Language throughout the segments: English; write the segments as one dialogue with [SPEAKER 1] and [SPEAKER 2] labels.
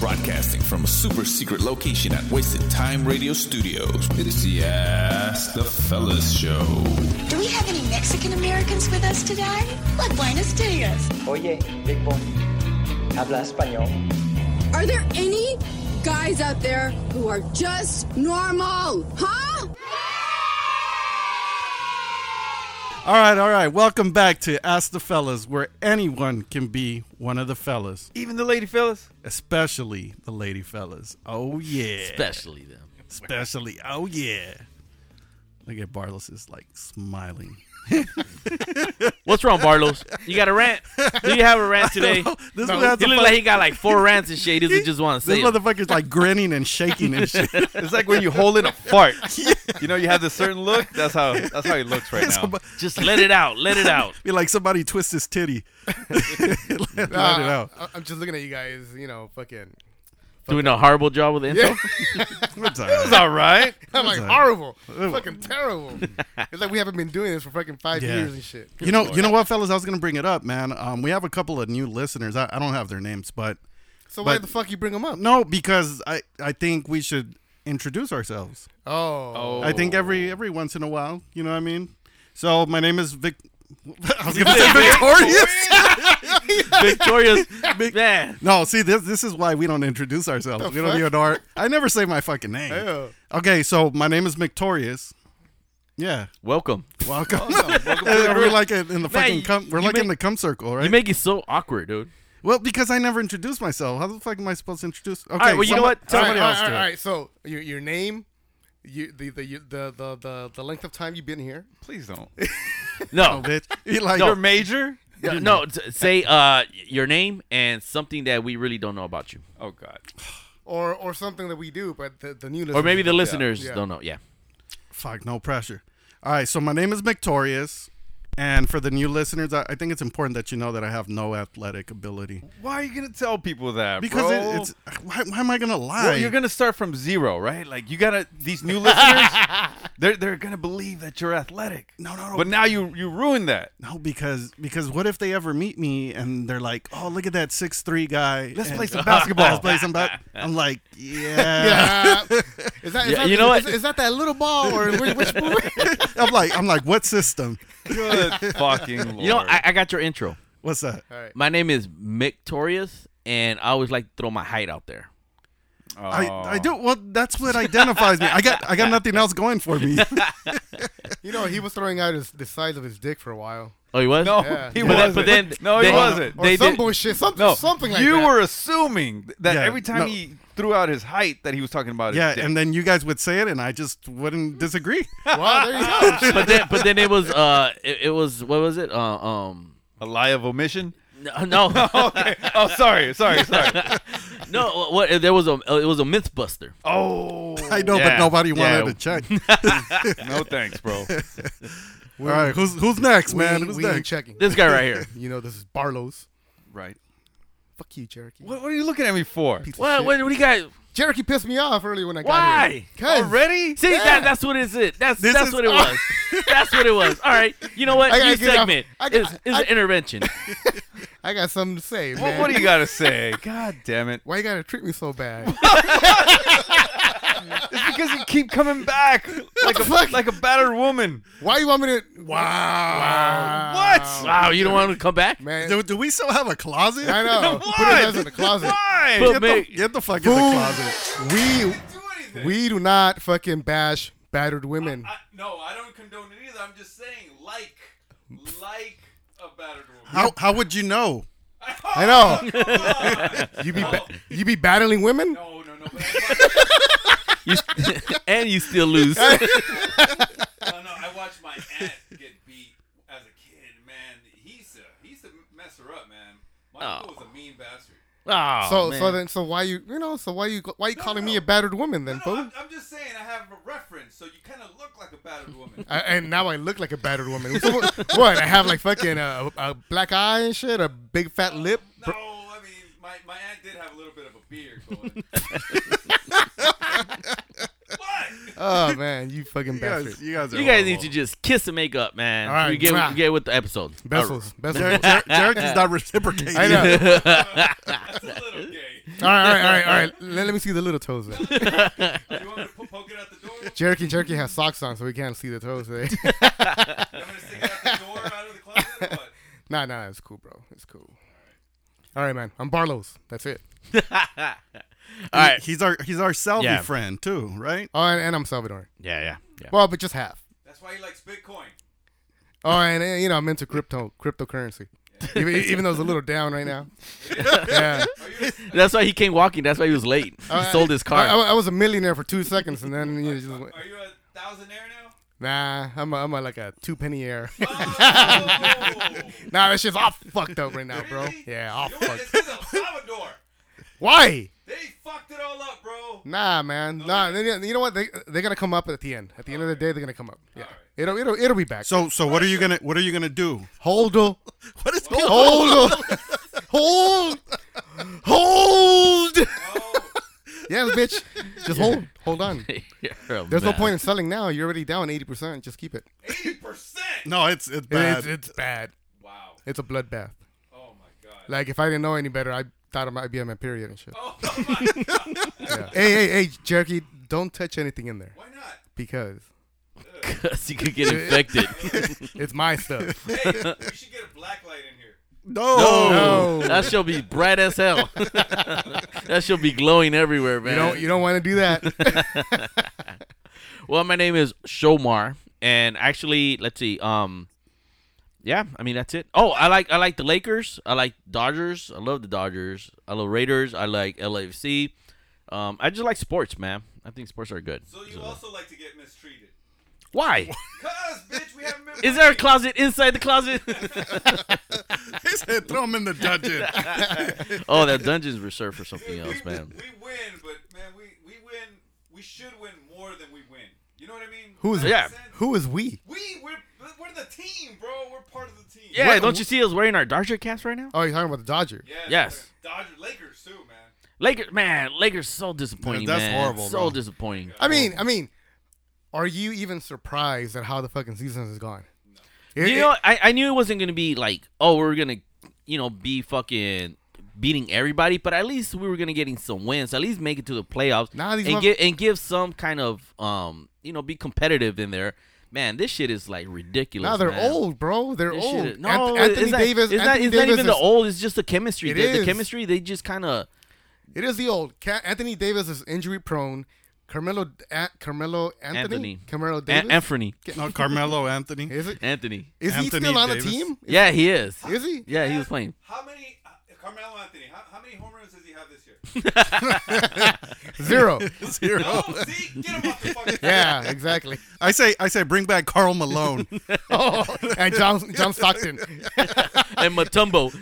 [SPEAKER 1] broadcasting from a super secret location at Wasted Time Radio Studios. It is the Ask the Fellas Show.
[SPEAKER 2] Do we have any Mexican Americans with us today? Like Buenos Dias.
[SPEAKER 3] Oye, Big Boy, habla español.
[SPEAKER 4] Are there any guys out there who are just normal? Huh?
[SPEAKER 5] All right, all right. Welcome back to Ask the Fellas, where anyone can be one of the fellas,
[SPEAKER 6] Even the lady fellas?
[SPEAKER 5] especially the lady fellas. Oh, yeah.
[SPEAKER 6] Especially them.
[SPEAKER 5] Especially, oh, yeah. Look at Bartles is like smiling.
[SPEAKER 6] What's wrong, Barlos? You got a rant? Do you have a rant today?
[SPEAKER 5] know. This
[SPEAKER 6] he
[SPEAKER 5] one has
[SPEAKER 6] looked
[SPEAKER 5] a fuck-
[SPEAKER 6] like he got like four rants and shit. He doesn't just want to
[SPEAKER 5] This
[SPEAKER 6] say it.
[SPEAKER 5] motherfucker's like grinning and shaking and shit.
[SPEAKER 7] It's like when you hold in a fart. You know, you have this certain look. That's how. That's how he looks right now.
[SPEAKER 5] Somebody-
[SPEAKER 6] Just let it out. Let it out.
[SPEAKER 5] be like somebody twist his titty. Let- let it
[SPEAKER 8] Nah,
[SPEAKER 5] out.
[SPEAKER 8] I- I'm just looking at you guys, you know, fucking.
[SPEAKER 6] Doing a horrible job with the intro.
[SPEAKER 8] Yeah.
[SPEAKER 5] It's all right.
[SPEAKER 7] It's all right.
[SPEAKER 8] I'm like
[SPEAKER 5] That's a-
[SPEAKER 8] horrible, fucking terrible. It's like we haven't been doing this for fucking five
[SPEAKER 5] Yeah.
[SPEAKER 8] years and shit.
[SPEAKER 5] You know, you know what, fellas? I was gonna bring it up, man. Um, we have a couple of new listeners. I, I don't have their names, but
[SPEAKER 8] So why
[SPEAKER 5] but-
[SPEAKER 8] the fuck you bring them up?
[SPEAKER 5] no, because I, I think we should introduce ourselves.
[SPEAKER 8] Oh,
[SPEAKER 5] I think every every once in a while, you know what I mean. So my name is Vic. I was gonna say Victorious.
[SPEAKER 6] Victoria's man.
[SPEAKER 5] No, see this this is why we don't introduce ourselves. We don't
[SPEAKER 8] fuck?
[SPEAKER 5] even know. Our, I never say my fucking name.
[SPEAKER 8] Yeah.
[SPEAKER 5] Okay, so my name is Victorious. Yeah,
[SPEAKER 6] Welcome.
[SPEAKER 5] welcome. we're like in in the fucking
[SPEAKER 6] you-
[SPEAKER 5] cum. We're
[SPEAKER 6] you
[SPEAKER 5] like in
[SPEAKER 6] make-
[SPEAKER 5] the cum circle, right?
[SPEAKER 6] You make it so awkward, dude.
[SPEAKER 5] Well, because I never introduced myself. How the fuck am I supposed to introduce? Okay,
[SPEAKER 6] right, well, you know what? Tell
[SPEAKER 5] somebody
[SPEAKER 8] all right,
[SPEAKER 5] else
[SPEAKER 8] all right,
[SPEAKER 5] do it.
[SPEAKER 8] all right. So your your name, you the the you- the the the, the length of time you've been here.
[SPEAKER 7] Please don't.
[SPEAKER 6] No.
[SPEAKER 5] Oh, Bitch, He like
[SPEAKER 7] You're major.
[SPEAKER 6] No, no, t- say uh your name and something that we really don't know about you,
[SPEAKER 7] Oh God.
[SPEAKER 8] Or, or something that we do, but the, the new listeners
[SPEAKER 6] or maybe the listeners
[SPEAKER 8] Yeah.
[SPEAKER 6] don't know. Yeah,
[SPEAKER 5] fuck, no pressure. All right, so my name is Victorious, and for the new listeners, I, I think it's important that you know that I have no athletic ability
[SPEAKER 7] Why are you gonna tell people that?
[SPEAKER 5] because
[SPEAKER 7] bro?
[SPEAKER 5] it, it's why, why am I gonna lie?
[SPEAKER 7] Well, you're gonna start from zero, right? Like you gotta these new listeners. They're they're gonna believe that you're athletic.
[SPEAKER 5] No, no, no.
[SPEAKER 7] But now you you ruined that.
[SPEAKER 5] no, because because what if they ever meet me and they're like, oh, look at that six three guy.
[SPEAKER 7] Let's
[SPEAKER 5] and-
[SPEAKER 7] play some basketball.
[SPEAKER 5] Let's play some ba-" I'm like, yeah.
[SPEAKER 8] Yeah. is that, is
[SPEAKER 6] Yeah,
[SPEAKER 8] that
[SPEAKER 6] you know
[SPEAKER 8] is,
[SPEAKER 6] what?
[SPEAKER 8] is that that little ball or which, which movie?
[SPEAKER 5] I'm like, I'm like, what system?
[SPEAKER 7] Good fucking lord.
[SPEAKER 6] you know I, I got your intro.
[SPEAKER 5] What's that?
[SPEAKER 8] All right.
[SPEAKER 6] My name is Victorious, and I always like to throw my height out there.
[SPEAKER 5] I, I do well. That's what identifies me. I got I got nothing else going for me.
[SPEAKER 8] You know, he was throwing out his, the size of his dick for a while.
[SPEAKER 6] Oh, he was.
[SPEAKER 7] No,
[SPEAKER 8] Yeah.
[SPEAKER 7] he
[SPEAKER 6] But then-
[SPEAKER 7] wasn't.
[SPEAKER 6] but then
[SPEAKER 7] no, he
[SPEAKER 6] they-
[SPEAKER 7] wasn't.
[SPEAKER 8] Or
[SPEAKER 6] They
[SPEAKER 8] some
[SPEAKER 6] did-
[SPEAKER 8] bullshit, some,
[SPEAKER 7] No,
[SPEAKER 8] something like
[SPEAKER 7] you
[SPEAKER 8] that.
[SPEAKER 7] were assuming that
[SPEAKER 5] Yeah,
[SPEAKER 7] every time
[SPEAKER 5] no.
[SPEAKER 7] he threw out his height, that he was talking about.
[SPEAKER 5] Yeah,
[SPEAKER 7] his dick.
[SPEAKER 5] and then you guys would say it, and I just wouldn't disagree.
[SPEAKER 8] Wow, there you go.
[SPEAKER 6] but then, but then it was uh, it, it was what was it? Uh, um,
[SPEAKER 7] a lie of omission.
[SPEAKER 6] no, no,
[SPEAKER 7] okay. Oh, sorry, sorry, sorry.
[SPEAKER 6] no. What there was a uh, it was a MythBuster.
[SPEAKER 7] Oh,
[SPEAKER 5] I know,
[SPEAKER 7] yeah,
[SPEAKER 5] but nobody
[SPEAKER 7] yeah.
[SPEAKER 5] wanted to check.
[SPEAKER 7] No thanks, bro.
[SPEAKER 5] All right, who's who's next, man?
[SPEAKER 8] we,
[SPEAKER 5] who's
[SPEAKER 8] we ain't
[SPEAKER 5] next?
[SPEAKER 8] checking.
[SPEAKER 6] This guy right here.
[SPEAKER 8] You know, this is Barlow's.
[SPEAKER 7] Right.
[SPEAKER 8] Fuck you, Cherokee.
[SPEAKER 7] What, what are you looking at me for?
[SPEAKER 8] Piece of
[SPEAKER 6] What,
[SPEAKER 8] shit.
[SPEAKER 6] what? What do you guys?
[SPEAKER 8] Cherokee pissed me off early when I got
[SPEAKER 6] Why?
[SPEAKER 8] here. Why?
[SPEAKER 7] Already?
[SPEAKER 6] See that? That's what it's. It. That's
[SPEAKER 5] This
[SPEAKER 6] that's
[SPEAKER 5] is-
[SPEAKER 6] what it was. that's what it was. All right. You know what?
[SPEAKER 8] I gotta
[SPEAKER 6] New
[SPEAKER 8] get off-
[SPEAKER 6] segment
[SPEAKER 8] I got-
[SPEAKER 6] is is
[SPEAKER 8] I-
[SPEAKER 6] an intervention.
[SPEAKER 8] I got something to say, man.
[SPEAKER 7] Well, what do you gotta say? God damn it!
[SPEAKER 8] Why you gotta treat me so bad?
[SPEAKER 7] It's because you keep coming back like a
[SPEAKER 8] fuck?
[SPEAKER 7] like a battered woman.
[SPEAKER 8] Why you want me to? Wow.
[SPEAKER 7] What?
[SPEAKER 6] Wow. Oh, You don't want to come back?
[SPEAKER 8] man?
[SPEAKER 5] Do, do we still have a closet?
[SPEAKER 8] I know.
[SPEAKER 7] What?
[SPEAKER 8] Put it in the closet.
[SPEAKER 7] Why?
[SPEAKER 6] But
[SPEAKER 5] Get
[SPEAKER 6] man,
[SPEAKER 5] the, get the fuck in the
[SPEAKER 8] Boom.
[SPEAKER 5] closet.
[SPEAKER 8] We we do not fucking bash battered women.
[SPEAKER 7] no, I don't condone it either. I'm just saying, like, like a battered woman.
[SPEAKER 5] How how would you know?
[SPEAKER 8] I know. you be ba- you be battling women?
[SPEAKER 7] No, no, no.
[SPEAKER 6] you, and you still lose.
[SPEAKER 7] no, no. I watched my aunt get beat as a kid. Man, he's a he's a messer up, man. My
[SPEAKER 6] uncle
[SPEAKER 7] was a mean bastard.
[SPEAKER 6] Oh,
[SPEAKER 8] so
[SPEAKER 6] man.
[SPEAKER 8] so then so why you you know so why you why you calling me a battered woman then,
[SPEAKER 7] No,
[SPEAKER 8] fool?
[SPEAKER 7] I'm, I'm just saying I have a reference, so you kind of look like a battered woman.
[SPEAKER 8] I, and now I look like a battered woman. So what, what, I have like fucking uh, a, a black eye and shit, a big fat lip.
[SPEAKER 7] no, I mean my, my aunt did have a little bit of a beard going. what?
[SPEAKER 8] Oh man, you fucking
[SPEAKER 5] You guys,
[SPEAKER 8] bastard.
[SPEAKER 5] you guys are.
[SPEAKER 6] you guys
[SPEAKER 5] horrible.
[SPEAKER 6] need to just kiss and make up, man.
[SPEAKER 8] All right.
[SPEAKER 6] You get
[SPEAKER 8] Mwah.
[SPEAKER 6] you get with the episode.
[SPEAKER 8] Vessels, vessels.
[SPEAKER 5] Derek, Derek, Derek is not reciprocating.
[SPEAKER 8] I know.
[SPEAKER 7] That's a little gay.
[SPEAKER 8] All right, all right, all right, all right. Let, let me see the little toes. Then.
[SPEAKER 7] You want me to po- poke it out the door?
[SPEAKER 8] Jerky Jerky has socks on, so we can't see the toes. Right?
[SPEAKER 7] You want me to stick it out the door out of the closet or what?
[SPEAKER 8] nah, nah, it's cool, bro. It's cool. All right, man. I'm Barlow's. That's it.
[SPEAKER 6] All right.
[SPEAKER 5] He's our he's our selfie
[SPEAKER 6] Yeah.
[SPEAKER 5] friend too, right?
[SPEAKER 8] Oh, and, and I'm Salvadoran.
[SPEAKER 6] Yeah, yeah, yeah.
[SPEAKER 8] Well, but just half.
[SPEAKER 7] That's why he likes Bitcoin.
[SPEAKER 8] Oh, and uh, you know I'm into crypto cryptocurrency. Even, even though it's a little down right now. Yeah.
[SPEAKER 6] That's why he came walking. That's why he was late. He
[SPEAKER 8] Uh,
[SPEAKER 6] sold his car.
[SPEAKER 8] I, I, I was a millionaire for two seconds, and then you know, just went,
[SPEAKER 7] Are you a thousandaire now?
[SPEAKER 8] nah, I'm a, I'm a, like a two penny air.
[SPEAKER 7] Oh!
[SPEAKER 8] nah, that shit's all fucked up right now, bro.
[SPEAKER 7] Really?
[SPEAKER 8] Yeah, all
[SPEAKER 7] You know what?
[SPEAKER 8] fucked.
[SPEAKER 7] This is El Salvador.
[SPEAKER 8] Why?
[SPEAKER 7] They fucked it all up, bro.
[SPEAKER 8] Nah, man. Nah, they, you know what? They they're gonna come up at the end. At the end of the day, they're gonna come up. Yeah, it'll it'll it'll be back.
[SPEAKER 5] So so what are you gonna what are you gonna do?
[SPEAKER 8] hold on,
[SPEAKER 5] What is
[SPEAKER 8] hold on, hold, hold.
[SPEAKER 7] Oh,
[SPEAKER 8] Yes, bitch. Just hold, hold on.
[SPEAKER 6] You're a
[SPEAKER 8] There's no
[SPEAKER 6] man.
[SPEAKER 8] point in selling now. You're already down eighty percent. Just keep it.
[SPEAKER 7] 80%.
[SPEAKER 5] No, it's it's bad.
[SPEAKER 8] It's, it's bad.
[SPEAKER 7] Wow.
[SPEAKER 8] It's a bloodbath.
[SPEAKER 7] Oh, my God.
[SPEAKER 8] Like if I didn't know any better, I thought I might be on my period and shit.
[SPEAKER 7] Oh, my God.
[SPEAKER 8] Yeah. hey, hey, hey, Jerky, don't touch anything in there
[SPEAKER 7] Why not?
[SPEAKER 8] because
[SPEAKER 6] Because you could get infected.
[SPEAKER 8] it's my stuff.
[SPEAKER 7] Hey, we should get a black light in here.
[SPEAKER 5] no.
[SPEAKER 6] Oh,
[SPEAKER 8] No.
[SPEAKER 6] that shall be bright as hell. that shall be glowing everywhere, man.
[SPEAKER 8] You don't, you don't want to do that.
[SPEAKER 6] Well, my name is Shomar, and actually, let's see. Um, yeah, I mean that's it. Oh, I like I like the Lakers. I like Dodgers. I love the Dodgers. I love Raiders. I like LAFC. Um, I just like sports, man. I think sports are good.
[SPEAKER 7] So you
[SPEAKER 6] So-
[SPEAKER 7] also like to get mistreated.
[SPEAKER 6] Why?
[SPEAKER 7] Cause, bitch, we haven't been.
[SPEAKER 6] Is there a closet inside the closet?
[SPEAKER 5] He said, throw him in the dungeon.
[SPEAKER 6] oh, that dungeon's reserved for something
[SPEAKER 7] we,
[SPEAKER 6] else, man.
[SPEAKER 7] We win, but man, we we win. We should win more than we win. You know what I mean?
[SPEAKER 8] Who is
[SPEAKER 7] Does that make
[SPEAKER 6] Yeah.
[SPEAKER 7] sense?
[SPEAKER 8] Who is we?
[SPEAKER 7] We we're we're the team, bro. We're part of the team.
[SPEAKER 6] Yeah, don't you see us wearing our Dodger caps right now?
[SPEAKER 8] Oh, you're talking about the Dodger.
[SPEAKER 7] Yes.
[SPEAKER 6] Yes.
[SPEAKER 7] Dodger Lakers too, man.
[SPEAKER 6] Lakers, man, Lakers so disappointing.
[SPEAKER 5] Yeah, that's
[SPEAKER 6] man.
[SPEAKER 5] horrible,
[SPEAKER 6] So
[SPEAKER 5] bro.
[SPEAKER 6] disappointing.
[SPEAKER 8] I mean, I mean, are you even surprised at how the fucking season has gone? It-
[SPEAKER 6] you
[SPEAKER 8] it-
[SPEAKER 6] know, I, I knew it wasn't gonna be like, oh, we're gonna, you know, be fucking beating everybody, but at least we were gonna getting some wins. At least make it to the playoffs.
[SPEAKER 8] Nah, these
[SPEAKER 6] and
[SPEAKER 8] motherf-
[SPEAKER 6] give and give some kind of um, you know, be competitive in there. Man, this shit is like ridiculous.
[SPEAKER 8] now they're
[SPEAKER 6] man.
[SPEAKER 8] old, bro. They're
[SPEAKER 6] This shit
[SPEAKER 8] old.
[SPEAKER 6] is- no,
[SPEAKER 8] Ant-
[SPEAKER 6] it's
[SPEAKER 8] Anthony
[SPEAKER 6] not-
[SPEAKER 8] Davis.
[SPEAKER 6] It's not,
[SPEAKER 8] Anthony
[SPEAKER 6] it's
[SPEAKER 8] Davis
[SPEAKER 6] not even the
[SPEAKER 8] is-
[SPEAKER 6] old. It's just the chemistry.
[SPEAKER 8] It
[SPEAKER 6] the, the
[SPEAKER 8] is.
[SPEAKER 6] chemistry. They just kind of.
[SPEAKER 8] It is the old. Ca- Anthony Davis is injury prone. Carmelo, a- Carmelo Anthony,
[SPEAKER 6] Anthony.
[SPEAKER 8] Carmelo Davis.
[SPEAKER 6] An- Anthony.
[SPEAKER 5] No, Carmelo Anthony.
[SPEAKER 8] is it?
[SPEAKER 6] Anthony.
[SPEAKER 8] Is he
[SPEAKER 5] Anthony
[SPEAKER 8] still on
[SPEAKER 5] Davis.
[SPEAKER 8] a team?
[SPEAKER 6] Yeah, he is.
[SPEAKER 8] Is he?
[SPEAKER 6] Yeah, he was playing.
[SPEAKER 7] How many uh, Carmelo Anthony? How, how many home runs does he have this year?
[SPEAKER 8] Zero.
[SPEAKER 5] Zero.
[SPEAKER 7] Oh, see, get him off the fucking.
[SPEAKER 8] yeah, exactly.
[SPEAKER 5] I say I say bring back Carl Malone.
[SPEAKER 8] Oh, and John John Stockton.
[SPEAKER 6] And Matumbo.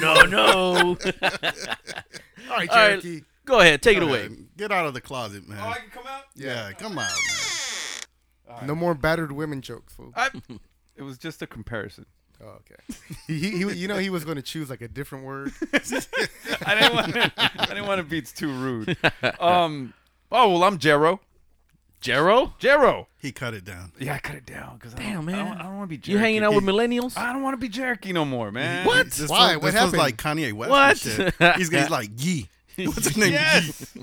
[SPEAKER 6] no, no, no.
[SPEAKER 8] All right,
[SPEAKER 6] All right,
[SPEAKER 8] Cherokee.
[SPEAKER 6] go ahead, take it away.
[SPEAKER 5] Get out of the closet, man.
[SPEAKER 7] Oh, I can come out.
[SPEAKER 5] yeah, come on. Man.
[SPEAKER 8] No more battered women jokes. Fool.
[SPEAKER 7] It was just a comparison.
[SPEAKER 8] Oh, okay. He, he, he- you know, he was going to choose like a different word.
[SPEAKER 7] I didn't want. I didn't want to be too rude. Um. Oh well, I'm Jero.
[SPEAKER 6] Jero?
[SPEAKER 7] Jero.
[SPEAKER 5] He cut it down.
[SPEAKER 7] Yeah, I cut it down because I
[SPEAKER 6] Damn,
[SPEAKER 7] don't,
[SPEAKER 6] man.
[SPEAKER 7] I don't, want to be jerky.
[SPEAKER 6] You hanging out with millennials?
[SPEAKER 7] I don't want to be jerky no more, man.
[SPEAKER 6] What?
[SPEAKER 5] This Was,
[SPEAKER 8] Why? What
[SPEAKER 5] this
[SPEAKER 8] happened?
[SPEAKER 5] was like Kanye West.
[SPEAKER 6] What?
[SPEAKER 5] and shit. He's, he's like Yee. What's his name?
[SPEAKER 7] Yes.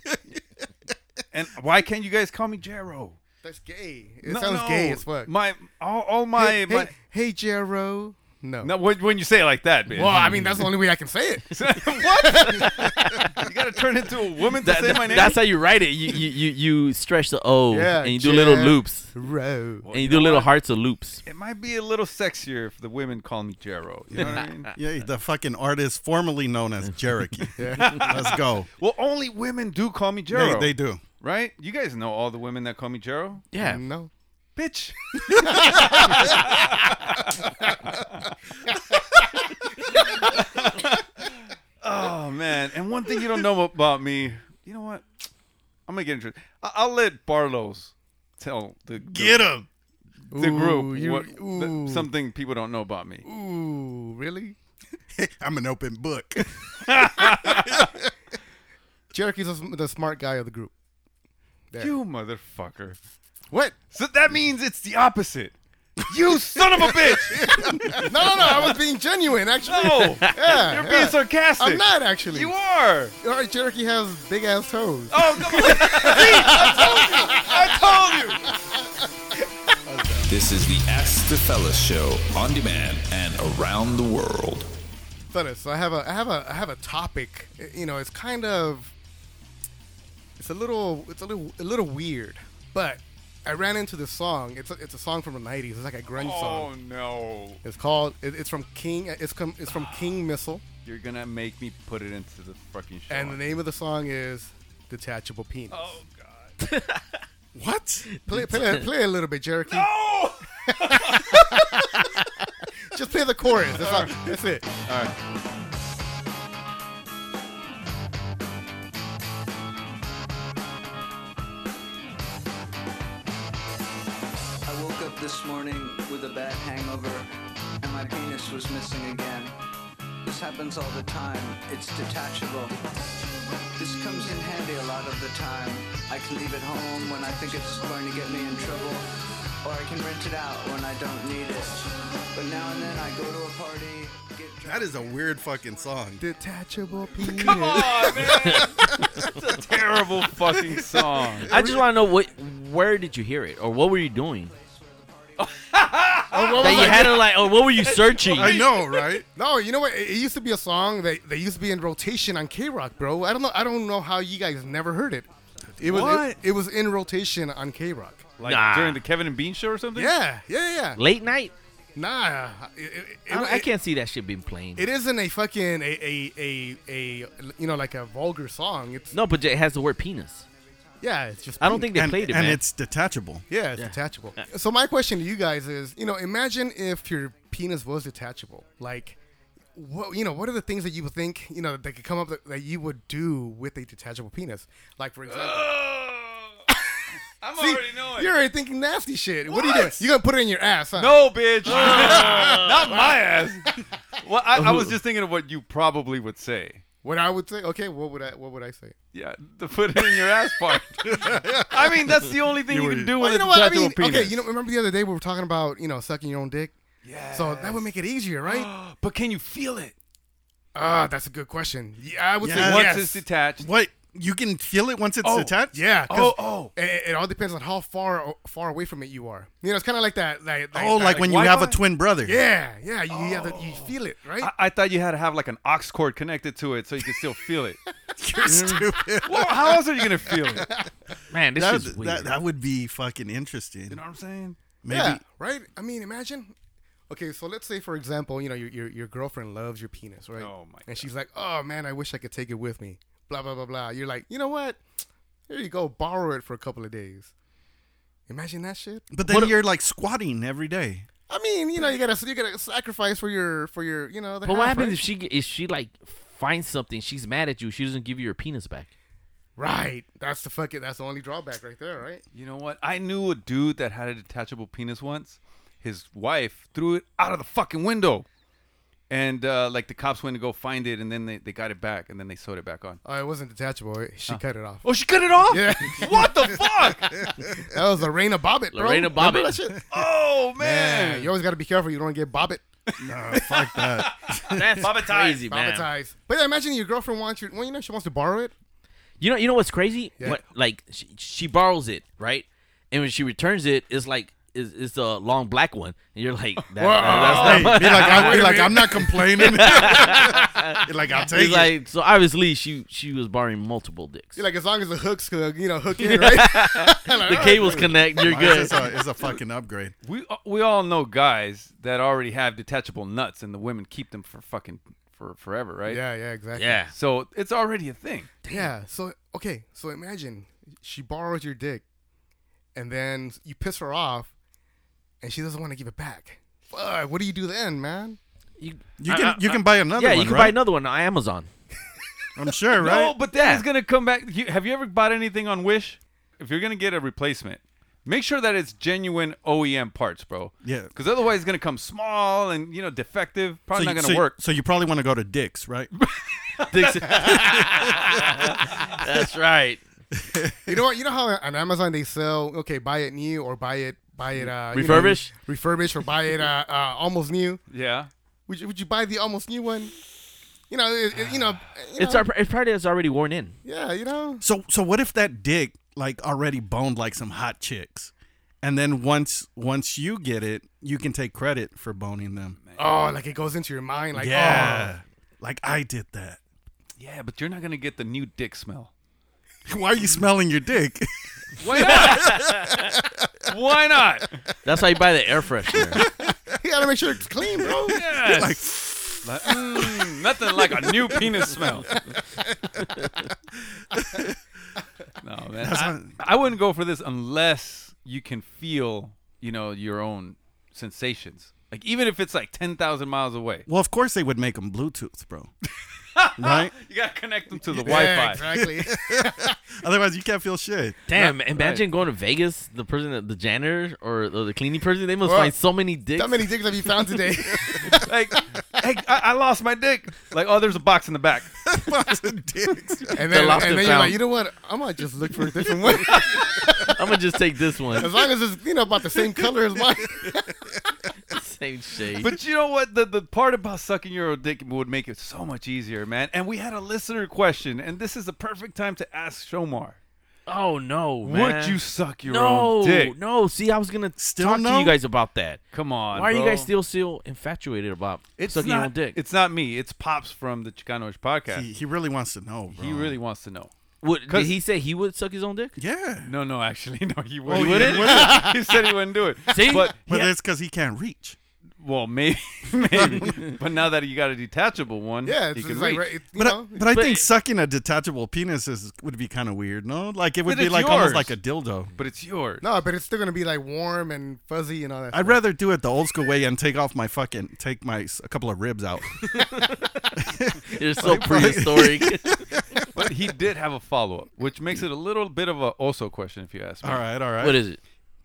[SPEAKER 7] and why can't you guys call me Jero?
[SPEAKER 8] That's gay. It sounds gay as fuck.
[SPEAKER 7] My all, all my
[SPEAKER 8] hey,
[SPEAKER 7] my.
[SPEAKER 8] hey, hey, Jero. No.
[SPEAKER 7] No, when, when you say it like that, man.
[SPEAKER 8] Well, I mean, that's the only way I can say it.
[SPEAKER 7] you gotta turn into a woman to
[SPEAKER 6] That-
[SPEAKER 7] say my name.
[SPEAKER 6] That's how you write it. You you, you, you stretch the O
[SPEAKER 8] Yeah,
[SPEAKER 6] and you do little
[SPEAKER 8] Jer-
[SPEAKER 6] loops.
[SPEAKER 8] Ro.
[SPEAKER 6] And you do little hearts of loops.
[SPEAKER 7] it might be a little sexier if the women call me Jero. You know what I mean?
[SPEAKER 5] Yeah, the fucking artist formerly known as Cherokee. Let's go.
[SPEAKER 7] Well, only women do call me
[SPEAKER 5] They,
[SPEAKER 7] Jero.
[SPEAKER 5] they do.
[SPEAKER 7] Right? You guys know all the women that call me Jero.
[SPEAKER 6] Yeah.
[SPEAKER 8] No.
[SPEAKER 7] Bitch. oh man! And one thing you don't know about me, you know what? I'm gonna get into it. I- I'll let Barlow's tell the
[SPEAKER 5] Get him.
[SPEAKER 7] the group
[SPEAKER 8] Ooh, you-
[SPEAKER 7] what th-
[SPEAKER 8] ooh.
[SPEAKER 7] something people don't know about me.
[SPEAKER 8] Ooh, really?
[SPEAKER 5] I'm an open book.
[SPEAKER 8] Cherokee's the sm- the smart guy of the group.
[SPEAKER 7] You motherfucker!
[SPEAKER 8] What?
[SPEAKER 7] So that means it's the opposite. You son of a bitch!
[SPEAKER 8] No, no, no. I was being genuine, actually.
[SPEAKER 7] No!
[SPEAKER 8] Yeah,
[SPEAKER 7] You're
[SPEAKER 8] yeah.
[SPEAKER 7] being sarcastic.
[SPEAKER 8] I'm not actually.
[SPEAKER 7] You are.
[SPEAKER 8] All right, Cherokee has big ass toes.
[SPEAKER 7] Oh, come on. See, I told you. I told you.
[SPEAKER 1] This is the Ask the Fellas show on demand and around the world.
[SPEAKER 8] Fellas, so I have a I have a I have a topic. I- You know, it's kind of it's a little it's a little a little weird, but I ran into this song. It's a, it's a song from the '90s. It's like a grunge
[SPEAKER 7] Oh,
[SPEAKER 8] song.
[SPEAKER 7] no.
[SPEAKER 8] It's called. It, it's from King. It's com, It's from King Missile,
[SPEAKER 7] You're going to make me put it into the fucking show.
[SPEAKER 8] and the name of the song is "Detachable Penis."
[SPEAKER 7] Oh, God.
[SPEAKER 5] What?
[SPEAKER 8] Play, play, play a little bit, Cherokee.
[SPEAKER 7] No!
[SPEAKER 8] Just play the chorus. That's, all, that's it.
[SPEAKER 7] All right.
[SPEAKER 9] I woke up this morning with a bad hangover, and my penis was missing again. This happens all the time, it's detachable. This comes in handy a lot of the time. I can leave it home when I think it's going to get me in trouble, or I can rent it out when I don't need it. But now and then I go to a party, get drunk.
[SPEAKER 5] That is a weird fucking song.
[SPEAKER 8] Detachable penis.
[SPEAKER 7] Come on, man. It's a terrible fucking song.
[SPEAKER 6] I just want to know what, where did you hear it, or what were you doing? that you had it like, or what were you searching?
[SPEAKER 5] I know, right?
[SPEAKER 8] No, you know what? It it used to be a song that they used to be in rotation on K Rock, bro. I don't know. I don't know how you guys never heard it. It was
[SPEAKER 7] What?
[SPEAKER 8] It, it was in rotation on K Rock.
[SPEAKER 7] Like
[SPEAKER 6] Nah.
[SPEAKER 7] during the Kevin and Bean show or something?
[SPEAKER 8] Yeah, yeah, yeah.
[SPEAKER 6] Late night?
[SPEAKER 8] Nah, it, it, it-
[SPEAKER 6] I, I
[SPEAKER 8] it-
[SPEAKER 6] can't see that shit being played.
[SPEAKER 8] It isn't a fucking a, a a a you know like a vulgar song. It's
[SPEAKER 6] no, but it has the word penis.
[SPEAKER 8] yeah, it's just.
[SPEAKER 6] I don't think they
[SPEAKER 5] and
[SPEAKER 6] played it,
[SPEAKER 5] and
[SPEAKER 6] man.
[SPEAKER 5] it's detachable.
[SPEAKER 8] Yeah, it's detachable. So my question to you guys is, you know, imagine if your penis was detachable. Like, what you know, what are the things that you would think, you know, that could come up that, that you would do with a detachable penis? Like for example,
[SPEAKER 7] I'm
[SPEAKER 8] See,
[SPEAKER 7] already knowing.
[SPEAKER 8] you're already thinking nasty shit. What, are you doing?
[SPEAKER 7] What?
[SPEAKER 8] You gonna put it in your ass? Huh?
[SPEAKER 7] No, bitch. Not my ass. Well, I, I was just thinking of what you probably would say.
[SPEAKER 8] What I would say? Okay, what would I? What would I say?
[SPEAKER 7] Yeah, the put it in your ass part. I mean, that's the only thing you, can do with
[SPEAKER 8] Well, you
[SPEAKER 7] a
[SPEAKER 8] know what I
[SPEAKER 7] detachable
[SPEAKER 8] mean?
[SPEAKER 7] penis.
[SPEAKER 8] Okay, you know, remember the other day we were talking about you know sucking your own dick. Yeah. So that would make it easier, right?
[SPEAKER 7] but can you feel it
[SPEAKER 8] Ah, that's a good question. Yeah, I would say
[SPEAKER 5] Yes.
[SPEAKER 7] once
[SPEAKER 8] Uh, yes.
[SPEAKER 7] it's detached?
[SPEAKER 5] What? You can feel it once it's detached?
[SPEAKER 8] Yeah.
[SPEAKER 7] Oh,
[SPEAKER 8] 'cause
[SPEAKER 7] oh.
[SPEAKER 8] It, it all depends on how far far away from it you are. You know, it's kind of like that. Like,
[SPEAKER 5] Oh, like, when you have a
[SPEAKER 7] Wi-Fi?
[SPEAKER 5] twin brother.
[SPEAKER 8] Yeah, yeah. You you have to,
[SPEAKER 7] Oh.
[SPEAKER 8] you feel it, right?
[SPEAKER 7] I, I thought you had to have like an ox cord connected to it so you could still feel it.
[SPEAKER 5] You're stupid.
[SPEAKER 7] well, how else are you gonna feel it? You know
[SPEAKER 6] Man, this
[SPEAKER 5] That,
[SPEAKER 6] is weird.
[SPEAKER 5] that, that would be fucking interesting.
[SPEAKER 7] what I'm saying?
[SPEAKER 5] Maybe
[SPEAKER 8] Yeah, right. I mean, imagine. Okay, so let's say for example, you know, your your, your girlfriend loves your penis, right?
[SPEAKER 7] Oh, my
[SPEAKER 8] And she's like, "Oh man, I wish I could take it with me." Blah blah blah blah. You're like, you know what? Here you go. Borrow it for a couple of days. Imagine that shit.
[SPEAKER 5] But then you're like squatting every day.
[SPEAKER 8] I mean, you know, you gotta you gotta sacrifice for your for your you know. The
[SPEAKER 6] but what
[SPEAKER 8] half,
[SPEAKER 6] happens
[SPEAKER 8] right?
[SPEAKER 6] if she g- if she like finds something? She's mad at you. She doesn't give you your penis back.
[SPEAKER 8] Right. That's the fucking. That's the only drawback right there, right?
[SPEAKER 7] You know what? I knew a dude that had a detachable penis once. His wife threw it out of the fucking window. And uh, like the cops went to go find it and then they, they got it back and then they sewed it back on.
[SPEAKER 8] Oh, it wasn't detachable. It- She cut it off.
[SPEAKER 7] Oh, she cut it off?
[SPEAKER 8] Yeah.
[SPEAKER 7] What the fuck?
[SPEAKER 8] That was Lorena Bobbitt, bro.
[SPEAKER 6] Lorena
[SPEAKER 8] Remember
[SPEAKER 6] Bobbitt.
[SPEAKER 8] that shit?
[SPEAKER 7] Oh,
[SPEAKER 8] Man,
[SPEAKER 7] man.
[SPEAKER 8] you always got to be careful. You don't get Bobbitt
[SPEAKER 5] Fuck that.
[SPEAKER 6] That's crazy, man.
[SPEAKER 8] traumatized. But yeah, imagine your girlfriend wants your. Well, you know, she wants to borrow it.
[SPEAKER 6] You know, you know what's crazy?
[SPEAKER 8] Yeah.
[SPEAKER 6] What like she, she borrows it, right? And when she returns it, it's like it's, it's a long black one, and you're like, that, that- that's
[SPEAKER 5] Hey,
[SPEAKER 6] not.
[SPEAKER 5] be like, I, be like, I'm not complaining. Be like, I'll take
[SPEAKER 6] It's
[SPEAKER 5] it.
[SPEAKER 6] like so obviously she she was borrowing multiple dicks.
[SPEAKER 8] You're like, as long as the hooks, uh, you know, hook in, right?
[SPEAKER 6] the cables connect, you're good.
[SPEAKER 5] It's, a, it's a fucking upgrade.
[SPEAKER 7] We we all know guys that already have detachable nuts and the women keep them for fucking for forever, right?
[SPEAKER 8] yeah, yeah, exactly.
[SPEAKER 6] Yeah.
[SPEAKER 7] So it's already a thing.
[SPEAKER 8] Yeah. So okay, so imagine she borrows your dick, and then you piss her off, and she doesn't want to give it back. Fuck, what do you do then, man?
[SPEAKER 6] You,
[SPEAKER 5] You
[SPEAKER 6] I-
[SPEAKER 5] can
[SPEAKER 6] I-
[SPEAKER 5] you can buy another
[SPEAKER 6] yeah,
[SPEAKER 5] one,
[SPEAKER 6] you can
[SPEAKER 5] right?
[SPEAKER 6] buy another one on Amazon.
[SPEAKER 5] I'm sure, right?
[SPEAKER 7] No, but that is gonna come back. You, have you ever bought anything on Wish? If you're gonna get a replacement, make sure that it's genuine OEM parts, bro.
[SPEAKER 5] Yeah.
[SPEAKER 7] Because otherwise, it's gonna come small and you know defective. Probably
[SPEAKER 5] you-
[SPEAKER 7] not gonna
[SPEAKER 5] so, you-
[SPEAKER 7] work.
[SPEAKER 5] So you probably want to go to Dick's, right?
[SPEAKER 6] Dicks- That's right.
[SPEAKER 8] You know what? You know how on Amazon they sell okay, buy it new or buy it buy it uh,
[SPEAKER 6] Refurbished?
[SPEAKER 8] you know, refurbished, or buy it uh, uh, almost new.
[SPEAKER 7] Yeah.
[SPEAKER 8] Would you, would you buy the almost new one? You know, it, it- you know, you
[SPEAKER 6] It's
[SPEAKER 5] Oh.
[SPEAKER 8] know,
[SPEAKER 6] our it's probably it's already worn in.
[SPEAKER 8] yeah, you know.
[SPEAKER 5] So so what if that dick like already boned like some hot chicks, and then once once you get it, you can take credit for boning them.
[SPEAKER 8] Oh, like it goes into your mind, like oh,
[SPEAKER 5] yeah, like I did that.
[SPEAKER 7] Yeah, but you're not gonna get the new dick smell.
[SPEAKER 5] Why are you smelling your dick?
[SPEAKER 7] Why not? Why not?
[SPEAKER 6] That's how you buy the air freshener.
[SPEAKER 8] oh, you gotta make sure it's clean, bro.
[SPEAKER 7] Yes. Like, mm, nothing like a new penis smell. no man, I, I wouldn't go for this unless you can feel, you know, your own sensations. Like even if it's like ten thousand miles away,
[SPEAKER 5] well, of course they would make them Bluetooth, bro. right?
[SPEAKER 7] you gotta connect them to the
[SPEAKER 8] Yeah,
[SPEAKER 7] Wi-Fi.
[SPEAKER 8] exactly.
[SPEAKER 5] Otherwise, you can't feel shit.
[SPEAKER 6] Damn! imagine going to Vegas. The person, that- the janitor or, or the cleaning person, they must
[SPEAKER 8] Well,
[SPEAKER 6] find so many dicks.
[SPEAKER 8] How many dicks have you found today?
[SPEAKER 7] Like, hey, I, I lost my dick. Like, oh, there's a box in the back.
[SPEAKER 8] And then,
[SPEAKER 6] lost
[SPEAKER 8] and
[SPEAKER 6] and
[SPEAKER 8] then you're
[SPEAKER 6] found.
[SPEAKER 8] like, you know what? I might just look for a different one.
[SPEAKER 6] I'm gonna just take this
[SPEAKER 8] as
[SPEAKER 6] one.
[SPEAKER 8] long as it's you know about the same color as mine.
[SPEAKER 6] Same shade.
[SPEAKER 7] But you know what? The the part about sucking your own dick would make it so much easier, man. And we had a listener question, and this is the perfect time to ask Shomar.
[SPEAKER 6] oh no, man.
[SPEAKER 7] Would you suck your
[SPEAKER 6] no,
[SPEAKER 7] own dick?
[SPEAKER 6] no. See, I was gonna
[SPEAKER 5] Still
[SPEAKER 6] talk
[SPEAKER 5] no?
[SPEAKER 6] to you guys about that.
[SPEAKER 7] Come on.
[SPEAKER 6] Why are you
[SPEAKER 7] bro.
[SPEAKER 6] guys still so infatuated about
[SPEAKER 7] It's
[SPEAKER 6] sucking
[SPEAKER 7] not,
[SPEAKER 6] your own dick?
[SPEAKER 7] It's not me. It's Pops from the Chicanoish podcast.
[SPEAKER 5] He,
[SPEAKER 7] He,
[SPEAKER 5] he really wants to know, bro.
[SPEAKER 7] really wants to know.
[SPEAKER 6] Would, did
[SPEAKER 7] 'cause-
[SPEAKER 6] he say he would suck his own dick?
[SPEAKER 5] Yeah.
[SPEAKER 7] No, no, actually, no, he wouldn't.
[SPEAKER 6] Oh, he wouldn't?
[SPEAKER 7] he said he wouldn't do it.
[SPEAKER 6] See?
[SPEAKER 7] but
[SPEAKER 5] But it's because he can't reach.
[SPEAKER 7] well, maybe, maybe. but now that you got a detachable one,
[SPEAKER 8] Yeah, it's,
[SPEAKER 7] he can
[SPEAKER 8] it's like
[SPEAKER 7] reach.
[SPEAKER 8] right, it- you
[SPEAKER 5] But
[SPEAKER 8] know.
[SPEAKER 5] I, but I
[SPEAKER 6] But-
[SPEAKER 5] think sucking a detachable penis is, would be kind of weird, no? Like it would
[SPEAKER 7] But
[SPEAKER 5] be
[SPEAKER 7] it's
[SPEAKER 5] like almost
[SPEAKER 7] yours.
[SPEAKER 5] like a dildo.
[SPEAKER 7] But it's yours.
[SPEAKER 8] No, but it's still gonna be like warm and fuzzy and all that.
[SPEAKER 5] I'd rather do it the old school way and take off my fucking take my s- a couple of ribs out.
[SPEAKER 6] You're so prehistoric.
[SPEAKER 7] But he did have a follow up, which makes it a little bit of a also question, if you ask me.
[SPEAKER 5] all right, all right.
[SPEAKER 6] what is it?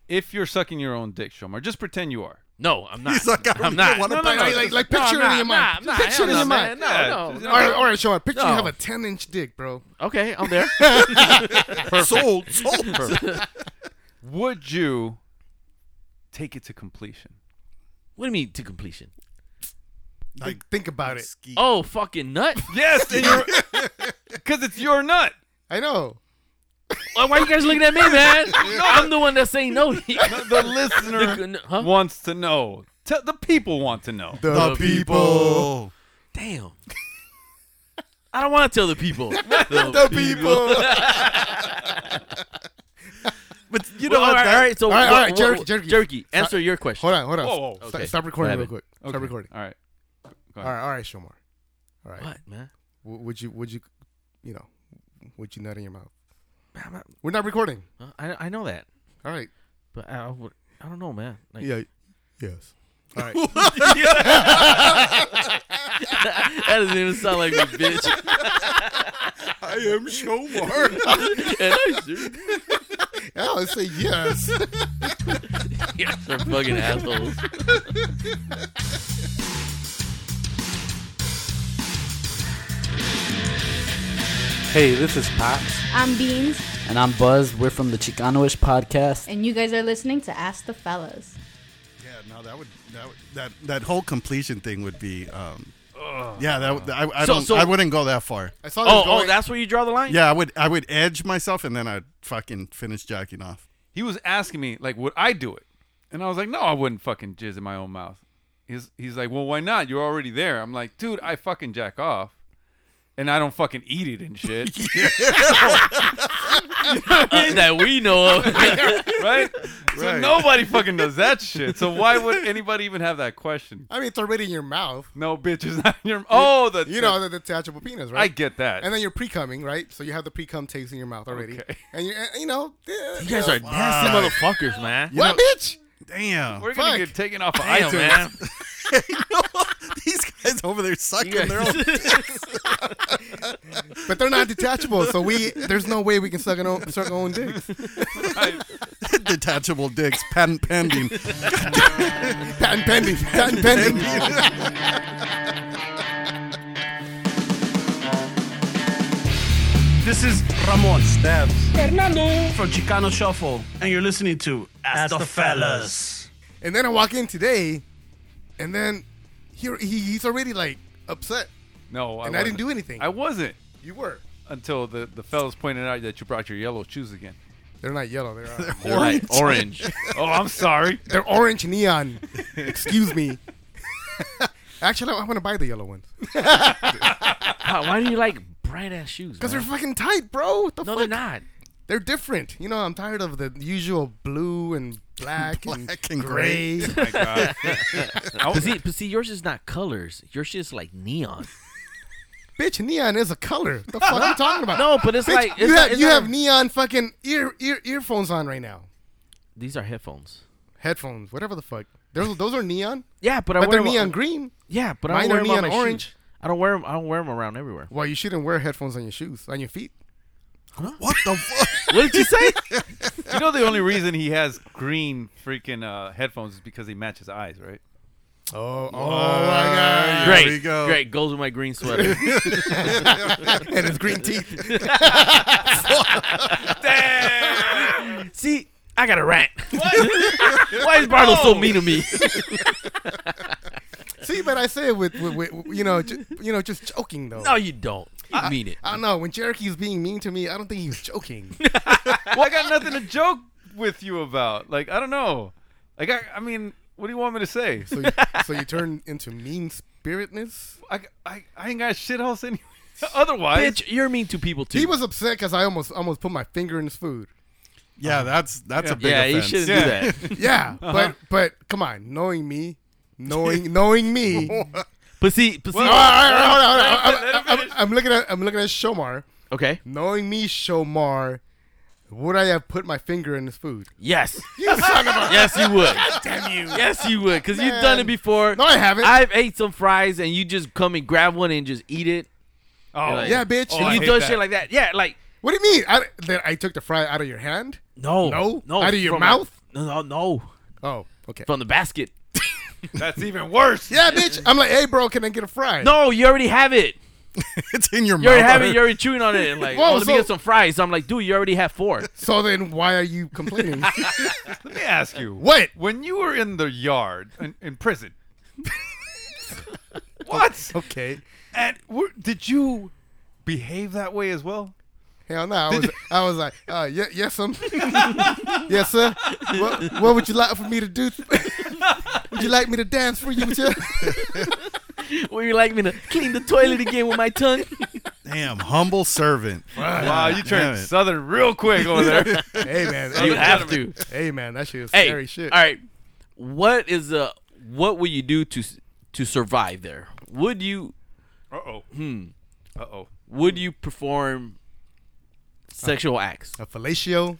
[SPEAKER 7] If you're sucking your own dick, Shomar, just pretend you are.
[SPEAKER 6] No, I'm not.
[SPEAKER 5] He's like, I
[SPEAKER 6] I'm
[SPEAKER 5] really
[SPEAKER 6] not.
[SPEAKER 5] don't wanna
[SPEAKER 6] No,
[SPEAKER 8] buy
[SPEAKER 6] no, no,
[SPEAKER 8] it. Like- like
[SPEAKER 6] no, I'm
[SPEAKER 8] picture it in
[SPEAKER 6] not,
[SPEAKER 8] your mind.
[SPEAKER 6] nah, I'm not.
[SPEAKER 8] Picture
[SPEAKER 6] Hell
[SPEAKER 8] it in
[SPEAKER 6] no,
[SPEAKER 8] your
[SPEAKER 6] man.
[SPEAKER 8] mind.
[SPEAKER 6] No, no,
[SPEAKER 8] all right, all right, Sean. Picture you
[SPEAKER 6] No.
[SPEAKER 8] have a ten-inch dick, bro.
[SPEAKER 6] Okay, I'm there.
[SPEAKER 5] Sold, sold.
[SPEAKER 7] Would you take it to completion?
[SPEAKER 6] what do you mean to completion?
[SPEAKER 8] Think, think about it.
[SPEAKER 6] Oh, fucking nut.
[SPEAKER 7] Yes, because it's your nut.
[SPEAKER 8] I know.
[SPEAKER 6] Oh, Why why are you guys looking at me, man? I'm the one that's saying no.
[SPEAKER 7] The listener
[SPEAKER 6] The- huh?
[SPEAKER 7] wants to know. Te- the people want to know.
[SPEAKER 8] The,
[SPEAKER 5] people.
[SPEAKER 6] Damn. I don't want to tell the people. The,
[SPEAKER 8] The people. all right,
[SPEAKER 5] But you know
[SPEAKER 6] Well, all,
[SPEAKER 5] what?
[SPEAKER 6] right,
[SPEAKER 5] that-
[SPEAKER 6] all right, so
[SPEAKER 8] all
[SPEAKER 6] what-
[SPEAKER 8] right.
[SPEAKER 6] what-
[SPEAKER 8] Jerky,
[SPEAKER 6] what-
[SPEAKER 8] jerky.
[SPEAKER 6] jerky, answer your question.
[SPEAKER 8] Hold on, hold on.
[SPEAKER 7] Whoa, whoa.
[SPEAKER 8] Stop,
[SPEAKER 6] Okay.
[SPEAKER 8] stop recording real
[SPEAKER 6] Rabbit.
[SPEAKER 8] quick.
[SPEAKER 7] Okay.
[SPEAKER 8] Stop recording.
[SPEAKER 7] All right.
[SPEAKER 8] All right, all right, Shomar. All right.
[SPEAKER 6] What, man?
[SPEAKER 8] W- would you? Would you? You know? Would you nut in your mouth? We're not recording.
[SPEAKER 6] Uh, I, I know that,
[SPEAKER 8] All right.
[SPEAKER 6] but I, I would- I don't know, man. Like,
[SPEAKER 8] Yeah. Yes. All right.
[SPEAKER 6] That doesn't even sound like me, bitch.
[SPEAKER 5] I am Shomar.
[SPEAKER 6] and I should.
[SPEAKER 8] I would say yes.
[SPEAKER 6] You guys are fucking assholes.
[SPEAKER 10] Hey, this is Pops.
[SPEAKER 11] I'm Beans,
[SPEAKER 3] And I'm Buzz. We're from the Chicanoish podcast.
[SPEAKER 11] and you guys are listening to Ask the Fellas.
[SPEAKER 5] yeah, no, that would that would, that that whole completion thing would be. um Yeah, that would- I, I
[SPEAKER 6] So-
[SPEAKER 5] don't.
[SPEAKER 6] so-
[SPEAKER 5] I wouldn't go that far.
[SPEAKER 8] I saw this
[SPEAKER 6] Oh, oh,
[SPEAKER 8] going-
[SPEAKER 6] that's where you draw the line.
[SPEAKER 5] Yeah, I would. I would edge myself and then I'd fucking finish jacking off.
[SPEAKER 7] He was asking me, like, would I do it? And I was like, no, I wouldn't fucking jizz in my own mouth. He's, he's like, well, why not? You're already there. I'm like, dude, I fucking jack off. And I don't fucking eat it and shit.
[SPEAKER 6] that we know of.
[SPEAKER 7] right? So
[SPEAKER 5] Right.
[SPEAKER 7] nobody fucking does that shit. So why would anybody even have that question?
[SPEAKER 8] I mean, it's already in your mouth.
[SPEAKER 7] No, bitch, it's not in your. Oh, the
[SPEAKER 8] You know, the detachable penis, right?
[SPEAKER 7] I get that.
[SPEAKER 8] And then you're pre coming, right? So you have the pre cum taste in your mouth already.
[SPEAKER 7] Okay.
[SPEAKER 8] And you, you know, yeah,
[SPEAKER 6] You guys are nasty motherfuckers, man.
[SPEAKER 8] what, bitch?
[SPEAKER 5] Damn,
[SPEAKER 7] we're gonna
[SPEAKER 8] fuck.
[SPEAKER 7] get taken off of
[SPEAKER 6] Damn,
[SPEAKER 7] iTunes.
[SPEAKER 6] man.
[SPEAKER 5] these guys over there sucking
[SPEAKER 6] You guys-
[SPEAKER 5] their own.
[SPEAKER 8] But they're not detachable, so we there's no way we can suck our own, suck our own dicks.
[SPEAKER 5] detachable dicks, patent pending.
[SPEAKER 8] Patent pending. Patent pending.
[SPEAKER 7] This
[SPEAKER 12] This is Ramon Steps Fernando from Chicano Shuffle, and you're listening to Ask, the, Fellas.
[SPEAKER 8] And then I walk in today, and then he, he he's already like upset.
[SPEAKER 7] No,
[SPEAKER 8] and I,
[SPEAKER 7] wasn't.
[SPEAKER 8] didn't do anything.
[SPEAKER 7] I wasn't
[SPEAKER 8] You were.
[SPEAKER 7] until the the fellas pointed out that you brought your yellow shoes again.
[SPEAKER 8] They're not yellow. They're, uh,
[SPEAKER 7] They're like orange. oh, I'm sorry.
[SPEAKER 8] They're orange neon. Excuse me. Actually, I'm gonna buy the yellow ones.
[SPEAKER 6] Why do you like bright ass shoes?
[SPEAKER 8] Because they're
[SPEAKER 6] man?
[SPEAKER 8] fucking tight, bro. What the
[SPEAKER 6] no,
[SPEAKER 8] fuck?
[SPEAKER 6] they're not.
[SPEAKER 8] They're different. You know, I'm tired of the usual blue and black,
[SPEAKER 5] Black
[SPEAKER 8] and,
[SPEAKER 5] and
[SPEAKER 8] gray.
[SPEAKER 5] gray. My God.
[SPEAKER 6] but, see, but see, yours is not colors. Yours is like neon.
[SPEAKER 8] Bitch, neon is a color. The fuck are you talking about?
[SPEAKER 6] No, but it's
[SPEAKER 8] Bitch,
[SPEAKER 6] like- it's
[SPEAKER 8] you,
[SPEAKER 6] not-
[SPEAKER 8] have,
[SPEAKER 6] it's
[SPEAKER 8] you
[SPEAKER 6] not-
[SPEAKER 8] have neon fucking ear, ear earphones on right now.
[SPEAKER 6] These are headphones.
[SPEAKER 8] Headphones, whatever the fuck. Those those are neon.
[SPEAKER 6] Yeah, but I
[SPEAKER 8] but
[SPEAKER 6] wear
[SPEAKER 8] they're
[SPEAKER 6] them-
[SPEAKER 8] neon green.
[SPEAKER 6] Yeah, but I
[SPEAKER 8] Mine
[SPEAKER 6] don't
[SPEAKER 8] are
[SPEAKER 6] wear them on
[SPEAKER 8] neon
[SPEAKER 6] my
[SPEAKER 8] orange.
[SPEAKER 6] shoes. I don't wear them. I don't wear them around everywhere.
[SPEAKER 8] Well, you shouldn't wear headphones on your shoes, on your feet.
[SPEAKER 5] What the fuck?
[SPEAKER 6] What did you say?
[SPEAKER 7] You know the only reason he has green freaking uh, headphones is because he matches eyes, right?
[SPEAKER 8] Oh, oh
[SPEAKER 5] my
[SPEAKER 6] great,
[SPEAKER 5] we go.
[SPEAKER 6] great. Goes with my green sweater.
[SPEAKER 8] and his green teeth.
[SPEAKER 6] see, I got a rant. Why is Bartle so mean to me?
[SPEAKER 8] See, but I say it with, with, with you know, ju- you know, just joking though.
[SPEAKER 6] no, you don't. You mean it.
[SPEAKER 8] I don't know. When Cherokee was being mean to me, I don't think he was joking.
[SPEAKER 7] Well, I got nothing to joke with you about. Like, I don't know. Like, I, I mean, what do you want me to say?
[SPEAKER 8] so, you, so you turn into mean spiritedness.
[SPEAKER 7] I, I, I ain't got shit else anyway. Otherwise,
[SPEAKER 6] Bitch, you're mean to people too.
[SPEAKER 8] He was upset because I almost almost put my finger in his food.
[SPEAKER 5] Yeah, that's that's a big
[SPEAKER 6] yeah,
[SPEAKER 5] offense.
[SPEAKER 6] you shouldn't do that.
[SPEAKER 8] Yeah,
[SPEAKER 6] Uh-huh.
[SPEAKER 8] but but come on, knowing me, knowing knowing me. All right,
[SPEAKER 6] But see, but see.
[SPEAKER 8] all right, hold on, hold on. I'm- I'm, I'm- I'm looking at I'm looking at Shomar.
[SPEAKER 6] okay.
[SPEAKER 8] Knowing me, Shomar, would I have put my finger in his food?
[SPEAKER 6] Yes. yes, you would. damn you. Yes, you would. Because you've done
[SPEAKER 8] Man.
[SPEAKER 6] it before.
[SPEAKER 8] No, I haven't.
[SPEAKER 6] I've ate some fries and you just come and grab one and just eat it.
[SPEAKER 7] oh,
[SPEAKER 6] Like,
[SPEAKER 8] yeah, bitch.
[SPEAKER 7] I
[SPEAKER 6] and
[SPEAKER 7] hate
[SPEAKER 6] you do
[SPEAKER 7] that.
[SPEAKER 6] shit like that. Yeah, like
[SPEAKER 8] What do you mean? I, that I took the fry out of your hand?
[SPEAKER 6] no,
[SPEAKER 8] No?
[SPEAKER 6] no,
[SPEAKER 8] Out of your
[SPEAKER 6] from-
[SPEAKER 8] mouth?
[SPEAKER 6] No, no, no,
[SPEAKER 8] Oh, okay.
[SPEAKER 6] from the basket.
[SPEAKER 7] that's even worse.
[SPEAKER 8] Yeah, bitch. I'm like, hey, bro, can I get a fry?
[SPEAKER 6] No, you already have it.
[SPEAKER 5] it's in your
[SPEAKER 6] You
[SPEAKER 5] mouth.
[SPEAKER 6] already have it. You're already chewing on it. And like,
[SPEAKER 8] Whoa,
[SPEAKER 6] oh, let
[SPEAKER 8] so-
[SPEAKER 6] me get some fries. I'm like, dude, you already have four.
[SPEAKER 8] So then, why are you complaining?
[SPEAKER 7] Let me ask you.
[SPEAKER 8] What?
[SPEAKER 7] When you were in the yard, in, in prison, what?
[SPEAKER 8] okay.
[SPEAKER 7] And were, did you behave that way as well?
[SPEAKER 8] Hell no. I was, I was like, uh, ye- yes, sir. yes, sir. What, what would you like for me to do? would you like me to dance for you? With your-
[SPEAKER 6] Would you like me to clean the toilet again with my tongue?
[SPEAKER 5] Damn, humble servant.
[SPEAKER 7] Wow, you
[SPEAKER 5] Damn
[SPEAKER 7] turned
[SPEAKER 5] it.
[SPEAKER 7] southern real quick over there.
[SPEAKER 8] hey, man.
[SPEAKER 6] you
[SPEAKER 8] Hey,
[SPEAKER 6] have to.
[SPEAKER 8] hey, man. That shit is
[SPEAKER 6] Hey,
[SPEAKER 8] scary shit.
[SPEAKER 6] all right. What is the? What would you do to to survive there? Would you
[SPEAKER 7] Uh oh. Uh oh.
[SPEAKER 6] would you perform sexual acts?
[SPEAKER 8] A fellatio.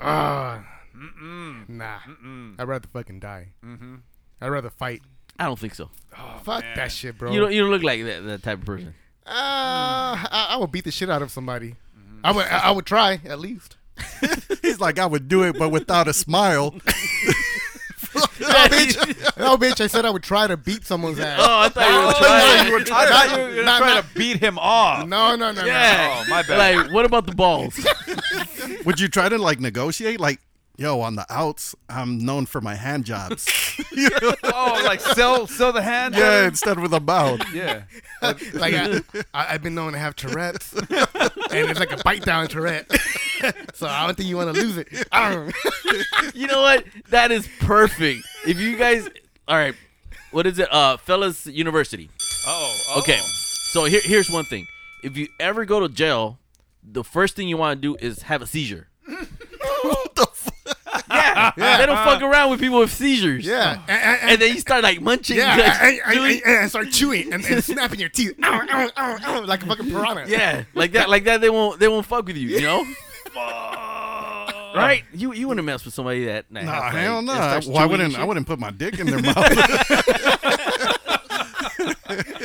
[SPEAKER 8] Ah. nah. I'd rather fucking die. I'd rather fight.
[SPEAKER 6] I don't think so.
[SPEAKER 8] Fuck that shit, bro.
[SPEAKER 6] You don't. You don't look like that, that type of person.
[SPEAKER 8] Uh, I, I would beat the shit out of somebody. I would. I, I would try at least.
[SPEAKER 5] He's like, I would do it, but without a smile.
[SPEAKER 8] No, bitch. no, bitch. I said I would try to beat someone's ass.
[SPEAKER 6] Oh, I thought you were
[SPEAKER 7] I
[SPEAKER 6] trying.
[SPEAKER 7] thought you were trying
[SPEAKER 8] Not-
[SPEAKER 7] to beat him off.
[SPEAKER 8] No, no, no,
[SPEAKER 6] Yeah.
[SPEAKER 7] Oh, my bad.
[SPEAKER 6] Like, what about the balls?
[SPEAKER 5] Would you try to like negotiate? Like, yo, on the outs, I'm known for my hand jobs.
[SPEAKER 7] Oh, like sell sell the hand.
[SPEAKER 5] yeah, instead with a mouth.
[SPEAKER 7] Yeah.
[SPEAKER 8] no. Like I, I, I've been known to have Tourette's, and it's like a bite down Tourette. so I don't think you want to lose it. I don't. know.
[SPEAKER 6] you know what? That is perfect. If you guys, all right, what is it? Uh, fellas, university.
[SPEAKER 7] Oh.
[SPEAKER 6] Okay, so here, here's one thing. If you ever go to jail, the first thing you want to do is have a seizure. yeah, they don't fuck around with people with seizures.
[SPEAKER 8] Yeah. And, and,
[SPEAKER 6] and then you start like munching.
[SPEAKER 8] yeah,
[SPEAKER 6] like,
[SPEAKER 8] and, and-
[SPEAKER 6] doing-
[SPEAKER 8] and- and start chewing and, and snapping your teeth, ow, ow, ow, ow, like a fucking piranha.
[SPEAKER 6] yeah, like that, like that. They won't, they won't fuck with you. You know. Right, you you wouldn't mess with somebody that. that
[SPEAKER 5] Nah,
[SPEAKER 6] has, like,
[SPEAKER 5] hell no.
[SPEAKER 6] that starts
[SPEAKER 5] Why
[SPEAKER 6] chewing
[SPEAKER 5] wouldn't
[SPEAKER 6] shit.
[SPEAKER 5] I wouldn't put my dick in their mouth?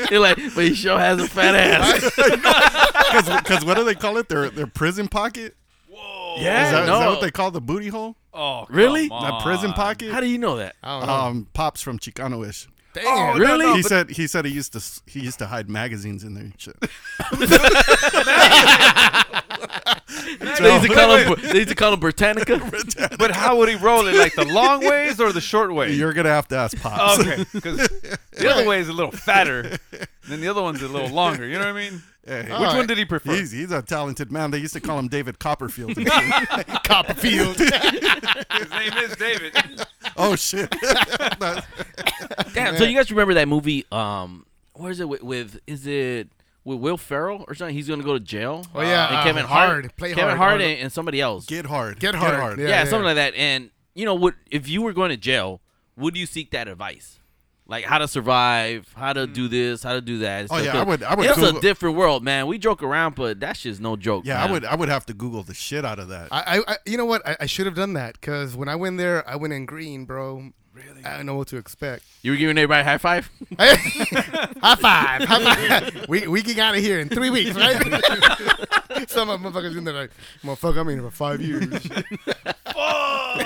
[SPEAKER 6] They're like, but he sure has a fat ass.
[SPEAKER 5] Because what do they call it? Their their prison pocket.
[SPEAKER 6] yeah,
[SPEAKER 5] Is that, is
[SPEAKER 6] no.
[SPEAKER 5] that what they call the booty hole?
[SPEAKER 7] Oh, come
[SPEAKER 6] Really?
[SPEAKER 7] on.
[SPEAKER 5] That prison pocket.
[SPEAKER 6] How do you Oh. know that?
[SPEAKER 8] I don't know.
[SPEAKER 5] um, pops from Chicano ish.
[SPEAKER 8] Dang,
[SPEAKER 5] Oh,
[SPEAKER 8] it.
[SPEAKER 5] no, no, he said he said he used to s- he used to hide magazines in there and shit.
[SPEAKER 6] They used to call them, they used to call them Britannica.
[SPEAKER 7] But how would he roll it? Like the long ways or the short ways?
[SPEAKER 5] You're gonna have to ask Pops.
[SPEAKER 8] Oh,
[SPEAKER 7] Okay, because the other way is a little fatter, and then the other one's a little longer. You know what I mean?
[SPEAKER 5] Hey,
[SPEAKER 7] Which one did he prefer?
[SPEAKER 5] He's, he's a talented man. They used to call him David Copperfield. and shit.
[SPEAKER 8] Copperfield.
[SPEAKER 7] His name is David.
[SPEAKER 5] oh shit!
[SPEAKER 6] Damn. So you guys remember that movie? Um, where is it with, with? Is it with Will Ferrell or something? He's gonna go to jail.
[SPEAKER 8] Oh, yeah,
[SPEAKER 6] and
[SPEAKER 8] uh,
[SPEAKER 6] Kevin Hart,
[SPEAKER 8] Hard. Play
[SPEAKER 6] Kevin
[SPEAKER 8] Hard.
[SPEAKER 6] Hart,
[SPEAKER 8] Or-
[SPEAKER 6] and, and somebody else.
[SPEAKER 5] Get hard.
[SPEAKER 8] Get hard.
[SPEAKER 6] yeah,
[SPEAKER 8] Yeah,
[SPEAKER 6] something
[SPEAKER 8] yeah.
[SPEAKER 6] like that. And you know, what if you were going to jail? Would you seek that advice? Like how to survive, how to do this, how to do that. and
[SPEAKER 5] Mm. Oh,
[SPEAKER 6] stuff.
[SPEAKER 5] yeah, I would- I would
[SPEAKER 6] It's a
[SPEAKER 5] Google-
[SPEAKER 6] different world, man. We joke around, but that shit's no joke.
[SPEAKER 5] Yeah,
[SPEAKER 6] man.
[SPEAKER 5] I would I would have to Google the shit out of that.
[SPEAKER 8] I, I, I- you know what? I, I should have done that because when I went there, I went in green, bro. Really? I don't know what to expect.
[SPEAKER 6] You were giving everybody a high five.
[SPEAKER 8] high five! High five! we we get out of here in three weeks, right? Some of the motherfuckers in there like, motherfucker, I'm in here for five years. I'm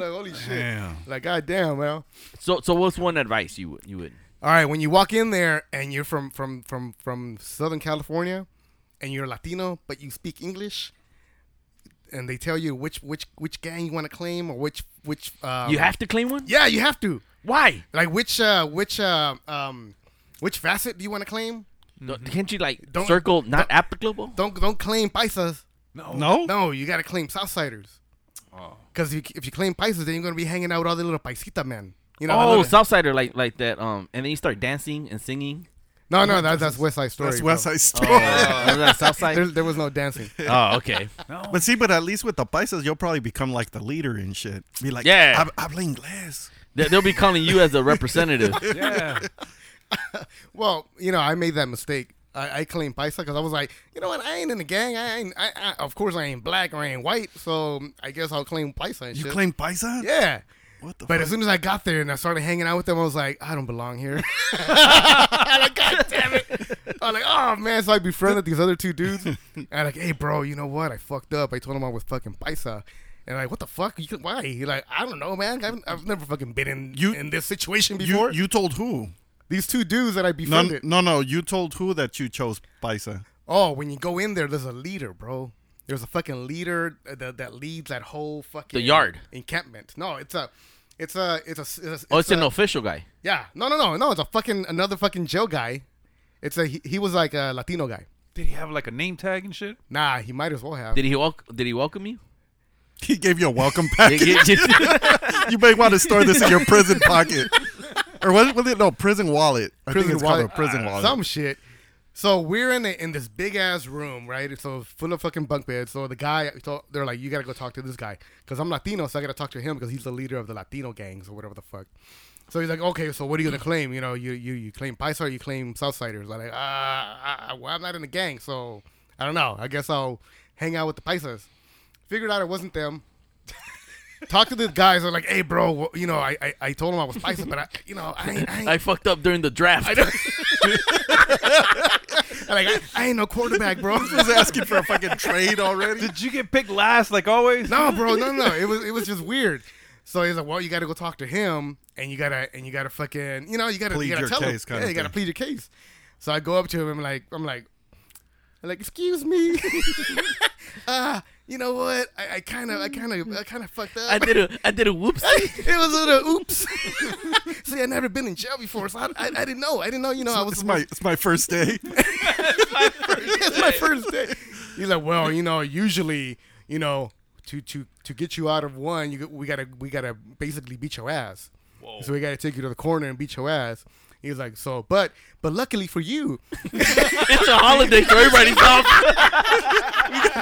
[SPEAKER 8] like, holy shit!
[SPEAKER 5] Damn.
[SPEAKER 8] Like, goddamn, man.
[SPEAKER 6] So, so what's one advice you would you would?
[SPEAKER 8] All right, when you walk in there and you're from from from from Southern California, and you're Latino but you speak English, and they tell you which which which gang you want to claim or which which um,
[SPEAKER 6] you have to claim one.
[SPEAKER 8] Yeah, you have to.
[SPEAKER 6] Why?
[SPEAKER 8] Like which uh which uh um which facet do you want to claim?
[SPEAKER 6] Don't-
[SPEAKER 5] Mm-hmm.
[SPEAKER 6] Can't you like circle not applicable?
[SPEAKER 8] Don't don't claim paisas.
[SPEAKER 5] No.
[SPEAKER 8] No, you got to claim Southsiders.
[SPEAKER 6] Oh.
[SPEAKER 8] Because if you, if you claim paisas, then you're gonna be hanging out with all the little paisita men. You know.
[SPEAKER 6] oh,
[SPEAKER 8] all the-
[SPEAKER 6] Southsider like like that. Um, and then you start dancing and singing.
[SPEAKER 8] no, no, that's that's West Side Story.
[SPEAKER 5] That's West
[SPEAKER 8] bro.
[SPEAKER 5] Side Story.
[SPEAKER 6] Oh, that Southside.
[SPEAKER 8] There, there was no dancing.
[SPEAKER 6] Oh, okay.
[SPEAKER 5] But see, but at least with the paisas, you'll probably become like the leader and shit. Be like,
[SPEAKER 6] Yeah.
[SPEAKER 5] "Hab- habla inglés.
[SPEAKER 6] They- They'll be calling you as a representative.
[SPEAKER 7] Yeah.
[SPEAKER 8] Well, you know, I made that mistake. I, I claimed paisa because I was like, you know what? I ain't in the gang. I ain't. I, I, of course, I ain't black or I ain't white. So I guess I'll claim paisa. And
[SPEAKER 5] You
[SPEAKER 8] shit.
[SPEAKER 5] claim paisa?
[SPEAKER 8] Yeah.
[SPEAKER 5] What the
[SPEAKER 8] But
[SPEAKER 5] fuck?
[SPEAKER 8] as soon as I got there and I started hanging out with them, I was like, I don't belong here. like, God damn it. I was like, oh man. So I befriended these other two dudes. And I'm like, hey bro, you know what? I fucked up. I told them I was fucking paisa. And like, what the fuck? You, why? You're like, I don't know, man. I've, I've never fucking been in
[SPEAKER 5] You-
[SPEAKER 8] in this situation
[SPEAKER 5] You
[SPEAKER 8] before.
[SPEAKER 5] you told who?
[SPEAKER 8] these two dudes that I
[SPEAKER 5] No,
[SPEAKER 8] befriended.
[SPEAKER 5] no, no. You told who that you chose paisa?
[SPEAKER 8] Oh, when you go in there, there's a leader, bro. There's a fucking leader that, that leads that whole fucking
[SPEAKER 6] The yard.
[SPEAKER 8] encampment. No, it's a, it's a, it's a. It's a
[SPEAKER 6] Oh, it's
[SPEAKER 8] a-
[SPEAKER 6] an official guy.
[SPEAKER 8] Yeah, no, no, no, no. It's a fucking another fucking jail guy. It's a he, he was like a Latino guy.
[SPEAKER 7] Did he have like a name tag and shit?
[SPEAKER 8] Nah, he might as well have.
[SPEAKER 6] Did he walk? Did he welcome you?
[SPEAKER 5] He gave you a welcome
[SPEAKER 6] Did
[SPEAKER 5] package.
[SPEAKER 6] he- did-
[SPEAKER 5] you may want to store this in your prison pocket, or what? Was it no prison wallet? I
[SPEAKER 8] prison
[SPEAKER 5] think it's
[SPEAKER 8] wallet,
[SPEAKER 5] called a prison wallet.
[SPEAKER 8] some shit. So we're in a, in this big ass room, right? It's so full of fucking bunk beds. So the guy, so they're like, you gotta go talk to this guy because I'm Latino, so I gotta talk to him because he's the leader of the Latino gangs or whatever the fuck. So he's like, okay, so what are you gonna claim? You know, you you you claim Paisa or you claim Southsiders? I'm like, uh, I, I- well, I'm not in the gang, so I don't know. I guess I'll hang out with the Paisas. Figured out it wasn't them. Talk to the guys. They're like, hey, bro, wh- you know, I, I, I told him I was Paisa, but I, you know, I, ain't- I ain't
[SPEAKER 6] I fucked up during the draft.
[SPEAKER 8] like I, I ain't no quarterback, bro.
[SPEAKER 5] was asking for a fucking trade already.
[SPEAKER 7] Did you get picked last like always?
[SPEAKER 8] no, bro, no, no. It was it was just weird. So he's like, well, you got to go talk to him, and you gotta and you gotta fucking, you know, you gotta
[SPEAKER 5] Plead
[SPEAKER 8] you gotta
[SPEAKER 5] your
[SPEAKER 8] tell
[SPEAKER 5] case
[SPEAKER 8] him,
[SPEAKER 5] kinda
[SPEAKER 8] yeah, you gotta
[SPEAKER 5] thing.
[SPEAKER 8] plead your case. So I go up to him, I'm like, I'm like, I'm like, excuse me, uh, you know what? I kind of, I kind of, I kind of fucked up.
[SPEAKER 6] I did a I did a whoops.
[SPEAKER 8] it was a little oops. See, I never been in jail before, so I, I, I didn't know. I didn't know. You know, I was
[SPEAKER 5] It's my it's my first day.
[SPEAKER 8] it's my first day. He's like, well, you know, usually, you know, to to to get you out of one, you, we gotta we gotta basically beat your ass. So we gotta take you to the corner and beat your ass. He's like, so, but but luckily for you,
[SPEAKER 6] It's a holiday, so everybody's off.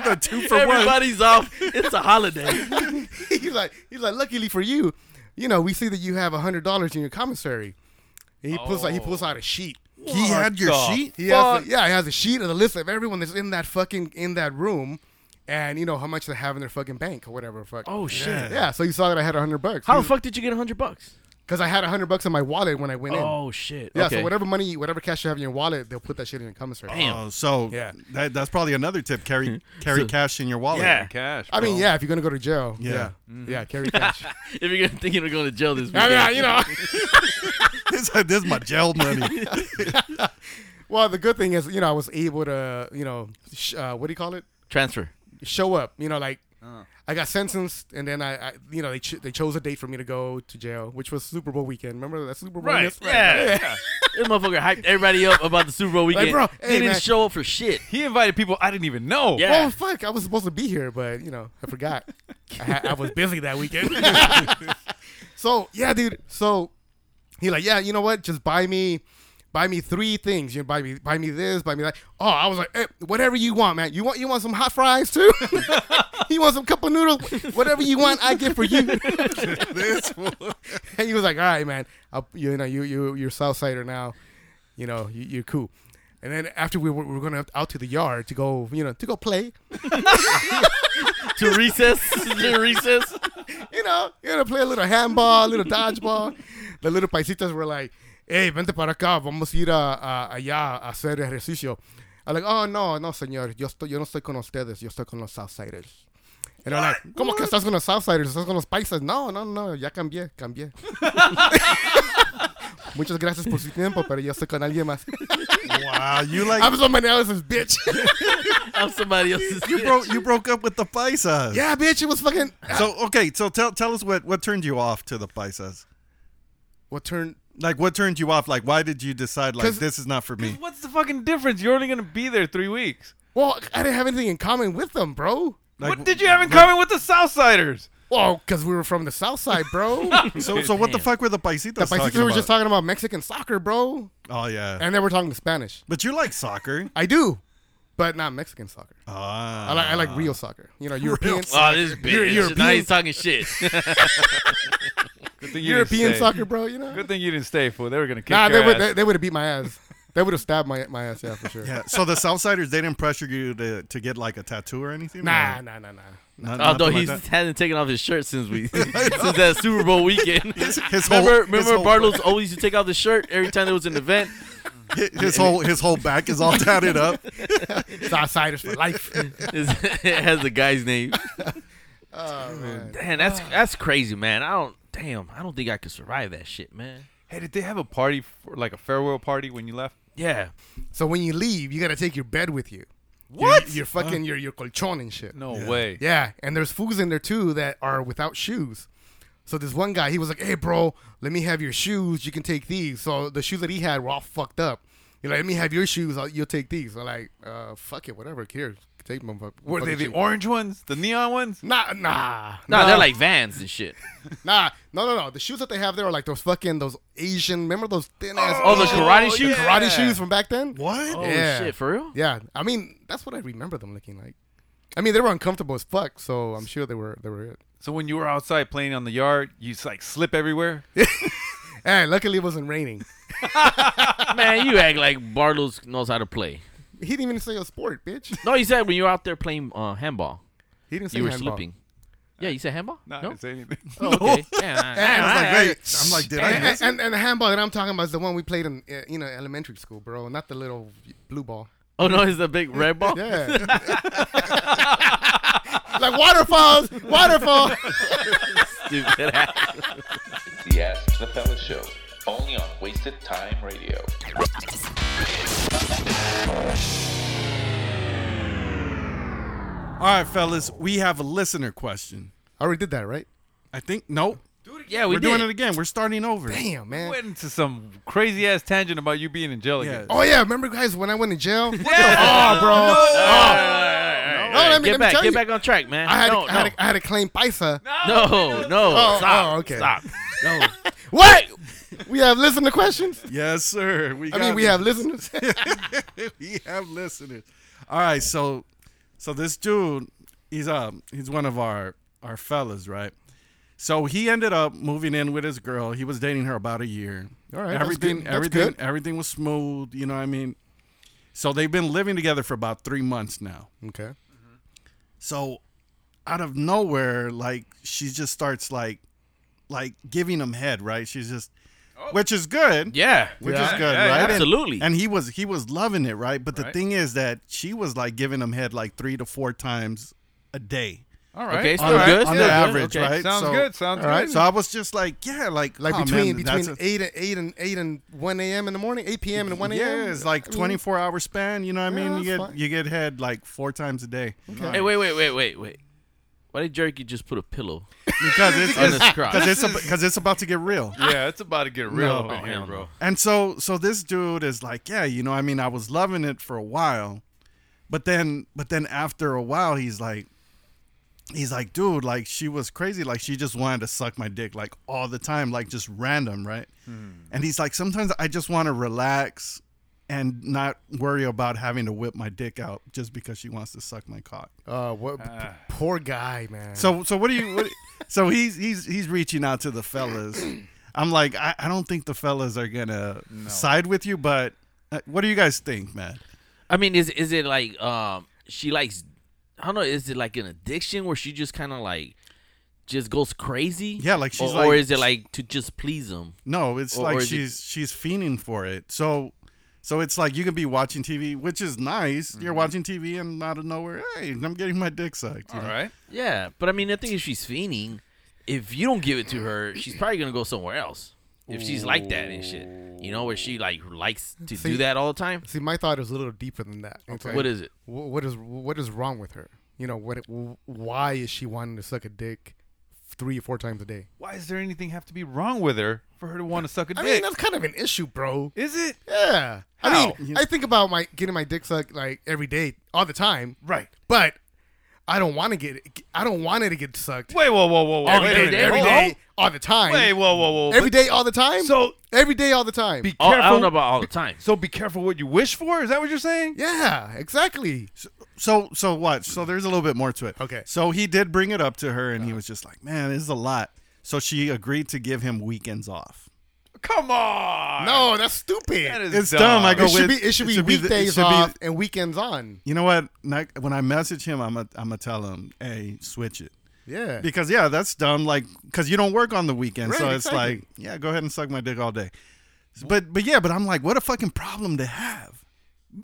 [SPEAKER 5] The two for one.
[SPEAKER 6] Everybody's off. It's a holiday.
[SPEAKER 8] he's like he's like, luckily for you, you know, we see that you have a hundred dollars in your commissary. And he pulls out he pulls out a sheet.
[SPEAKER 5] He had your
[SPEAKER 7] the
[SPEAKER 5] sheet.
[SPEAKER 8] He has, yeah, he has a sheet of the list of everyone that's in that fucking in that room, and you know how much they have in their fucking bank or whatever. Fuck.
[SPEAKER 6] Oh shit!
[SPEAKER 8] Yeah, so you saw that I had a hundred bucks.
[SPEAKER 6] How
[SPEAKER 8] He
[SPEAKER 6] the fuck did you get hundred bucks?
[SPEAKER 8] Because I had a hundred bucks in my wallet when I went in.
[SPEAKER 6] Oh, shit.
[SPEAKER 8] Yeah,
[SPEAKER 5] Okay.
[SPEAKER 8] so whatever money, whatever cash you have in your wallet, they'll put that shit in your commissary.
[SPEAKER 5] Oh, so yeah. that, that's probably another tip. Carry carry
[SPEAKER 8] So-
[SPEAKER 5] cash in your wallet.
[SPEAKER 8] I
[SPEAKER 7] oh.
[SPEAKER 8] mean, yeah, if you're gonna go to jail, yeah, yeah,
[SPEAKER 5] Yeah.
[SPEAKER 6] Mm-hmm.
[SPEAKER 8] carry cash.
[SPEAKER 6] if you're gonna thinking of going to jail this
[SPEAKER 8] I
[SPEAKER 6] weekend,
[SPEAKER 8] mean, you know.
[SPEAKER 5] this, this is my jail money.
[SPEAKER 8] well, the good thing is, you know, I was able to, you know, sh- uh, what do you call it?
[SPEAKER 6] Transfer.
[SPEAKER 8] Show up. You know, like
[SPEAKER 6] Oh.
[SPEAKER 8] I got sentenced, and then I, I you know, they ch- they chose a date for me to go to jail, which was Super Bowl weekend. Remember that Super Bowl?
[SPEAKER 6] Right. Yeah. this motherfucker hyped everybody up about the Super Bowl
[SPEAKER 8] Like,
[SPEAKER 6] weekend.
[SPEAKER 8] bro,
[SPEAKER 6] They
[SPEAKER 8] hey,
[SPEAKER 6] didn't
[SPEAKER 8] man.
[SPEAKER 6] show up for shit.
[SPEAKER 7] He invited people I didn't even know.
[SPEAKER 8] Yeah.
[SPEAKER 6] Yeah.
[SPEAKER 8] Well, Oh, fuck, I was supposed to be here, but you know, I forgot. I, ha- I was busy that weekend. so yeah, dude. So he like, yeah, you know what? Just buy me, buy me three things. You know, buy me, buy me this, buy me that. Oh, I was like, eh, whatever you want, man. You want, you want some hot fries too? you want some cup of noodles? Whatever you want, I get for you. and he was like, all right, man. I'll, you know, you you you're Southsider now. You know, you, you're cool. And then after we were, we were going to out to the yard to go, you know, to go play.
[SPEAKER 6] to recess, to recess.
[SPEAKER 8] You know, you're gonna play a little handball, a little dodgeball. The little paisitas were like, "Hey, vente para acá, vamos a ir a, a- allá a hacer ejercicio." I'm like, "Oh no, no, señor, yo estoy, yo no estoy con ustedes, yo estoy con los Southsiders." And I'm like, "¿Cómo que estás con los Southsiders? ¿Estás con los paisas?" No, no, no, ya cambié, cambié. Muchas gracias por su tiempo, pero yo estoy con alguien más.
[SPEAKER 5] Wow, you like-
[SPEAKER 8] I'm somebody else's bitch.
[SPEAKER 6] I'm somebody else's.
[SPEAKER 5] You broke you broke up with the paisas.
[SPEAKER 8] Yeah, bitch, it was fucking.
[SPEAKER 5] So okay, so tell tell us what what turned you off to the paisas.
[SPEAKER 8] What turned
[SPEAKER 5] like what turned you off? Like why did you decide like
[SPEAKER 8] 'Cause-
[SPEAKER 5] this is not for me?
[SPEAKER 7] What's the fucking difference? You're only gonna be there three weeks.
[SPEAKER 8] Well, I didn't have anything in common with them, bro.
[SPEAKER 7] what did you have in common with the Southsiders?
[SPEAKER 8] Well, because we were from the South Side, bro.
[SPEAKER 5] So so what the fuck were the paisitas?
[SPEAKER 8] The Paisitas
[SPEAKER 5] talking
[SPEAKER 8] were
[SPEAKER 5] about?
[SPEAKER 8] just talking about Mexican soccer, bro.
[SPEAKER 5] Oh yeah.
[SPEAKER 8] And they were talking Spanish.
[SPEAKER 5] But you like soccer.
[SPEAKER 8] I do, but not Mexican soccer.
[SPEAKER 5] Ah.
[SPEAKER 8] I like I like real soccer. You know, European.
[SPEAKER 6] Oh, this
[SPEAKER 8] soccer.
[SPEAKER 6] bitch.
[SPEAKER 8] Euro-
[SPEAKER 6] Now
[SPEAKER 8] European
[SPEAKER 6] he's talking shit.
[SPEAKER 7] Good thing you didn't
[SPEAKER 8] European
[SPEAKER 7] stay.
[SPEAKER 8] soccer, bro. You know.
[SPEAKER 7] Good thing you didn't stay, fool. They were gonna kick
[SPEAKER 8] Nah,
[SPEAKER 7] your
[SPEAKER 8] they would
[SPEAKER 7] ass.
[SPEAKER 8] they, they would have beat my ass. They would have stabbed my my ass, yeah, for sure.
[SPEAKER 5] Yeah. So the Southsiders they didn't pressure you to, to get like a tattoo or anything?
[SPEAKER 8] Nah,
[SPEAKER 5] or?
[SPEAKER 8] nah, nah, nah.
[SPEAKER 5] Not-
[SPEAKER 6] Although
[SPEAKER 5] nothing
[SPEAKER 6] he
[SPEAKER 5] like that?
[SPEAKER 6] hasn't taken off his shirt since we since that Super Bowl weekend.
[SPEAKER 5] His- his whole-
[SPEAKER 6] remember,
[SPEAKER 5] his
[SPEAKER 6] remember
[SPEAKER 5] whole-
[SPEAKER 6] Bartles always used to take off his shirt every time there was an event.
[SPEAKER 5] his whole his whole back is all tatted up.
[SPEAKER 8] Southsiders for life.
[SPEAKER 6] it has the guy's name.
[SPEAKER 8] Oh, man.
[SPEAKER 6] Damn, that's that's crazy, man. I don't. Damn, I don't think I could survive that shit, man.
[SPEAKER 7] Hey, did they have a party for like a farewell party when you left?
[SPEAKER 6] Yeah.
[SPEAKER 8] So when you leave, you gotta take your bed with you.
[SPEAKER 7] What?
[SPEAKER 8] Your, your fucking your your colchon and shit.
[SPEAKER 7] No way.
[SPEAKER 8] Yeah, and there's fools in there too that are without shoes. So this one guy, he was like, "Hey, bro, let me have your shoes. You can take these." So the shoes that he had were all fucked up. You're like, "Let me have your shoes. I'll, you'll take these." I'm like, uh, "Fuck it, whatever. Here, take my." my
[SPEAKER 7] Were they
[SPEAKER 8] fucking
[SPEAKER 7] the
[SPEAKER 8] shoes."
[SPEAKER 7] orange ones? The neon ones?
[SPEAKER 8] Nah, nah.
[SPEAKER 6] No, they're like Vans and shit.
[SPEAKER 8] Nah, no, no, no. The shoes that they have there are like those fucking those Asian. Remember those thin ass?
[SPEAKER 6] Oh, the karate shoes?
[SPEAKER 8] Karate
[SPEAKER 6] Yeah.
[SPEAKER 8] shoes from back then.
[SPEAKER 5] What?
[SPEAKER 6] Oh, shit, for real?
[SPEAKER 8] Yeah, I mean that's what I remember them looking like. I mean they were uncomfortable as fuck, so I'm sure they were they were it.
[SPEAKER 7] So when you were outside playing on the yard, you s- like slip everywhere.
[SPEAKER 8] And luckily it wasn't raining.
[SPEAKER 6] Man, you act like Bartles knows how to play.
[SPEAKER 8] He didn't even say a sport, bitch.
[SPEAKER 6] No, you said when you were out there playing uh, handball.
[SPEAKER 8] He didn't say
[SPEAKER 6] you were
[SPEAKER 8] handball.
[SPEAKER 6] slipping. Yeah, you said handball.
[SPEAKER 7] No, I didn't say anything.
[SPEAKER 6] Oh, okay. Yeah,
[SPEAKER 8] And-
[SPEAKER 6] I-
[SPEAKER 8] and
[SPEAKER 6] I-
[SPEAKER 8] I was
[SPEAKER 6] I-
[SPEAKER 8] like, wait.
[SPEAKER 6] I'm like, did I
[SPEAKER 8] Ah. and,
[SPEAKER 6] miss it?
[SPEAKER 8] and, and the handball that I'm talking about is the one we played in uh, you know elementary school, bro, not the little blue ball.
[SPEAKER 6] Oh no, it's the big red ball.
[SPEAKER 8] yeah. like waterfalls, waterfall.
[SPEAKER 6] Stupid
[SPEAKER 1] The Ask the Fella Show, only on Wasted Time Radio.
[SPEAKER 5] All right, fellas, we have a listener question.
[SPEAKER 8] I already did that, right?
[SPEAKER 5] I think no.
[SPEAKER 6] Yeah,
[SPEAKER 5] we are doing it again. We're starting over.
[SPEAKER 8] Damn, man.
[SPEAKER 7] Went into some crazy ass tangent about you being in jail again.
[SPEAKER 8] Oh yeah, remember guys when I went to jail?
[SPEAKER 7] Yeah.
[SPEAKER 8] Oh, bro.
[SPEAKER 7] No.
[SPEAKER 8] Oh.
[SPEAKER 6] All right,
[SPEAKER 8] let
[SPEAKER 6] get
[SPEAKER 8] me- let me
[SPEAKER 6] back,
[SPEAKER 8] tell
[SPEAKER 6] get
[SPEAKER 8] you.
[SPEAKER 6] back on track, man.
[SPEAKER 8] I had,
[SPEAKER 6] No,
[SPEAKER 8] to, I, had
[SPEAKER 6] no.
[SPEAKER 8] to, I had to claim paisa.
[SPEAKER 6] No, no,
[SPEAKER 8] Oh,
[SPEAKER 6] stop,
[SPEAKER 8] oh, okay.
[SPEAKER 6] stop.
[SPEAKER 5] No.
[SPEAKER 8] What? We have listener questions.
[SPEAKER 5] Yes, sir. We
[SPEAKER 8] I
[SPEAKER 5] got
[SPEAKER 8] mean, we
[SPEAKER 5] it.
[SPEAKER 8] have listeners.
[SPEAKER 5] we have listeners. All right, so so this dude, he's um he's one of our our fellas, right? So he ended up moving in with his girl. He was dating her about a year.
[SPEAKER 8] All right, that's
[SPEAKER 5] everything
[SPEAKER 8] good. That's
[SPEAKER 5] everything
[SPEAKER 8] good.
[SPEAKER 5] everything was smooth. You know what I mean? So they've been living together for about three months now.
[SPEAKER 8] Okay.
[SPEAKER 5] So out of nowhere, like she just starts like like giving him head, right? She's just, which is good.
[SPEAKER 6] Yeah,
[SPEAKER 5] which
[SPEAKER 6] Yeah,
[SPEAKER 5] is good,
[SPEAKER 6] yeah,
[SPEAKER 5] right? And-
[SPEAKER 6] absolutely.
[SPEAKER 5] And, he was he was loving it, right? But the
[SPEAKER 6] Right.
[SPEAKER 5] thing is that she was like giving him head like three to four times a day.
[SPEAKER 7] All right. Okay,
[SPEAKER 5] On
[SPEAKER 7] still
[SPEAKER 5] the- On
[SPEAKER 7] good, still
[SPEAKER 5] the
[SPEAKER 7] good,
[SPEAKER 5] average,
[SPEAKER 7] okay.
[SPEAKER 5] right?
[SPEAKER 7] Sounds good, sounds
[SPEAKER 5] all right,
[SPEAKER 7] good.
[SPEAKER 5] So I was just like, yeah, like
[SPEAKER 8] Like
[SPEAKER 5] aw,
[SPEAKER 8] between
[SPEAKER 5] man, that's
[SPEAKER 8] between
[SPEAKER 5] a-
[SPEAKER 8] eight and eight and eight and one a.m. in the morning, eight p.m. and one a.m.
[SPEAKER 5] Yeah, it's like
[SPEAKER 8] I mean,
[SPEAKER 5] 24 hour span. You know what I
[SPEAKER 8] Yeah,
[SPEAKER 5] mean? You get
[SPEAKER 8] that's fine.
[SPEAKER 5] you get head like four times a day.
[SPEAKER 6] Hey, wait, wait, wait, wait, wait. Why did Jerky just put a pillow?
[SPEAKER 5] Because it's
[SPEAKER 6] on his crotch.
[SPEAKER 5] because it's because it's about to get real.
[SPEAKER 7] Yeah, it's about to get real
[SPEAKER 5] No.
[SPEAKER 7] up in here, bro.
[SPEAKER 5] And so so this dude is like, yeah, you know, I mean, I was loving it for a while, but then but then after a while, he's like, he's like, dude, like she was crazy, like she just wanted to suck my dick like all the time, like just random, right? And he's like, sometimes I just want to relax and not worry about having to whip my dick out just because she wants to suck my cock.
[SPEAKER 8] Uh, what p- poor guy, man.
[SPEAKER 5] So so what do you? What, so he's he's he's reaching out to the fellas. I'm like, I, I don't think the fellas are gonna side with you, but uh, what do you guys think, man?
[SPEAKER 6] I mean, is is it like um she likes? I don't know. Is it like an addiction where she just kind of like just goes crazy?
[SPEAKER 5] Yeah, like she's
[SPEAKER 6] or,
[SPEAKER 5] like-
[SPEAKER 6] or is it like to just please him?
[SPEAKER 5] No, it's
[SPEAKER 6] Or- or
[SPEAKER 5] like
[SPEAKER 6] is it-
[SPEAKER 5] she's she's fiending for it. So so it's like you can be watching TV, which is nice. You're watching TV and out of nowhere, hey, I'm getting my dick sucked. All right.
[SPEAKER 6] Yeah, but I mean, I think if she's fiending, if you don't give it to her, she's probably gonna go somewhere else. If she's like that and shit, you know, where she like likes to do that all the time.
[SPEAKER 8] See, my thought is a little deeper than that. It's
[SPEAKER 6] Okay. What is it?
[SPEAKER 8] wh- What is what is wrong with her? You know what? wh- Why is she wanting to suck a dick three or four times a day?
[SPEAKER 7] Why does there anything have to be wrong with her for her to want to suck a
[SPEAKER 8] I
[SPEAKER 7] dick?
[SPEAKER 8] mean, that's kind of an issue, bro.
[SPEAKER 7] Is it?
[SPEAKER 8] Yeah. I
[SPEAKER 7] How?
[SPEAKER 8] mean, I think about my getting my dick sucked like every day, all the time.
[SPEAKER 7] Right.
[SPEAKER 8] But I don't want to get it. I don't want it to get sucked.
[SPEAKER 7] Wait, whoa, whoa, whoa, whoa.
[SPEAKER 8] Every
[SPEAKER 7] wait a
[SPEAKER 8] day,
[SPEAKER 7] minute.
[SPEAKER 8] every
[SPEAKER 7] Hold
[SPEAKER 8] day,
[SPEAKER 7] on.
[SPEAKER 8] all the time.
[SPEAKER 7] Wait, whoa, whoa, whoa.
[SPEAKER 8] Every
[SPEAKER 7] But
[SPEAKER 8] day, all the time.
[SPEAKER 7] So-
[SPEAKER 8] every day, all the time.
[SPEAKER 7] Be
[SPEAKER 6] Oh,
[SPEAKER 7] careful.
[SPEAKER 6] I don't know about all the time.
[SPEAKER 7] So be careful what you wish for. Is that what you're saying?
[SPEAKER 8] yeah, exactly.
[SPEAKER 5] So so what? So there's a little bit more to it.
[SPEAKER 8] Okay.
[SPEAKER 5] So he did bring it up to her, and he was just like, "Man, this is a lot." So she agreed to give him weekends off.
[SPEAKER 7] Come on.
[SPEAKER 8] No, that's stupid.
[SPEAKER 7] That is
[SPEAKER 5] It's dumb. Oh, I go
[SPEAKER 8] it should
[SPEAKER 5] with
[SPEAKER 8] be. It should be
[SPEAKER 5] the- it
[SPEAKER 8] weekdays
[SPEAKER 5] should be-
[SPEAKER 8] off and weekends on.
[SPEAKER 5] You know what? Not, when I message him, I'm gonna I'm gonna tell him, hey, switch it.
[SPEAKER 8] Yeah.
[SPEAKER 5] Because yeah, that's dumb. Like, cause you don't work on the weekend, so
[SPEAKER 8] Right,
[SPEAKER 5] it's
[SPEAKER 8] exactly.
[SPEAKER 5] like, yeah, go ahead and suck my dick all day. But but yeah, but I'm like, what a fucking problem to have.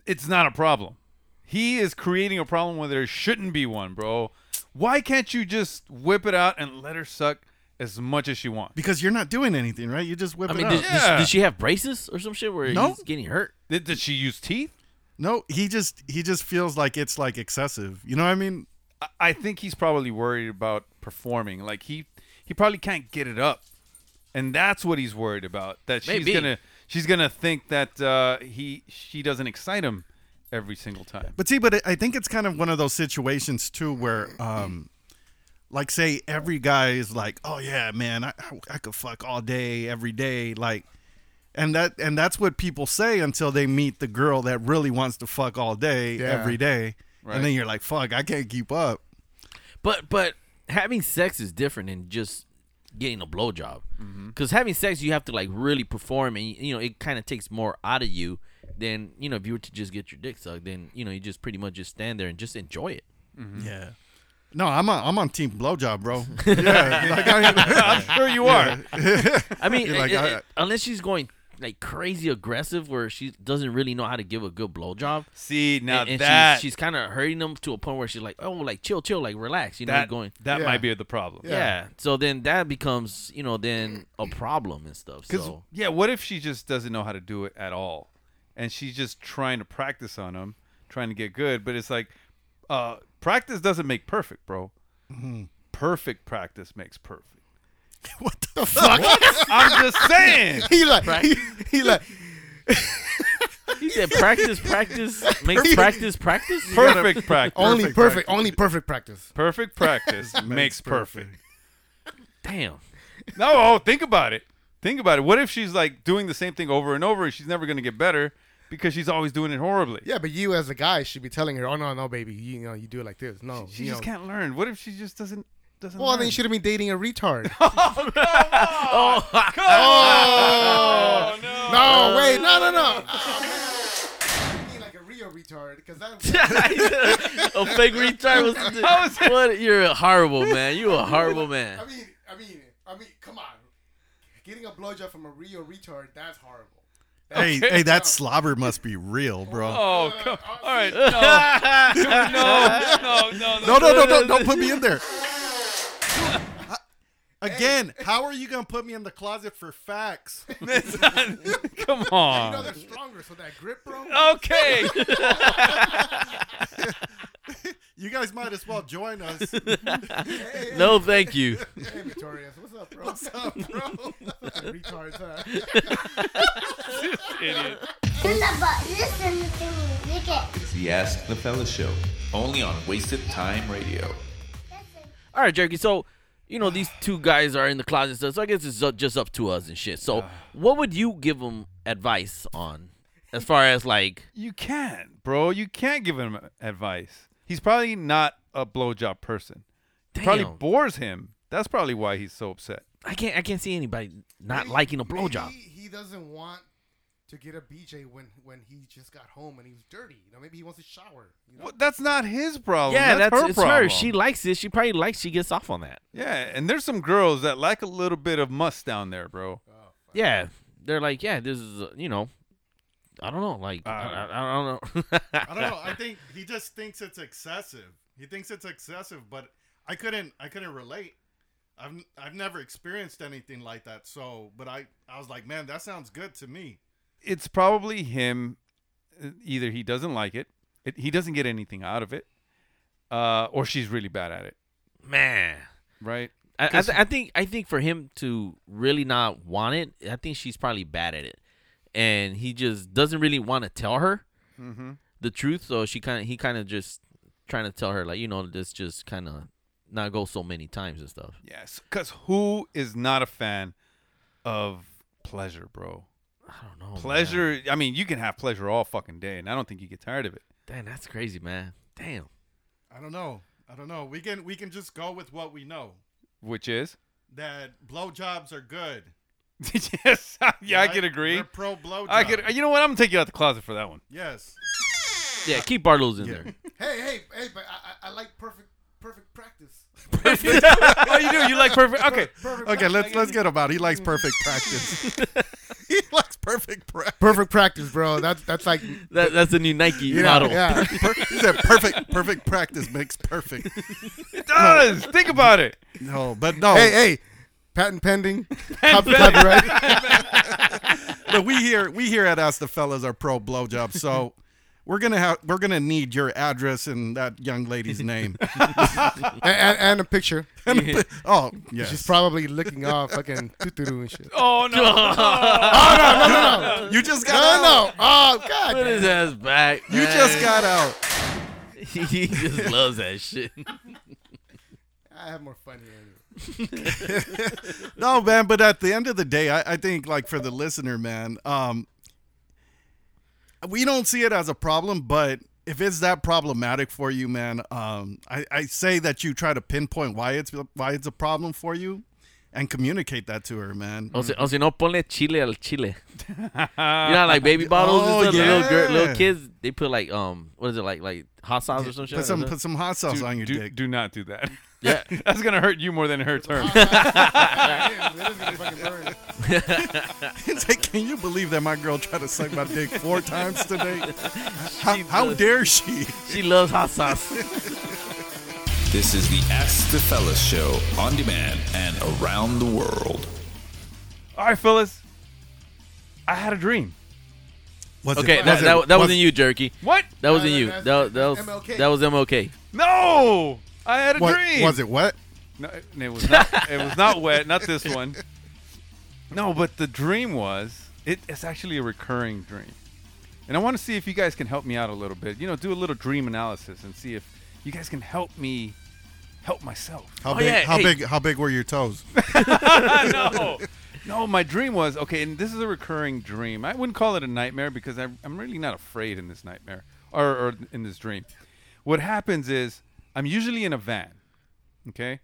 [SPEAKER 7] It's not a problem. He is creating a problem where there shouldn't be one, bro. Why can't you just whip it out and let her suck as much as she wants?
[SPEAKER 5] Because you're not doing anything, right? You just whip
[SPEAKER 6] I
[SPEAKER 5] it
[SPEAKER 6] mean,
[SPEAKER 5] out.
[SPEAKER 6] did, did-
[SPEAKER 7] Yeah.
[SPEAKER 6] did she have braces or some shit where
[SPEAKER 5] No.
[SPEAKER 6] he's getting hurt?
[SPEAKER 7] Did, did she use teeth?
[SPEAKER 5] No, he just he just feels like it's like excessive. You know what I mean?
[SPEAKER 7] I, I think he's probably worried about performing. Like he he probably can't get it up, and that's what he's worried about. That she's
[SPEAKER 6] Maybe.
[SPEAKER 7] gonna she's gonna think that uh, he she doesn't excite him every single time.
[SPEAKER 5] But see, but I- I think it's kind of one of those situations too where, um, like, say every guy is like, "Oh yeah, man, I I- I could fuck all day, every day," like, and that and that's what people say until they meet the girl that really wants to fuck all day,
[SPEAKER 8] Yeah.
[SPEAKER 5] every day,
[SPEAKER 7] Right.
[SPEAKER 5] and then you're like, "Fuck, I can't keep up."
[SPEAKER 6] But but having sex is different than just getting a blowjob. Because having sex, you have to like really perform, and you know it kind of takes more out of you than you know if you were to just get your dick sucked. Then you know you just pretty much just stand there and just enjoy it.
[SPEAKER 7] Mm.
[SPEAKER 5] Yeah. No, I'm on, I'm on team blowjob, bro. Yeah, like I,
[SPEAKER 7] I'm sure you are.
[SPEAKER 6] I mean,
[SPEAKER 5] You're like,
[SPEAKER 6] it-
[SPEAKER 5] I-
[SPEAKER 6] it- unless she's going like crazy aggressive, where she doesn't really know how to give a good blowjob.
[SPEAKER 7] See now
[SPEAKER 6] and, and
[SPEAKER 7] that
[SPEAKER 6] she's, she's kind of hurting them to a point where she's like, oh, like chill, chill, like relax. You know,
[SPEAKER 7] that
[SPEAKER 6] going.
[SPEAKER 7] that
[SPEAKER 8] Yeah.
[SPEAKER 7] might be the problem.
[SPEAKER 6] Yeah. So then that becomes, you know, then a problem and stuff.
[SPEAKER 7] Because
[SPEAKER 6] So
[SPEAKER 7] yeah, what if she just doesn't know how to do it at all, and she's just trying to practice on him, trying to get good? But it's like, uh, practice doesn't make perfect, bro. Perfect practice makes perfect.
[SPEAKER 5] what the fuck?
[SPEAKER 7] I'm just saying.
[SPEAKER 8] He like he, he like
[SPEAKER 6] He said practice, practice, make practice, practice.
[SPEAKER 7] Perfect practice.
[SPEAKER 8] only perfect, only perfect practice.
[SPEAKER 7] Perfect practice makes perfect.
[SPEAKER 6] Damn.
[SPEAKER 7] No, oh, think about it. Think about it. What if she's like doing the same thing over and over, and she's never gonna get better because she's always doing it horribly?
[SPEAKER 8] Yeah, but you as a guy should be telling her, "Oh no, no, baby, you, know you do it like this." No,
[SPEAKER 7] She
[SPEAKER 8] you
[SPEAKER 7] just
[SPEAKER 8] know.
[SPEAKER 7] can't learn. What if she just doesn't doesn't?
[SPEAKER 8] Well, then
[SPEAKER 7] learn?
[SPEAKER 8] you should have been dating a retard.
[SPEAKER 7] Oh, no.
[SPEAKER 8] no, wait, no, no, no. Being like a real retard, because that.
[SPEAKER 6] a fake retard was.
[SPEAKER 7] How is it-
[SPEAKER 6] What? You're a horrible man. You a horrible man.
[SPEAKER 8] I mean, I mean, I mean, come on. Getting a blowjob from a real retard, that's horrible.
[SPEAKER 5] Hey, hey, that slobber must be real, bro.
[SPEAKER 7] Oh, come,
[SPEAKER 8] Uh,
[SPEAKER 7] all right. No. no, no, Oh, no,
[SPEAKER 5] no, no, no, no, don't put me in there. Again, how are you gonna put me in the closet for facts?
[SPEAKER 7] Come
[SPEAKER 8] You know they're stronger, so that grip, bro.
[SPEAKER 7] Okay.
[SPEAKER 5] you guys might as well join us.
[SPEAKER 6] No, thank you.
[SPEAKER 8] Hey, Victorious, what's up, bro? What's up, bro? Retards, huh?
[SPEAKER 6] Idiot.
[SPEAKER 13] Listen to me, look at
[SPEAKER 1] It's the Ask the Fella Show, only on Wasted Time Radio.
[SPEAKER 6] All right, Jerky. So, you know, these two guys are in the closet and stuff. So I guess it's up, just up to us and shit. So, what would you give them advice on, as far as like?
[SPEAKER 7] You can't, bro. You can't give him advice. He's probably not a blowjob person. It Probably
[SPEAKER 6] Damn.
[SPEAKER 7] bores him. That's probably why he's so upset.
[SPEAKER 6] I can't. I can't see anybody not liking a blowjob.
[SPEAKER 8] He, he doesn't want to get a BJ when when he just got home and he was dirty. You know, maybe he wants to shower. You know?
[SPEAKER 7] Well, that's not his problem.
[SPEAKER 6] Yeah,
[SPEAKER 7] Oh, that's,
[SPEAKER 6] that's,
[SPEAKER 7] her
[SPEAKER 6] it's
[SPEAKER 7] problem.
[SPEAKER 6] her. She likes it. She probably likes. She gets off on that.
[SPEAKER 7] yeah, and there's some girls that like a little bit of must down there, bro.
[SPEAKER 6] Yeah, they're like, yeah, this is uh, you know, I don't know, like I, I, Uh, I don't know.
[SPEAKER 5] I don't know. I think he just thinks it's excessive. He thinks it's excessive, but I couldn't. I couldn't relate. I've I've never experienced anything like that. So, but I I was like, man, that sounds good to me.
[SPEAKER 7] It's probably him. uh, Either he doesn't like it, it he doesn't get anything out of it, uh, or she's really bad at it.
[SPEAKER 6] man.
[SPEAKER 7] Right.
[SPEAKER 6] I, I,
[SPEAKER 7] 'Cause-
[SPEAKER 6] th- I think I think for him to really not want it, I think she's probably bad at it, and he just doesn't really want to tell her
[SPEAKER 7] Mhm.
[SPEAKER 6] the truth. So she kind of he kind of just trying to tell her like you know this just kind of not go so many times and stuff.
[SPEAKER 7] Yes, because who is not a fan of pleasure, bro? I
[SPEAKER 6] don't know.
[SPEAKER 7] Pleasure. I mean, you can have pleasure all fucking day, and I don't think you get tired of it.
[SPEAKER 6] Damn, that's crazy, man. Damn.
[SPEAKER 5] I don't know. I don't know. We can we can just go with what we know.
[SPEAKER 7] Which is?
[SPEAKER 5] That blowjobs are good.
[SPEAKER 7] yes. yeah, I
[SPEAKER 5] Right?
[SPEAKER 7] can agree.
[SPEAKER 5] We're pro blowjob.
[SPEAKER 7] I could. You know what? I'm gonna take you out the closet for that one.
[SPEAKER 5] Yes.
[SPEAKER 6] Yeah, keep Bartles in there.
[SPEAKER 8] hey, hey, hey! But I, I, I like perfect perfect practice.
[SPEAKER 7] oh, you do. You like perfect. Okay.
[SPEAKER 5] Okay, let's let's get him out. He likes perfect practice. he likes perfect practice.
[SPEAKER 8] Perfect practice, bro. That's that's like
[SPEAKER 6] That, that's the new Nike
[SPEAKER 8] Yeah,
[SPEAKER 6] model.
[SPEAKER 8] yeah.
[SPEAKER 5] he said perfect perfect practice makes perfect.
[SPEAKER 7] It does. Think about it.
[SPEAKER 5] No, but no.
[SPEAKER 8] Hey, hey, patent pending, cop- copyright.
[SPEAKER 5] but we here we here at Ask the Fellas are pro blowjob, so we're gonna have we're gonna need your address and that young lady's name.
[SPEAKER 8] and, and, and a picture.
[SPEAKER 5] And a pi- oh, yes.
[SPEAKER 8] She's probably licking off fucking doo-doo and shit.
[SPEAKER 7] Oh no.
[SPEAKER 8] oh no, no, no, no!
[SPEAKER 5] You just
[SPEAKER 8] no,
[SPEAKER 5] got
[SPEAKER 8] no. Oh god!
[SPEAKER 6] Put his ass back.
[SPEAKER 5] You just got out.
[SPEAKER 6] he just loves that shit.
[SPEAKER 8] I have more fun here.
[SPEAKER 5] no, man, but at the end of the day, I, I think like for the listener, man, um we don't see it as a problem, but if it's that problematic for you, man, um I, I say that you try to pinpoint why it's why it's a problem for you and communicate that to her, man.
[SPEAKER 6] O si, o si no, ponle chile al chile. you know, like baby bottles
[SPEAKER 5] Oh,
[SPEAKER 6] and stuff, the little, girl,
[SPEAKER 5] yeah.
[SPEAKER 6] little kids, they put like, um, what is it, like like hot sauce or some shit?
[SPEAKER 5] Put some put some hot sauce
[SPEAKER 7] Do-
[SPEAKER 5] on your
[SPEAKER 7] do,
[SPEAKER 5] dick.
[SPEAKER 7] Do not do that.
[SPEAKER 6] Yeah.
[SPEAKER 7] That's gonna hurt you more than it hurts her.
[SPEAKER 5] it's like, can you believe that my girl tried to suck my dick four times today? How, how dare she?
[SPEAKER 6] She loves hot sauce.
[SPEAKER 1] This is the Ask the Fella Show on demand and around the world.
[SPEAKER 7] All right, fellas. I had a dream.
[SPEAKER 6] okay, that, that, that wasn't you, Jerky.
[SPEAKER 7] What?
[SPEAKER 6] That wasn't
[SPEAKER 7] No,
[SPEAKER 6] you.
[SPEAKER 7] that's-
[SPEAKER 6] That, was- that was
[SPEAKER 7] MLK.
[SPEAKER 6] that was MLK.
[SPEAKER 7] No, I had a
[SPEAKER 5] What-
[SPEAKER 7] dream.
[SPEAKER 5] was it wet?
[SPEAKER 7] No, it it was not. it was not wet. Not this one. No, but the dream was. It, it's actually a recurring dream, and I want to see if you guys can help me out a little bit. You know, do a little dream analysis and see if you guys can help me help myself.
[SPEAKER 5] How
[SPEAKER 7] Oh,
[SPEAKER 5] big?
[SPEAKER 7] yeah,
[SPEAKER 5] how
[SPEAKER 7] hey.
[SPEAKER 5] big? How big were your toes?
[SPEAKER 7] no. No, my dream was okay, and this is a recurring dream. I wouldn't call it a nightmare because I, I'm really not afraid in this nightmare or, or in this dream. What happens is I'm usually in a van, okay,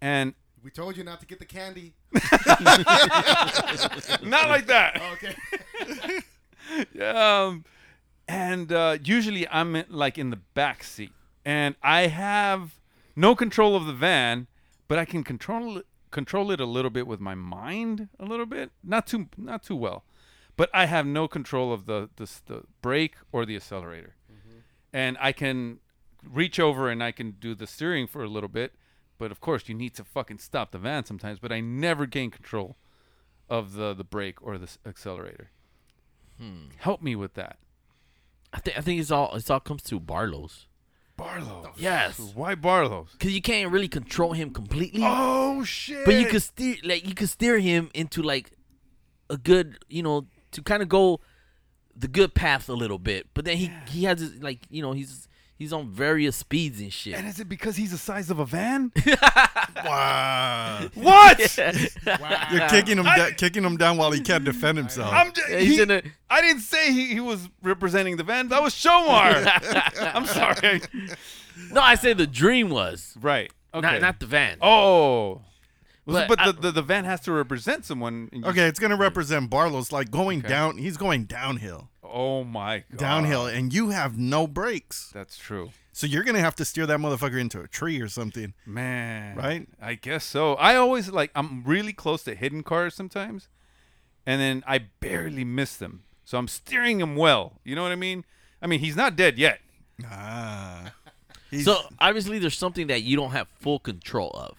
[SPEAKER 7] and
[SPEAKER 8] We told you not to get the candy.
[SPEAKER 7] not like that.
[SPEAKER 8] Okay.
[SPEAKER 7] um, and uh, usually I'm in, like in the back seat, and I have no control of the van, but I can control control it a little bit with my mind, a little bit, not too not too well, but I have no control of the the, the brake or the accelerator, and I can reach over and I can do the steering for a little bit, but of course you need to fucking stop the van sometimes. But I never gain control of the the brake or the s- accelerator.
[SPEAKER 6] Hmm.
[SPEAKER 7] Help me with that.
[SPEAKER 6] I think I think it's all it's all comes to Barlow's.
[SPEAKER 7] Barlow.
[SPEAKER 6] Yes.
[SPEAKER 7] Why Barlow's?
[SPEAKER 6] Because you can't really control him completely.
[SPEAKER 7] Oh shit!
[SPEAKER 6] But you could steer like you could steer him into like a good you know to kind of go the good path a little bit. But then he he has his, like you know he's he's on various speeds and shit.
[SPEAKER 7] And is it because he's the size of a van?
[SPEAKER 5] Wow.
[SPEAKER 7] what?
[SPEAKER 5] You're kicking him, da- kicking him down while he can't defend himself.
[SPEAKER 7] I'm just,
[SPEAKER 6] Yeah, he's
[SPEAKER 7] he-
[SPEAKER 6] in a-
[SPEAKER 7] I didn't say he, he was representing the van. That was Shomar. I'm sorry.
[SPEAKER 6] No, I say the dream was
[SPEAKER 7] right. Okay.
[SPEAKER 6] not not the van.
[SPEAKER 7] Oh. Well, so-
[SPEAKER 6] But
[SPEAKER 7] But,
[SPEAKER 6] I-
[SPEAKER 7] the, the, the van has to represent someone. and you-
[SPEAKER 5] okay, it's gonna represent Barlow's like going
[SPEAKER 7] Okay.
[SPEAKER 5] down. He's going downhill,
[SPEAKER 7] Oh my god.
[SPEAKER 5] downhill, and you have no brakes,
[SPEAKER 7] That's true.
[SPEAKER 5] so you're gonna have to steer that motherfucker into a tree or something.
[SPEAKER 7] Man.
[SPEAKER 5] Right?
[SPEAKER 7] I guess so. I always like I'm really close to hidden cars sometimes. And then I barely miss them. So I'm steering him well. You know what I mean? I mean, he's not dead yet.
[SPEAKER 5] Ah.
[SPEAKER 6] So obviously there's something that you don't have full control of.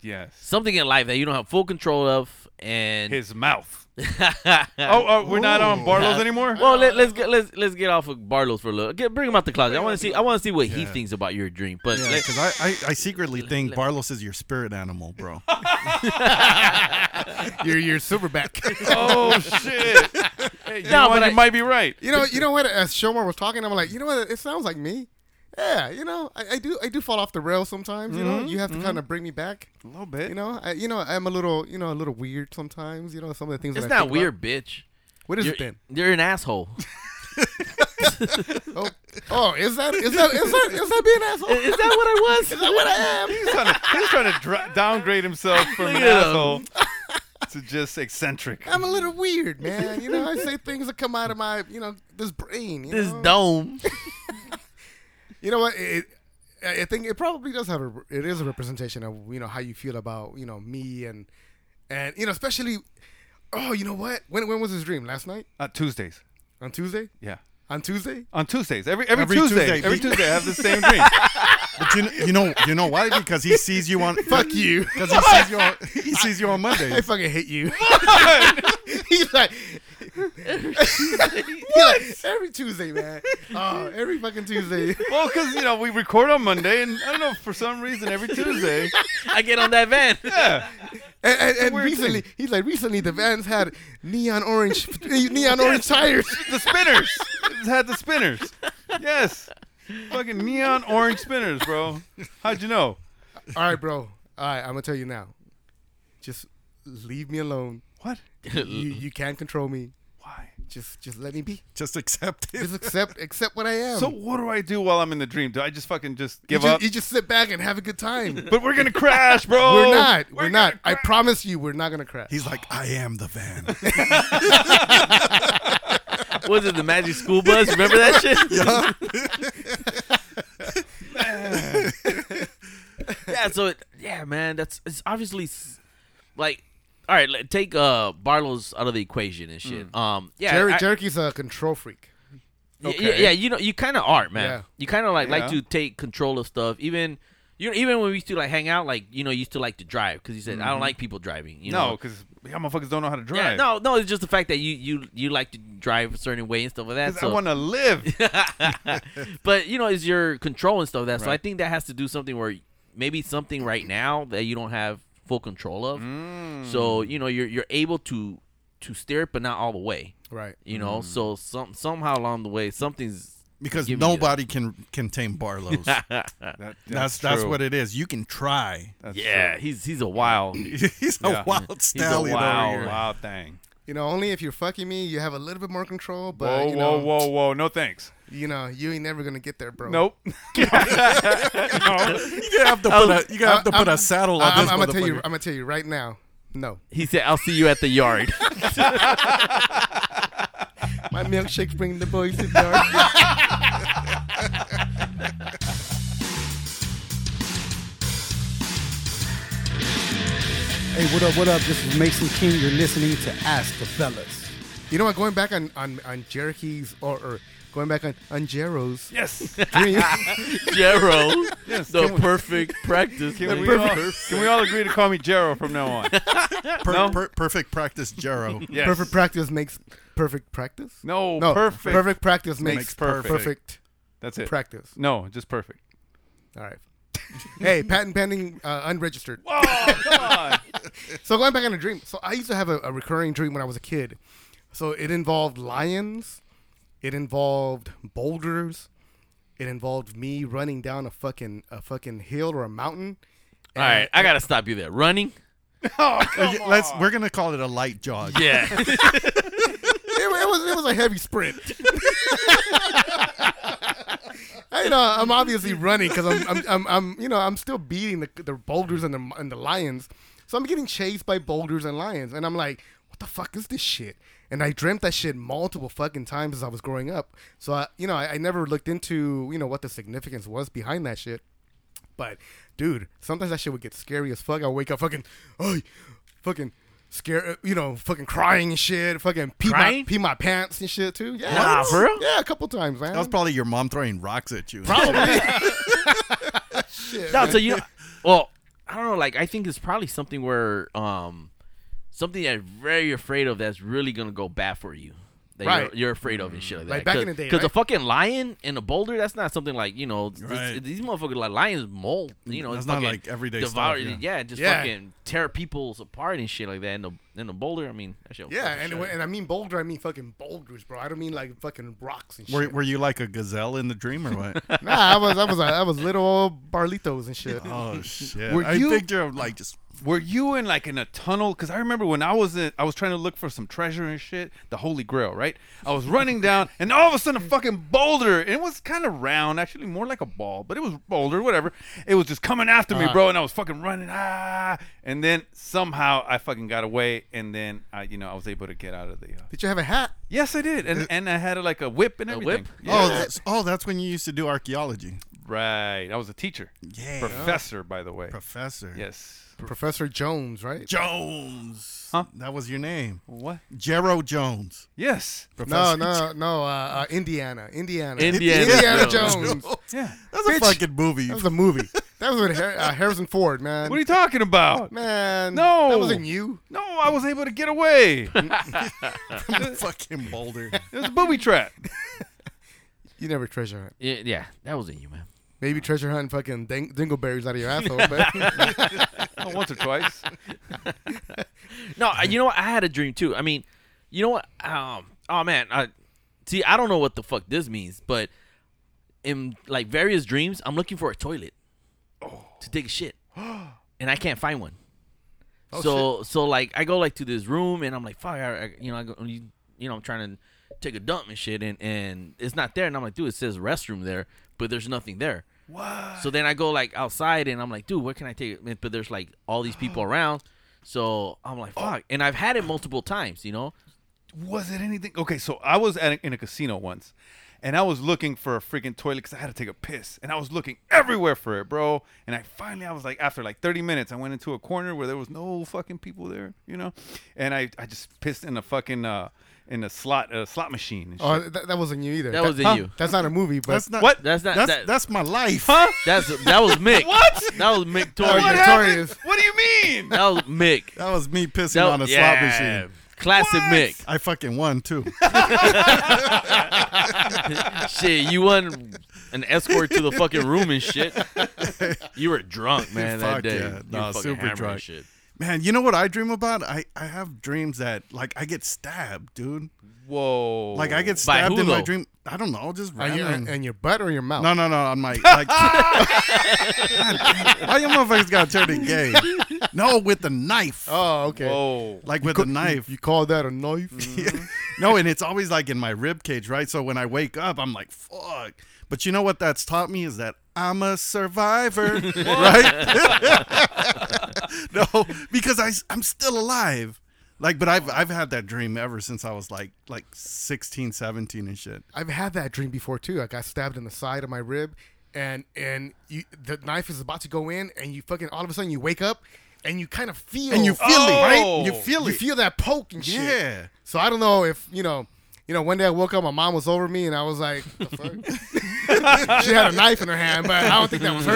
[SPEAKER 7] Yes.
[SPEAKER 6] Something in life that you don't have full control of, and
[SPEAKER 7] His mouth. Oh, oh, we're not on Barlow's anymore?
[SPEAKER 6] Well, let, let's get let's let's get off of Barlow's for a little. Get, bring him out the closet. I want to see I want to see what he
[SPEAKER 5] Yeah.
[SPEAKER 6] thinks about your dream. But
[SPEAKER 5] Yeah,
[SPEAKER 6] let-
[SPEAKER 5] because I, I, I secretly think Barlos is your spirit animal, bro.
[SPEAKER 8] You're you're silverback.
[SPEAKER 7] oh shit. Hey, you,
[SPEAKER 6] No,
[SPEAKER 7] know what?
[SPEAKER 6] but I-
[SPEAKER 7] you might be right.
[SPEAKER 8] you know you know what? As Shomar was talking, I'm like, you know what? It sounds like me. Yeah, you know, I, I do I do fall off the rail sometimes. You
[SPEAKER 6] Mm-hmm,
[SPEAKER 8] know, you have to kind of bring me back.
[SPEAKER 7] A little bit.
[SPEAKER 8] You know, I, you know, I'm a little you know a little weird sometimes. You know, some of the things.
[SPEAKER 6] it's
[SPEAKER 8] that I
[SPEAKER 6] not
[SPEAKER 8] think about.
[SPEAKER 6] weird, bitch.
[SPEAKER 8] What is
[SPEAKER 6] you're,
[SPEAKER 8] it then?
[SPEAKER 6] You're an asshole.
[SPEAKER 8] Oh, oh, is that is that is that is that being an asshole?
[SPEAKER 6] Is that what I was?
[SPEAKER 8] Is that what I am?
[SPEAKER 7] He's trying to, he's trying to dra- downgrade himself from an
[SPEAKER 6] Look at him.
[SPEAKER 7] asshole to just eccentric.
[SPEAKER 8] I'm a little weird, man. You know, I say things that come out of my, you know, this brain. You
[SPEAKER 6] this
[SPEAKER 8] know?
[SPEAKER 6] dome.
[SPEAKER 8] You know what? It, I I think it probably does have a. It is a representation of you know how you feel about you know me and and you know especially. Oh, you know what? When when was his dream? Last night
[SPEAKER 7] Uh, Tuesdays.
[SPEAKER 8] on Tuesday.
[SPEAKER 7] Yeah.
[SPEAKER 8] On Tuesday.
[SPEAKER 7] On Tuesdays. Every every,
[SPEAKER 5] Every
[SPEAKER 7] Tuesday.
[SPEAKER 5] Tuesday.
[SPEAKER 7] Every Tuesday I have the same dream.
[SPEAKER 5] But you, kn- you know you know why? Because he sees you on
[SPEAKER 8] Fuck you.
[SPEAKER 5] Because he sees you on he sees you on
[SPEAKER 8] I
[SPEAKER 5] Monday.
[SPEAKER 8] fucking hate you. He's like, He's like, every Tuesday, man. Oh, every fucking Tuesday.
[SPEAKER 7] well, because you know we record on Monday, and I don't know for some reason every Tuesday.
[SPEAKER 6] I get on that van.
[SPEAKER 7] Yeah.
[SPEAKER 8] And, and, and
[SPEAKER 7] weird
[SPEAKER 8] recently, he's like, recently the vans had neon orange, neon orange tires.
[SPEAKER 7] The spinners. It had the spinners. Yes. Fucking neon orange spinners, bro. How'd you know?
[SPEAKER 8] All right, bro. All right, I'm gonna tell you now. Just leave me alone.
[SPEAKER 7] What?
[SPEAKER 8] You you can't control me.
[SPEAKER 7] Why?
[SPEAKER 8] Just just let me be.
[SPEAKER 5] Just accept it.
[SPEAKER 8] Just accept accept what I am.
[SPEAKER 7] So what do I do while I'm in the dream? Do I just fucking just
[SPEAKER 8] you
[SPEAKER 7] give
[SPEAKER 8] just,
[SPEAKER 7] up?
[SPEAKER 8] You just sit back and have a good time.
[SPEAKER 7] but we're gonna crash, bro.
[SPEAKER 8] we're not. We're,
[SPEAKER 7] We're
[SPEAKER 8] not.
[SPEAKER 7] gonna
[SPEAKER 8] I promise you, we're not gonna crash.
[SPEAKER 5] He's like, I am the van.
[SPEAKER 6] Was it the Magic School Bus? Remember that shit? Yeah. So it, yeah, man. That's it's obviously s- like all right. Like, take uh Barlow's out of the equation and shit. Um. Yeah.
[SPEAKER 8] Mm. Jerry
[SPEAKER 6] I-
[SPEAKER 8] Jerky's a control freak.
[SPEAKER 6] Y-
[SPEAKER 7] Okay.
[SPEAKER 6] Yeah, yeah, you know, you kind of are, man.
[SPEAKER 8] Yeah.
[SPEAKER 6] You kind of like like
[SPEAKER 7] Yeah.
[SPEAKER 6] to take control of stuff. Even you know, even when we used to like hang out, like you know, you used to like to drive because you said
[SPEAKER 8] Mm-hmm.
[SPEAKER 6] I don't like people driving. You
[SPEAKER 7] No,
[SPEAKER 6] know?
[SPEAKER 7] because y'all motherfuckers don't know how to drive.
[SPEAKER 6] yeah, no, no. It's just the fact that you you you like to drive a certain way and stuff like that.
[SPEAKER 7] 'Cause I
[SPEAKER 6] So,
[SPEAKER 7] want to live.
[SPEAKER 6] but you know, it's your control and stuff like that. So I
[SPEAKER 7] Right.
[SPEAKER 6] think that has to do something where maybe something right now that you don't have full control of. So you know, you're you're able to to steer it, but not all the way.
[SPEAKER 8] Right.
[SPEAKER 6] You know, so some somehow along the way, something's
[SPEAKER 5] Because
[SPEAKER 6] Give me
[SPEAKER 5] nobody can can tame Barlow's.
[SPEAKER 7] That-
[SPEAKER 5] That's that's
[SPEAKER 7] true.
[SPEAKER 5] what it is. You can try.
[SPEAKER 7] That's
[SPEAKER 6] yeah,
[SPEAKER 7] true.
[SPEAKER 6] he's he's a wild.
[SPEAKER 5] He's a
[SPEAKER 7] Yeah.
[SPEAKER 5] wild
[SPEAKER 6] a
[SPEAKER 5] stallion
[SPEAKER 7] Wow,
[SPEAKER 5] over here.
[SPEAKER 7] wow, thing.
[SPEAKER 8] You know, only if you're fucking me, you have a little bit more control. But
[SPEAKER 7] Whoa,
[SPEAKER 8] you
[SPEAKER 7] whoa,
[SPEAKER 8] know,
[SPEAKER 7] whoa, whoa. No thanks.
[SPEAKER 8] you know, you ain't never gonna get there, bro.
[SPEAKER 7] Nope. no.
[SPEAKER 5] You gotta have to put a you gotta have to put
[SPEAKER 8] I'm-
[SPEAKER 5] a saddle on
[SPEAKER 8] I, am
[SPEAKER 5] this
[SPEAKER 8] gonna tell you.
[SPEAKER 5] motherfucker.
[SPEAKER 8] I'm gonna tell you right now. No,
[SPEAKER 6] He said, "I'll see you at the yard."
[SPEAKER 8] my milkshake's bringing the boys in there.
[SPEAKER 14] Hey, what up, what up? This is Mason King. You're listening to Ask the Fellas.
[SPEAKER 8] You know what? Going back on on on Cherokee's or, or going back on on Jero's.
[SPEAKER 7] Yes.
[SPEAKER 8] dream.
[SPEAKER 6] Jero, the perfect practice.
[SPEAKER 7] Can
[SPEAKER 6] man.
[SPEAKER 7] we, all, can we all agree to call me Jero from now on?
[SPEAKER 5] Per-
[SPEAKER 7] no?
[SPEAKER 5] per- perfect practice, Jero.
[SPEAKER 7] Yes.
[SPEAKER 8] Perfect practice makes perfect practice.
[SPEAKER 7] No, perfect.
[SPEAKER 8] Perfect practice makes, perfect.
[SPEAKER 7] That's it.
[SPEAKER 8] Practice.
[SPEAKER 7] No, just perfect.
[SPEAKER 8] All right. hey, patent pending, uh, unregistered.
[SPEAKER 7] come on.
[SPEAKER 8] so going back on a dream. So I used to have a, a recurring dream when I was a kid. So it involved lions. It involved boulders. It involved me running down a fucking a fucking hill or a mountain.
[SPEAKER 6] All right, I gotta stop you there. Running.
[SPEAKER 5] Let's. We're gonna call it a light jog.
[SPEAKER 6] Yeah.
[SPEAKER 8] it, wa- it was it was a heavy sprint. I, you know, I'm obviously running because I'm, I'm I'm I'm you know I'm still beating the, the boulders and the and the lions, so I'm getting chased by boulders and lions, and I'm like, what the fuck is this shit? And I dreamt that shit multiple fucking times as I was growing up. So I you know I, I never looked into you know what the significance was behind that shit. But dude, sometimes that shit would get scary as fuck. I wake up fucking, oh, fucking scared, you know, fucking crying and shit, fucking pee my
[SPEAKER 5] Crying?
[SPEAKER 8] pee my pants and shit too. Yeah,
[SPEAKER 5] Nah, for real?
[SPEAKER 8] Yeah, a couple times, man.
[SPEAKER 5] That was probably your mom throwing rocks at you.
[SPEAKER 8] Probably.
[SPEAKER 5] Shit,
[SPEAKER 6] no,
[SPEAKER 5] man.
[SPEAKER 6] so you. Well, I don't know. Like, I think it's probably something where um, something that you're very afraid of that's really gonna go bad for you. That
[SPEAKER 8] Right.
[SPEAKER 6] you're, you're afraid of and shit like that.
[SPEAKER 8] Like back in
[SPEAKER 6] Cause-
[SPEAKER 8] the day,
[SPEAKER 6] cause a
[SPEAKER 8] right?
[SPEAKER 6] fucking lion and a boulder, that's not something like you know it's- it's- these motherfuckers like lions mold. You know,
[SPEAKER 5] That's
[SPEAKER 6] it's
[SPEAKER 5] not
[SPEAKER 6] fucking
[SPEAKER 5] like everyday stuff,
[SPEAKER 6] devour,
[SPEAKER 5] yeah.
[SPEAKER 6] yeah, just
[SPEAKER 8] Yeah.
[SPEAKER 6] fucking tear people's apart and shit like that. And the and the boulder, I mean, that shit. will
[SPEAKER 8] yeah,
[SPEAKER 6] fucking
[SPEAKER 8] and
[SPEAKER 6] shut
[SPEAKER 8] when, and I mean boulder, I mean fucking boulders, bro. I don't mean like fucking rocks and shit.
[SPEAKER 5] Were, were you like a gazelle in the dream or what?
[SPEAKER 8] nah, I was I was I was little old Barlitos and shit.
[SPEAKER 5] Oh shit!
[SPEAKER 7] Were
[SPEAKER 5] I
[SPEAKER 7] you-
[SPEAKER 5] picture of like just
[SPEAKER 7] Were you in like in a tunnel? Because I remember when I was in, I was trying to look for some treasure and shit, the Holy Grail, right? I was running down, and all of a sudden, a fucking boulder. and It was kind of round, actually, more like a ball, but it was boulder, whatever. It was just coming after me,
[SPEAKER 10] Uh-huh.
[SPEAKER 7] bro, and I was fucking running, ah! And then somehow I fucking got away, and then I, you know, I was able to get out of the. Uh,
[SPEAKER 8] Did you have a hat?
[SPEAKER 7] yes, I did, and and I had like a whip and everything.
[SPEAKER 5] Oh,
[SPEAKER 7] Yeah.
[SPEAKER 5] that's, oh, that's when you used to do archaeology.
[SPEAKER 7] right. I was a teacher,
[SPEAKER 5] Yeah.
[SPEAKER 7] professor, by the way,
[SPEAKER 5] professor.
[SPEAKER 7] Yes,
[SPEAKER 8] Professor Jones, right?
[SPEAKER 5] Jones.
[SPEAKER 7] Huh?
[SPEAKER 5] That was your name.
[SPEAKER 7] What?
[SPEAKER 5] Jero Jones.
[SPEAKER 7] Yes.
[SPEAKER 8] No, no, no. Uh, uh, Indiana, Indiana,
[SPEAKER 5] Indiana Jones.
[SPEAKER 8] Jones.
[SPEAKER 7] Yeah,
[SPEAKER 5] that's a fucking movie.
[SPEAKER 8] That was a movie. That was with Har- uh, Harrison Ford, man.
[SPEAKER 7] What are you talking about?
[SPEAKER 8] man?
[SPEAKER 7] No.
[SPEAKER 8] that wasn't you.
[SPEAKER 7] No, I was able to get away.
[SPEAKER 5] fucking boulder.
[SPEAKER 7] It was a booby trap.
[SPEAKER 8] You never treasure hunt.
[SPEAKER 6] Yeah, yeah, that was in you, man.
[SPEAKER 8] Maybe treasure hunt fucking ding- dingleberries out of your asshole. But
[SPEAKER 7] Oh, once or twice.
[SPEAKER 6] no, I- you know what? I had a dream too. I mean, you know what? Um, oh man, I see. I don't know what the fuck this means, but in like various dreams, I'm looking for a toilet to take a shit, and I can't find one.
[SPEAKER 12] Oh,
[SPEAKER 6] so so like I go like to this room and I'm like fuck, I, I- you know I go, you, you know I'm trying to take a dump and shit and and it's not there and I'm like dude it says restroom there but there's nothing there.
[SPEAKER 7] What?
[SPEAKER 6] So then I go like outside and I'm like, dude, where can I take it? But there's like all these people
[SPEAKER 5] Oh.
[SPEAKER 6] around. So I'm like, fuck. And I've had it multiple times, you know?
[SPEAKER 7] Was it anything? Okay, so I was at a, in a casino once, and I was looking for a freaking toilet because I had to take a piss, and I was looking everywhere for it, bro. And I finally, I was like, after like 30 minutes, I went into a corner where there was no fucking people there, you know, and I, I just pissed in a fucking uh in a slot a slot machine. And shit.
[SPEAKER 8] oh, that, that wasn't you either.
[SPEAKER 6] That wasn't you.
[SPEAKER 8] That's not a movie, but
[SPEAKER 7] That's not- What?
[SPEAKER 6] That's not
[SPEAKER 7] That's-
[SPEAKER 6] that,
[SPEAKER 5] that's my life.
[SPEAKER 7] Huh?
[SPEAKER 6] That's that was Mick.
[SPEAKER 7] What?
[SPEAKER 6] That was Mick
[SPEAKER 8] Oh,
[SPEAKER 6] Torres.
[SPEAKER 8] you're notorious.
[SPEAKER 7] What do you mean?
[SPEAKER 6] That was Mick.
[SPEAKER 5] That was me pissing
[SPEAKER 6] That-
[SPEAKER 5] on a
[SPEAKER 6] yeah.
[SPEAKER 5] slot machine.
[SPEAKER 6] Classic Mick.
[SPEAKER 5] I fucking won too.
[SPEAKER 6] shit, you won an escort to the fucking room and shit. You were drunk, man, that
[SPEAKER 5] Fuck
[SPEAKER 6] day.
[SPEAKER 5] yeah.
[SPEAKER 6] You
[SPEAKER 5] No,
[SPEAKER 6] fucking
[SPEAKER 5] super
[SPEAKER 6] hammered and
[SPEAKER 5] drunk.
[SPEAKER 6] shit.
[SPEAKER 5] Man, you know what I dream about? I, I have dreams that like I get stabbed, dude.
[SPEAKER 7] Whoa.
[SPEAKER 5] Like I get
[SPEAKER 6] By
[SPEAKER 5] stabbed
[SPEAKER 6] who,
[SPEAKER 5] in my
[SPEAKER 6] though?
[SPEAKER 5] dream. I don't know, just
[SPEAKER 8] And your,
[SPEAKER 5] random.
[SPEAKER 8] and your butt or your mouth?
[SPEAKER 5] No, no, no, on my like. Why you motherfuckers got turned it gay? No, with the knife.
[SPEAKER 8] Oh, okay.
[SPEAKER 7] Whoa.
[SPEAKER 5] Like
[SPEAKER 8] You
[SPEAKER 5] with
[SPEAKER 8] ca-
[SPEAKER 5] the knife. Mm-hmm.
[SPEAKER 8] You, you call that a knife? Mm-hmm.
[SPEAKER 5] no, and it's always like in my rib cage, right? So when I wake up, I'm like, fuck. But you know what that's taught me is that I'm a survivor, right? no, because I am still alive. Like, but I've I've had that dream ever since I was like like 16, 17 and shit.
[SPEAKER 8] I've had that dream before too. I got stabbed in the side of my rib, and and you, the knife is about to go in, and you fucking all of a sudden you wake up, and you kind of feel
[SPEAKER 5] And you feel it,
[SPEAKER 8] right?
[SPEAKER 5] right? You feel
[SPEAKER 8] You
[SPEAKER 5] it.
[SPEAKER 8] feel that poke and shit.
[SPEAKER 5] Yeah.
[SPEAKER 8] So I don't know if you know. You know, one day I woke up, my mom was over me, and I was like, "The fuck?" "She had a knife in her hand, but I don't think that was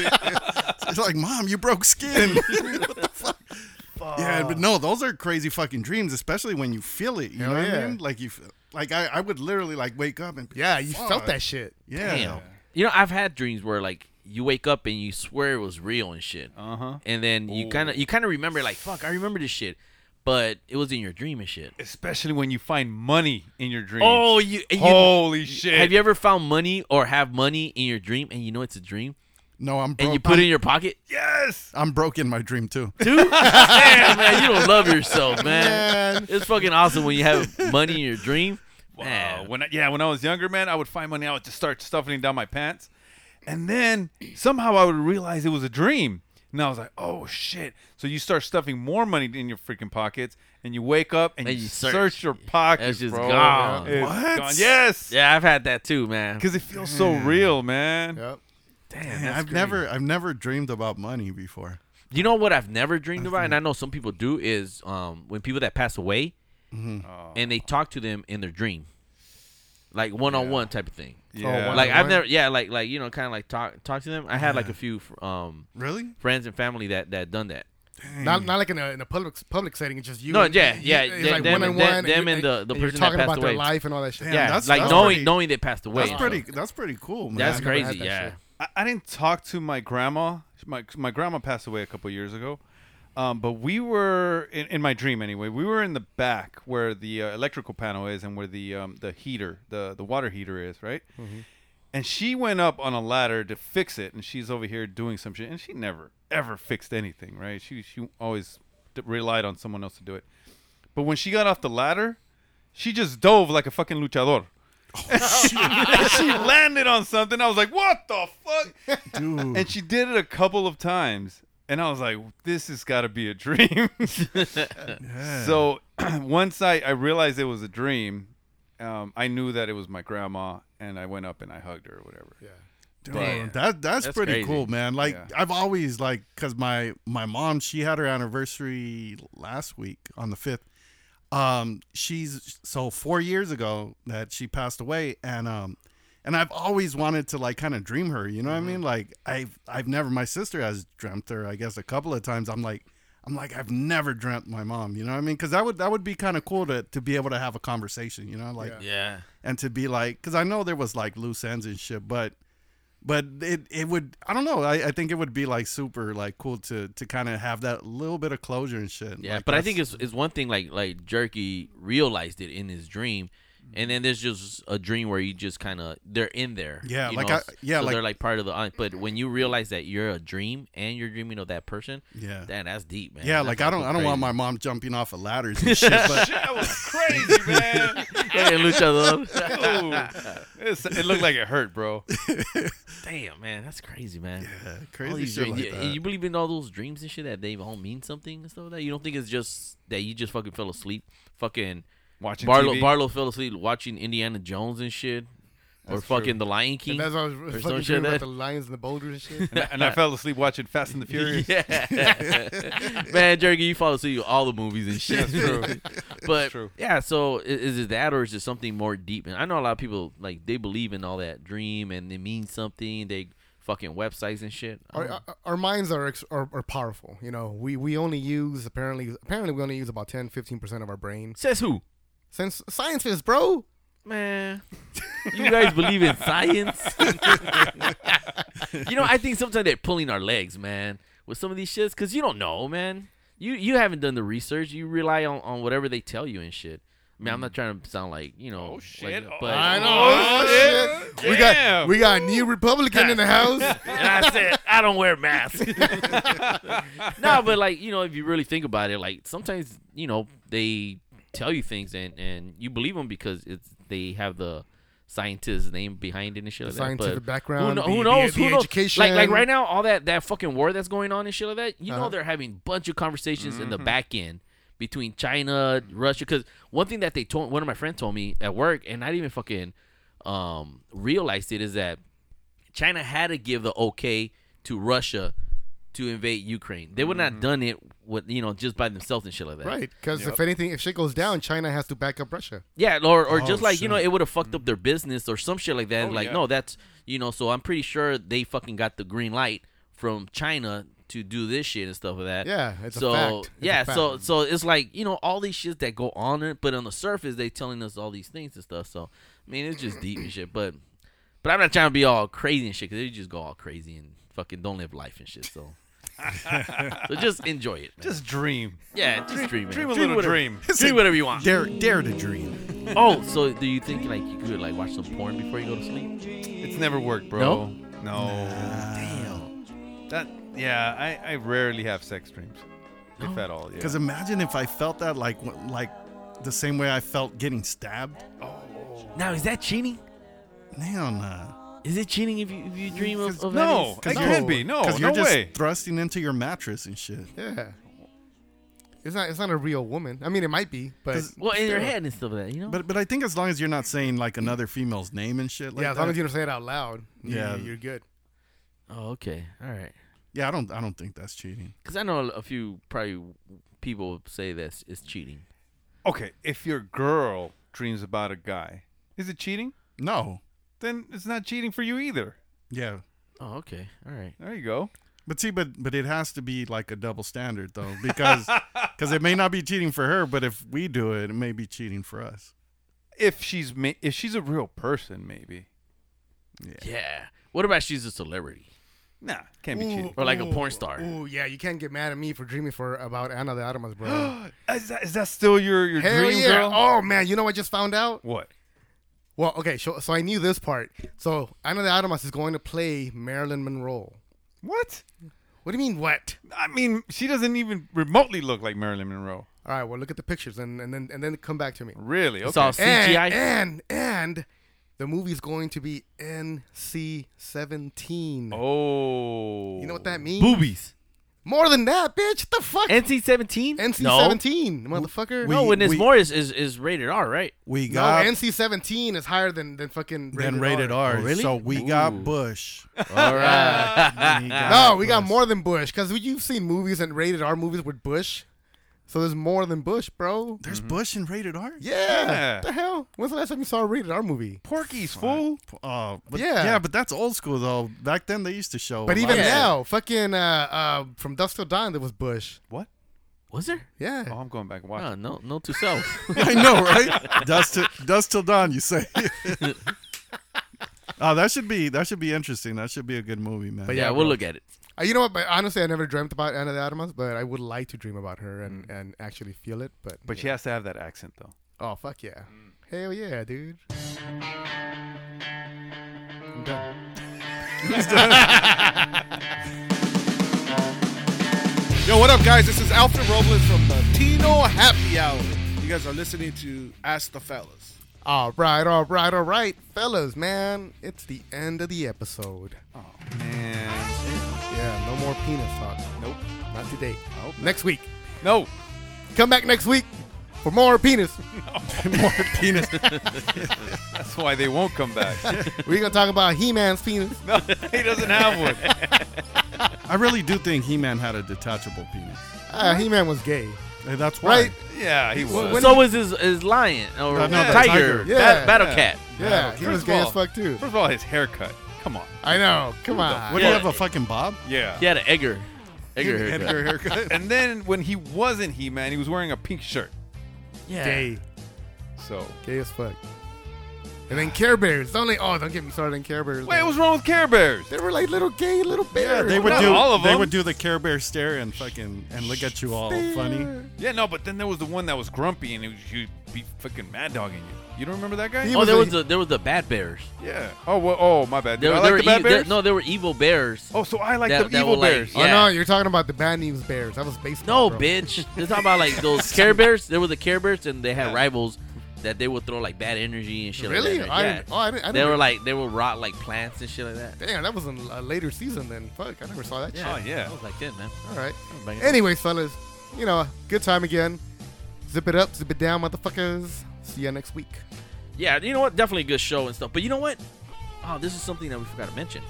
[SPEAKER 8] her."
[SPEAKER 5] it's like, mom, you broke skin. What the fuck? Yeah, but no, those are crazy fucking dreams, especially when you feel it. You
[SPEAKER 8] Hell
[SPEAKER 5] know what
[SPEAKER 8] yeah.
[SPEAKER 5] I mean? Like you, f- like I, I would literally like wake up and be,
[SPEAKER 8] yeah, you felt that shit.
[SPEAKER 5] Yeah,
[SPEAKER 6] Damn. You know, I've had dreams where like you wake up and you swear it was real and shit. Uh huh. And then you kind of you kind of remember like fuck, I remember this shit, but it was in your dream and shit.
[SPEAKER 7] Especially when you find money in your dreams.
[SPEAKER 6] Oh, you, and you-
[SPEAKER 7] holy shit!
[SPEAKER 6] Have you ever found money or have money in your dream and you know it's a dream?
[SPEAKER 5] No, I'm.
[SPEAKER 6] And you
[SPEAKER 5] broke.
[SPEAKER 6] put it
[SPEAKER 5] I'm-
[SPEAKER 6] in your pocket.
[SPEAKER 7] Yes.
[SPEAKER 5] I'm broke in my dream too.
[SPEAKER 6] Dude, damn, man, you don't love yourself, man. It's fucking awesome when you have money in your dream.
[SPEAKER 7] Wow. Uh, When I, yeah, when I was younger, man, I would find money. I would just start stuffing it down my pants, and then somehow I would realize it was a dream. And I was like, "Oh shit!" So you start stuffing more money in your freaking pockets, and you wake up and,
[SPEAKER 6] And
[SPEAKER 7] you
[SPEAKER 6] you
[SPEAKER 7] search,
[SPEAKER 6] search.
[SPEAKER 7] your pockets.
[SPEAKER 6] That's just
[SPEAKER 7] bro.
[SPEAKER 6] gone.
[SPEAKER 7] It's
[SPEAKER 6] What?
[SPEAKER 7] gone. Yes,
[SPEAKER 6] Yeah, Mm. I've had that too, man.
[SPEAKER 7] because it feels so real, man.
[SPEAKER 8] Yep.
[SPEAKER 5] Man,
[SPEAKER 6] that's
[SPEAKER 5] I've
[SPEAKER 6] crazy.
[SPEAKER 5] never, I've never dreamed about money before.
[SPEAKER 6] You know what I've never dreamed about, and I know some people do, is um, when people that pass away, and they talk to them in their dream, like one on one type of thing.
[SPEAKER 8] Oh,
[SPEAKER 5] Yeah.
[SPEAKER 6] like I've
[SPEAKER 5] one-on-one?
[SPEAKER 6] never, yeah, like like you know, kind of like talk talk to them. I had like
[SPEAKER 8] Yeah.
[SPEAKER 6] a few fr- um
[SPEAKER 5] Really?
[SPEAKER 6] friends and family that that done that.
[SPEAKER 8] Not, not like in a, in a public public setting. It's just you.
[SPEAKER 6] Hmm. no,
[SPEAKER 8] and-
[SPEAKER 6] yeah,
[SPEAKER 8] you-
[SPEAKER 6] yeah,
[SPEAKER 8] It's
[SPEAKER 6] them,
[SPEAKER 8] like
[SPEAKER 6] them,
[SPEAKER 8] one on one.
[SPEAKER 6] them- them and the the
[SPEAKER 8] you're
[SPEAKER 6] person
[SPEAKER 8] talking
[SPEAKER 6] that passed
[SPEAKER 8] about
[SPEAKER 6] away.
[SPEAKER 8] their life and all that shit.
[SPEAKER 6] yeah, like knowing knowing they passed away.
[SPEAKER 7] that's
[SPEAKER 6] and
[SPEAKER 7] pretty-
[SPEAKER 6] stuff.
[SPEAKER 5] That's pretty cool, man.
[SPEAKER 6] That's crazy. Yeah.
[SPEAKER 7] I, I didn't talk to my grandma. My my grandma passed away a couple years ago, um, but we were in, in my dream anyway. We were in the back where the uh, electrical panel is and where the um, the heater, the the water heater is, right?
[SPEAKER 12] Mhm.
[SPEAKER 7] And she went up on a ladder to fix it, and she's over here doing some shit, and she never ever fixed anything, right? She she always d- relied on someone else to do it. But when she got off the ladder, she just dove like a fucking luchador. And she landed on something. I was like, "What the fuck?"
[SPEAKER 5] Dude.
[SPEAKER 7] And she did it a couple of times, and I was like, "This has got to be a dream." So once I I realized it was a dream, um, I knew that it was my grandma, and I went up and I hugged her or whatever. Yeah,
[SPEAKER 5] Dude, that that's, pretty cool, man. Like I've always like because my my mom she had her anniversary last week on the fifth. Um, she's so four years ago that she passed away, and um, and I've always wanted to like kind of dream her. You know what I mean? Like I've I've never my sister has dreamt her. I guess a couple of times. I'm like. I'm like I've never dreamt my mom, you know what I mean? Because that would that would be kind of cool to, to be able to have a conversation, you know, like
[SPEAKER 6] Yeah.
[SPEAKER 5] and to be like because i know there was like loose ends and shit but but it, it would i don't know I, I think it would be like super like cool to to kind of have that little bit of closure and shit
[SPEAKER 6] Yeah,
[SPEAKER 5] Like,
[SPEAKER 6] but I
[SPEAKER 5] that's-
[SPEAKER 6] think it's, it's one thing like like Jerky realized it in his dream, and then there's just a dream where you just kind of they're in there.
[SPEAKER 5] Yeah,
[SPEAKER 6] you
[SPEAKER 5] like
[SPEAKER 6] know?
[SPEAKER 5] I- yeah,
[SPEAKER 6] so
[SPEAKER 5] like-
[SPEAKER 6] they're like part of the. But when you realize that you're a dream and you're dreaming of that person,
[SPEAKER 5] Yeah.
[SPEAKER 6] damn, that's deep, man.
[SPEAKER 5] yeah
[SPEAKER 6] That's
[SPEAKER 5] like i don't
[SPEAKER 6] fucking
[SPEAKER 5] i don't want my mom jumping off of ladders and shit but
[SPEAKER 7] that was crazy, man.
[SPEAKER 6] Hey, luchador.
[SPEAKER 7] Ooh. It's- it looked like it hurt, bro.
[SPEAKER 6] crazy. Damn, man, that's crazy, man. Yeah,
[SPEAKER 5] crazy shit like
[SPEAKER 6] you,
[SPEAKER 5] that.
[SPEAKER 6] you believe in all those dreams and shit that they all mean something and stuff like that you don't think it's just that you just fucking fell asleep, fucking
[SPEAKER 7] Watching
[SPEAKER 6] Barlow
[SPEAKER 7] TV?
[SPEAKER 6] Barlow fell asleep watching Indiana Jones and shit. or
[SPEAKER 8] That's
[SPEAKER 6] fucking
[SPEAKER 8] true.
[SPEAKER 6] the Lion King.
[SPEAKER 8] And that's what I was
[SPEAKER 6] or some
[SPEAKER 8] fucking
[SPEAKER 6] shit
[SPEAKER 8] dreaming about
[SPEAKER 6] that-
[SPEAKER 8] the lions and the boulders and shit.
[SPEAKER 7] And I, and I fell asleep watching Fast and the Furious.
[SPEAKER 6] yeah. Man, Jerky, you follow suit with all the movies and shit.
[SPEAKER 7] That's true.
[SPEAKER 6] But
[SPEAKER 7] true.
[SPEAKER 6] yeah, so i- is it that or is it something more deep? And I know a lot of people like they believe in all that dream and it means something. They fucking websites and shit. I don't
[SPEAKER 8] Our, our, our minds are, ex- are are powerful. You know, we we only use apparently apparently we only use about 10 15 percent of our brain.
[SPEAKER 6] Says who?
[SPEAKER 8] Since science is bro.
[SPEAKER 6] Man, You guys believe in science? you know, I think sometimes they're pulling our legs, man, with some of these shits because you don't know, man. You you haven't done the research. You rely on, on whatever they tell you and shit. I mean, I'm not trying to sound like you know. Oh shit! but,
[SPEAKER 8] I know. Oh, shit. We got we got a new Republican in the house.
[SPEAKER 6] and I said, I don't wear masks. no, but like you know, if you really think about it, like sometimes you know they tell you things and and you believe them because it's they have the scientist's name behind it and shit
[SPEAKER 8] The
[SPEAKER 6] like that. but
[SPEAKER 8] scientific background,
[SPEAKER 6] Who, kno-
[SPEAKER 8] the-
[SPEAKER 6] who
[SPEAKER 8] the-
[SPEAKER 6] knows?
[SPEAKER 8] the
[SPEAKER 6] who knows? Like like
[SPEAKER 8] education.
[SPEAKER 6] right now, all that that fucking war that's going on and shit like that. You
[SPEAKER 8] Uh-huh. Mm-hmm.
[SPEAKER 6] know, they're having bunch of conversations in the back end. Between China, Russia, because one thing that they told one of my friends told me at work, and I didn't even fucking um, realized it, is that China had to give the okay to Russia to invade Ukraine. They would not done it with you know just by themselves and shit like that.
[SPEAKER 8] Right, because if anything, if shit goes down, China has to back up Russia.
[SPEAKER 6] Yeah, or or
[SPEAKER 8] Oh,
[SPEAKER 6] just like you
[SPEAKER 8] shit. Mm.
[SPEAKER 6] know, it would have fucked up their business or some shit like that.
[SPEAKER 8] Oh,
[SPEAKER 6] like
[SPEAKER 8] yeah.
[SPEAKER 6] no, that's you know. So I'm pretty sure they fucking got the green light from China to do this shit and stuff like that.
[SPEAKER 8] Yeah, it's a
[SPEAKER 6] so
[SPEAKER 8] fact. It's a
[SPEAKER 6] yeah,
[SPEAKER 8] fact.
[SPEAKER 6] so so it's like you know all these shits that go on, it, but on the surface they telling us all these things and stuff. So I mean it's just deep and shit, but but I'm not trying to be all crazy and shit because they just go all crazy and fucking don't live life and shit. So. so just enjoy it. Man.
[SPEAKER 7] Just dream.
[SPEAKER 6] Yeah, just dream. it.
[SPEAKER 7] Dream a little
[SPEAKER 6] whatever-
[SPEAKER 7] dream.
[SPEAKER 6] Dream whatever you want.
[SPEAKER 7] Dare- dare
[SPEAKER 8] to dream.
[SPEAKER 6] oh, so do you think like you could like watch some porn before you go to sleep?
[SPEAKER 7] It's never worked, bro.
[SPEAKER 6] No?
[SPEAKER 7] No.
[SPEAKER 5] Uh,
[SPEAKER 7] Damn. That yeah, I, I rarely have sex dreams. If at all, yeah.
[SPEAKER 5] Because imagine if I felt that like wh- like the same way I felt getting stabbed. Oh.
[SPEAKER 6] Now is that cheating?
[SPEAKER 5] Hell nah.
[SPEAKER 6] Is it cheating if you if you dream of, of
[SPEAKER 7] No,
[SPEAKER 6] having-
[SPEAKER 7] it can't be. No,
[SPEAKER 5] uh, you're
[SPEAKER 7] no
[SPEAKER 5] just
[SPEAKER 7] way.
[SPEAKER 5] thrusting into your mattress and shit.
[SPEAKER 8] Yeah, it's not. It's not a real woman. I mean, it might be, but still.
[SPEAKER 6] and stuff like that, you know.
[SPEAKER 5] But but I think as long as you're not saying like another female's name and shit, like
[SPEAKER 8] yeah, as long
[SPEAKER 5] that-
[SPEAKER 8] as you don't say it out loud, yeah,
[SPEAKER 5] Yeah.
[SPEAKER 8] you're good.
[SPEAKER 6] Oh, okay, all right.
[SPEAKER 5] yeah, I don't I don't think that's cheating.
[SPEAKER 6] Because I know a few probably people say this is cheating.
[SPEAKER 7] Okay, if your girl dreams about a guy, is it cheating?
[SPEAKER 5] No.
[SPEAKER 7] Then it's not cheating for you either.
[SPEAKER 5] Yeah.
[SPEAKER 6] Oh, okay, all right.
[SPEAKER 7] There you go.
[SPEAKER 5] But see, but but it has to be like a double standard though, because because it may not be cheating for her, but if we do it, it may be cheating for us.
[SPEAKER 7] If she's ma- if she's a real person, maybe.
[SPEAKER 5] Yeah.
[SPEAKER 6] Yeah. What about she's a celebrity?
[SPEAKER 7] Nah, can't be cheating.
[SPEAKER 6] Or like a porn star.
[SPEAKER 8] Ooh, yeah, you can't get mad at me for dreaming for about Anna de Armas, bro.
[SPEAKER 7] is, that, is that still your your
[SPEAKER 8] Hell
[SPEAKER 7] dream
[SPEAKER 8] yeah.
[SPEAKER 7] girl?
[SPEAKER 8] Oh man, you know what I just found out?
[SPEAKER 7] What?
[SPEAKER 8] Well, okay, so, so I knew this part. So Anna de Armas is going to play Marilyn Monroe.
[SPEAKER 7] What?
[SPEAKER 8] What do you mean what?
[SPEAKER 7] I mean, she doesn't even remotely look like Marilyn Monroe.
[SPEAKER 8] All right, well look at the pictures and, and then and then come back to me.
[SPEAKER 7] Really? Okay.
[SPEAKER 6] It's all CGI.
[SPEAKER 8] And and, and the movie's going to be NC seventeen.
[SPEAKER 7] Oh.
[SPEAKER 8] You know what that means?
[SPEAKER 6] Boobies.
[SPEAKER 8] More than that, bitch. The fuck?
[SPEAKER 6] NC seventeen.
[SPEAKER 8] NC
[SPEAKER 6] No.
[SPEAKER 8] seventeen, motherfucker.
[SPEAKER 6] no, when it's more is, is is rated R, right?
[SPEAKER 5] We
[SPEAKER 8] No,
[SPEAKER 5] got
[SPEAKER 8] NC seventeen is higher than than fucking rated
[SPEAKER 5] then rated
[SPEAKER 8] R.
[SPEAKER 5] R.
[SPEAKER 6] Oh, really?
[SPEAKER 5] So we got Bush.
[SPEAKER 6] All right.
[SPEAKER 5] We
[SPEAKER 8] No, we got more than Bush because you've seen movies and rated R movies with Bush. So there's more than Bush, bro.
[SPEAKER 5] There's Bush and rated R.
[SPEAKER 8] Mm-hmm. Yeah. What the hell? When's the last time you saw a rated R movie?
[SPEAKER 7] Porky's fool.
[SPEAKER 5] Oh, but
[SPEAKER 8] Yeah.
[SPEAKER 5] yeah. but that's old school though. Back then they used to show.
[SPEAKER 8] But
[SPEAKER 5] a
[SPEAKER 8] even
[SPEAKER 5] lot of
[SPEAKER 8] now, fucking uh, uh, from Dusk Till Dawn, there was Bush.
[SPEAKER 7] What?
[SPEAKER 6] Was there?
[SPEAKER 8] Yeah.
[SPEAKER 7] Oh, I'm going back and watching.
[SPEAKER 6] Uh, no, no to self.
[SPEAKER 5] shit. I know, right? dust to, dust till dawn. You say. oh, that should be that should be interesting. That should be a good movie, man.
[SPEAKER 6] But yeah, we'll look at it.
[SPEAKER 8] Uh, you know what? But honestly, I never dreamt about Anna de Armas, but I would like to dream about her and, and actually feel it. Mm. But
[SPEAKER 7] But she has to have that accent though.
[SPEAKER 8] oh fuck yeah, hell yeah, dude. I'm done.
[SPEAKER 10] Yo, what up, guys? This is Alfred Robles from Latino Happy Hour. You guys are listening to Ask the Fellas.
[SPEAKER 8] All right, all right, all right, fellas, man, it's the end of the episode.
[SPEAKER 7] Oh. Man.
[SPEAKER 8] Yeah, no more penis talk.
[SPEAKER 7] Nope.
[SPEAKER 8] Not today.
[SPEAKER 7] Nope.
[SPEAKER 8] Next week.
[SPEAKER 7] No.
[SPEAKER 8] Come back next week for more penis. more
[SPEAKER 5] penis.
[SPEAKER 7] That's why they won't come back.
[SPEAKER 8] We're gonna talk about He-Man's penis.
[SPEAKER 7] no, he doesn't have one.
[SPEAKER 5] I really do think He Man had a detachable penis.
[SPEAKER 8] Uh, He-Man was gay,
[SPEAKER 5] And that's why.
[SPEAKER 8] right?
[SPEAKER 7] Yeah, he was.
[SPEAKER 8] When-
[SPEAKER 6] so was his his lion or
[SPEAKER 5] No, no, the
[SPEAKER 6] tiger,
[SPEAKER 5] tiger.
[SPEAKER 6] ba-
[SPEAKER 8] Yeah,
[SPEAKER 6] battle
[SPEAKER 7] yeah.
[SPEAKER 6] cat.
[SPEAKER 8] Yeah, he
[SPEAKER 7] First
[SPEAKER 8] was
[SPEAKER 7] of
[SPEAKER 8] gay
[SPEAKER 7] all-
[SPEAKER 8] as fuck too.
[SPEAKER 7] First of all, his haircut. Come on.
[SPEAKER 8] I know. Come on.
[SPEAKER 5] What do you have a fucking bob?
[SPEAKER 7] Yeah.
[SPEAKER 6] He had an Edgar. Edgar haircut.
[SPEAKER 5] Edgar haircut.
[SPEAKER 7] And then when he wasn't he man, he was wearing a pink shirt.
[SPEAKER 6] Yeah.
[SPEAKER 8] Gay.
[SPEAKER 7] So
[SPEAKER 8] Gay as fuck. And then Care Bears. Don't like, oh, don't get me started on Care Bears.
[SPEAKER 7] wait, what's wrong with Care Bears?
[SPEAKER 8] They were like little gay little
[SPEAKER 5] Yeah,
[SPEAKER 8] bears.
[SPEAKER 5] they would
[SPEAKER 7] Not
[SPEAKER 5] do.
[SPEAKER 7] all of
[SPEAKER 5] they
[SPEAKER 7] them.
[SPEAKER 5] would do the Care Bear stare and fucking and look at you all funny.
[SPEAKER 7] Yeah, no, but then there was the one that was grumpy and he would be fucking mad dogging you. You don't remember that guy?
[SPEAKER 8] He
[SPEAKER 6] Oh,
[SPEAKER 8] was
[SPEAKER 6] there
[SPEAKER 8] a-
[SPEAKER 6] was the there was the bad bears.
[SPEAKER 7] yeah. Oh, well, oh, my bad.
[SPEAKER 6] There,
[SPEAKER 7] Did I
[SPEAKER 6] there
[SPEAKER 7] like
[SPEAKER 6] were
[SPEAKER 7] the bad
[SPEAKER 6] ev- there-
[SPEAKER 7] bears?
[SPEAKER 6] no, there were evil bears.
[SPEAKER 7] Oh, so I like
[SPEAKER 6] That-
[SPEAKER 7] the
[SPEAKER 6] that
[SPEAKER 7] evil
[SPEAKER 6] were like-
[SPEAKER 7] bears.
[SPEAKER 8] Oh
[SPEAKER 6] Yeah.
[SPEAKER 8] no, you're talking about the bad news bears. That was baseball.
[SPEAKER 6] No,
[SPEAKER 8] bro.
[SPEAKER 6] bitch. They're talking about like those Care Bears. There were the Care Bears, and they had rivals that they would throw like bad energy and shit.
[SPEAKER 8] Really?
[SPEAKER 6] Like that.
[SPEAKER 8] I
[SPEAKER 6] Yeah.
[SPEAKER 8] didn't- oh, I didn't- I
[SPEAKER 6] they
[SPEAKER 8] didn't-
[SPEAKER 6] were like they would rot like plants and shit like that.
[SPEAKER 8] Damn, that was in a later season then. Fuck, I never saw that
[SPEAKER 6] Yeah.
[SPEAKER 7] Oh, yeah.
[SPEAKER 6] I was like that, man.
[SPEAKER 8] shit. All right.
[SPEAKER 6] Bang it.
[SPEAKER 8] Anyways, fellas, you know, good time again. Zip it up, zip it down, motherfuckers. See ya next week.
[SPEAKER 6] Yeah, you know what? Definitely a good show and stuff. But you know what? Oh, this is something that we forgot to mention.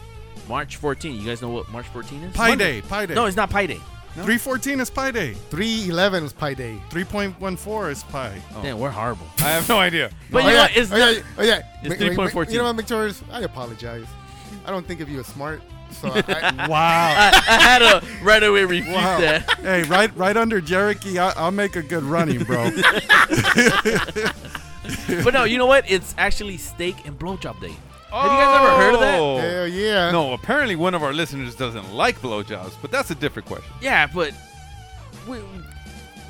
[SPEAKER 6] March 14. You guys know what March 14 is?
[SPEAKER 5] Pi
[SPEAKER 6] Monday.
[SPEAKER 5] Day. Pi Day.
[SPEAKER 6] No, it's not Pi Day. No?
[SPEAKER 5] 314 is Pi Day.
[SPEAKER 8] 311 is Pi Day.
[SPEAKER 5] 3.14 is Pi.
[SPEAKER 6] Damn, we're horrible.
[SPEAKER 7] I have no idea.
[SPEAKER 6] But you
[SPEAKER 8] oh,
[SPEAKER 6] know
[SPEAKER 8] yeah.
[SPEAKER 6] what? It's
[SPEAKER 8] oh,
[SPEAKER 6] not-
[SPEAKER 8] yeah. Oh, yeah.
[SPEAKER 6] It's
[SPEAKER 8] Ma- ma- ma-
[SPEAKER 6] 3.14.
[SPEAKER 8] You know what, Victorious? I apologize. I don't think of you as smart. So I,
[SPEAKER 6] I, I had to right away refute
[SPEAKER 5] Wow.
[SPEAKER 6] that.
[SPEAKER 5] hey, right right under Jericho, I, I'll make a good running, bro.
[SPEAKER 6] but no, you know what? It's actually steak and blowjob day. Have you guys ever heard of
[SPEAKER 7] Oh.
[SPEAKER 6] that?
[SPEAKER 8] Hell yeah.
[SPEAKER 7] No, apparently one of our listeners doesn't like blowjobs, but that's a different question.
[SPEAKER 6] Yeah, but we,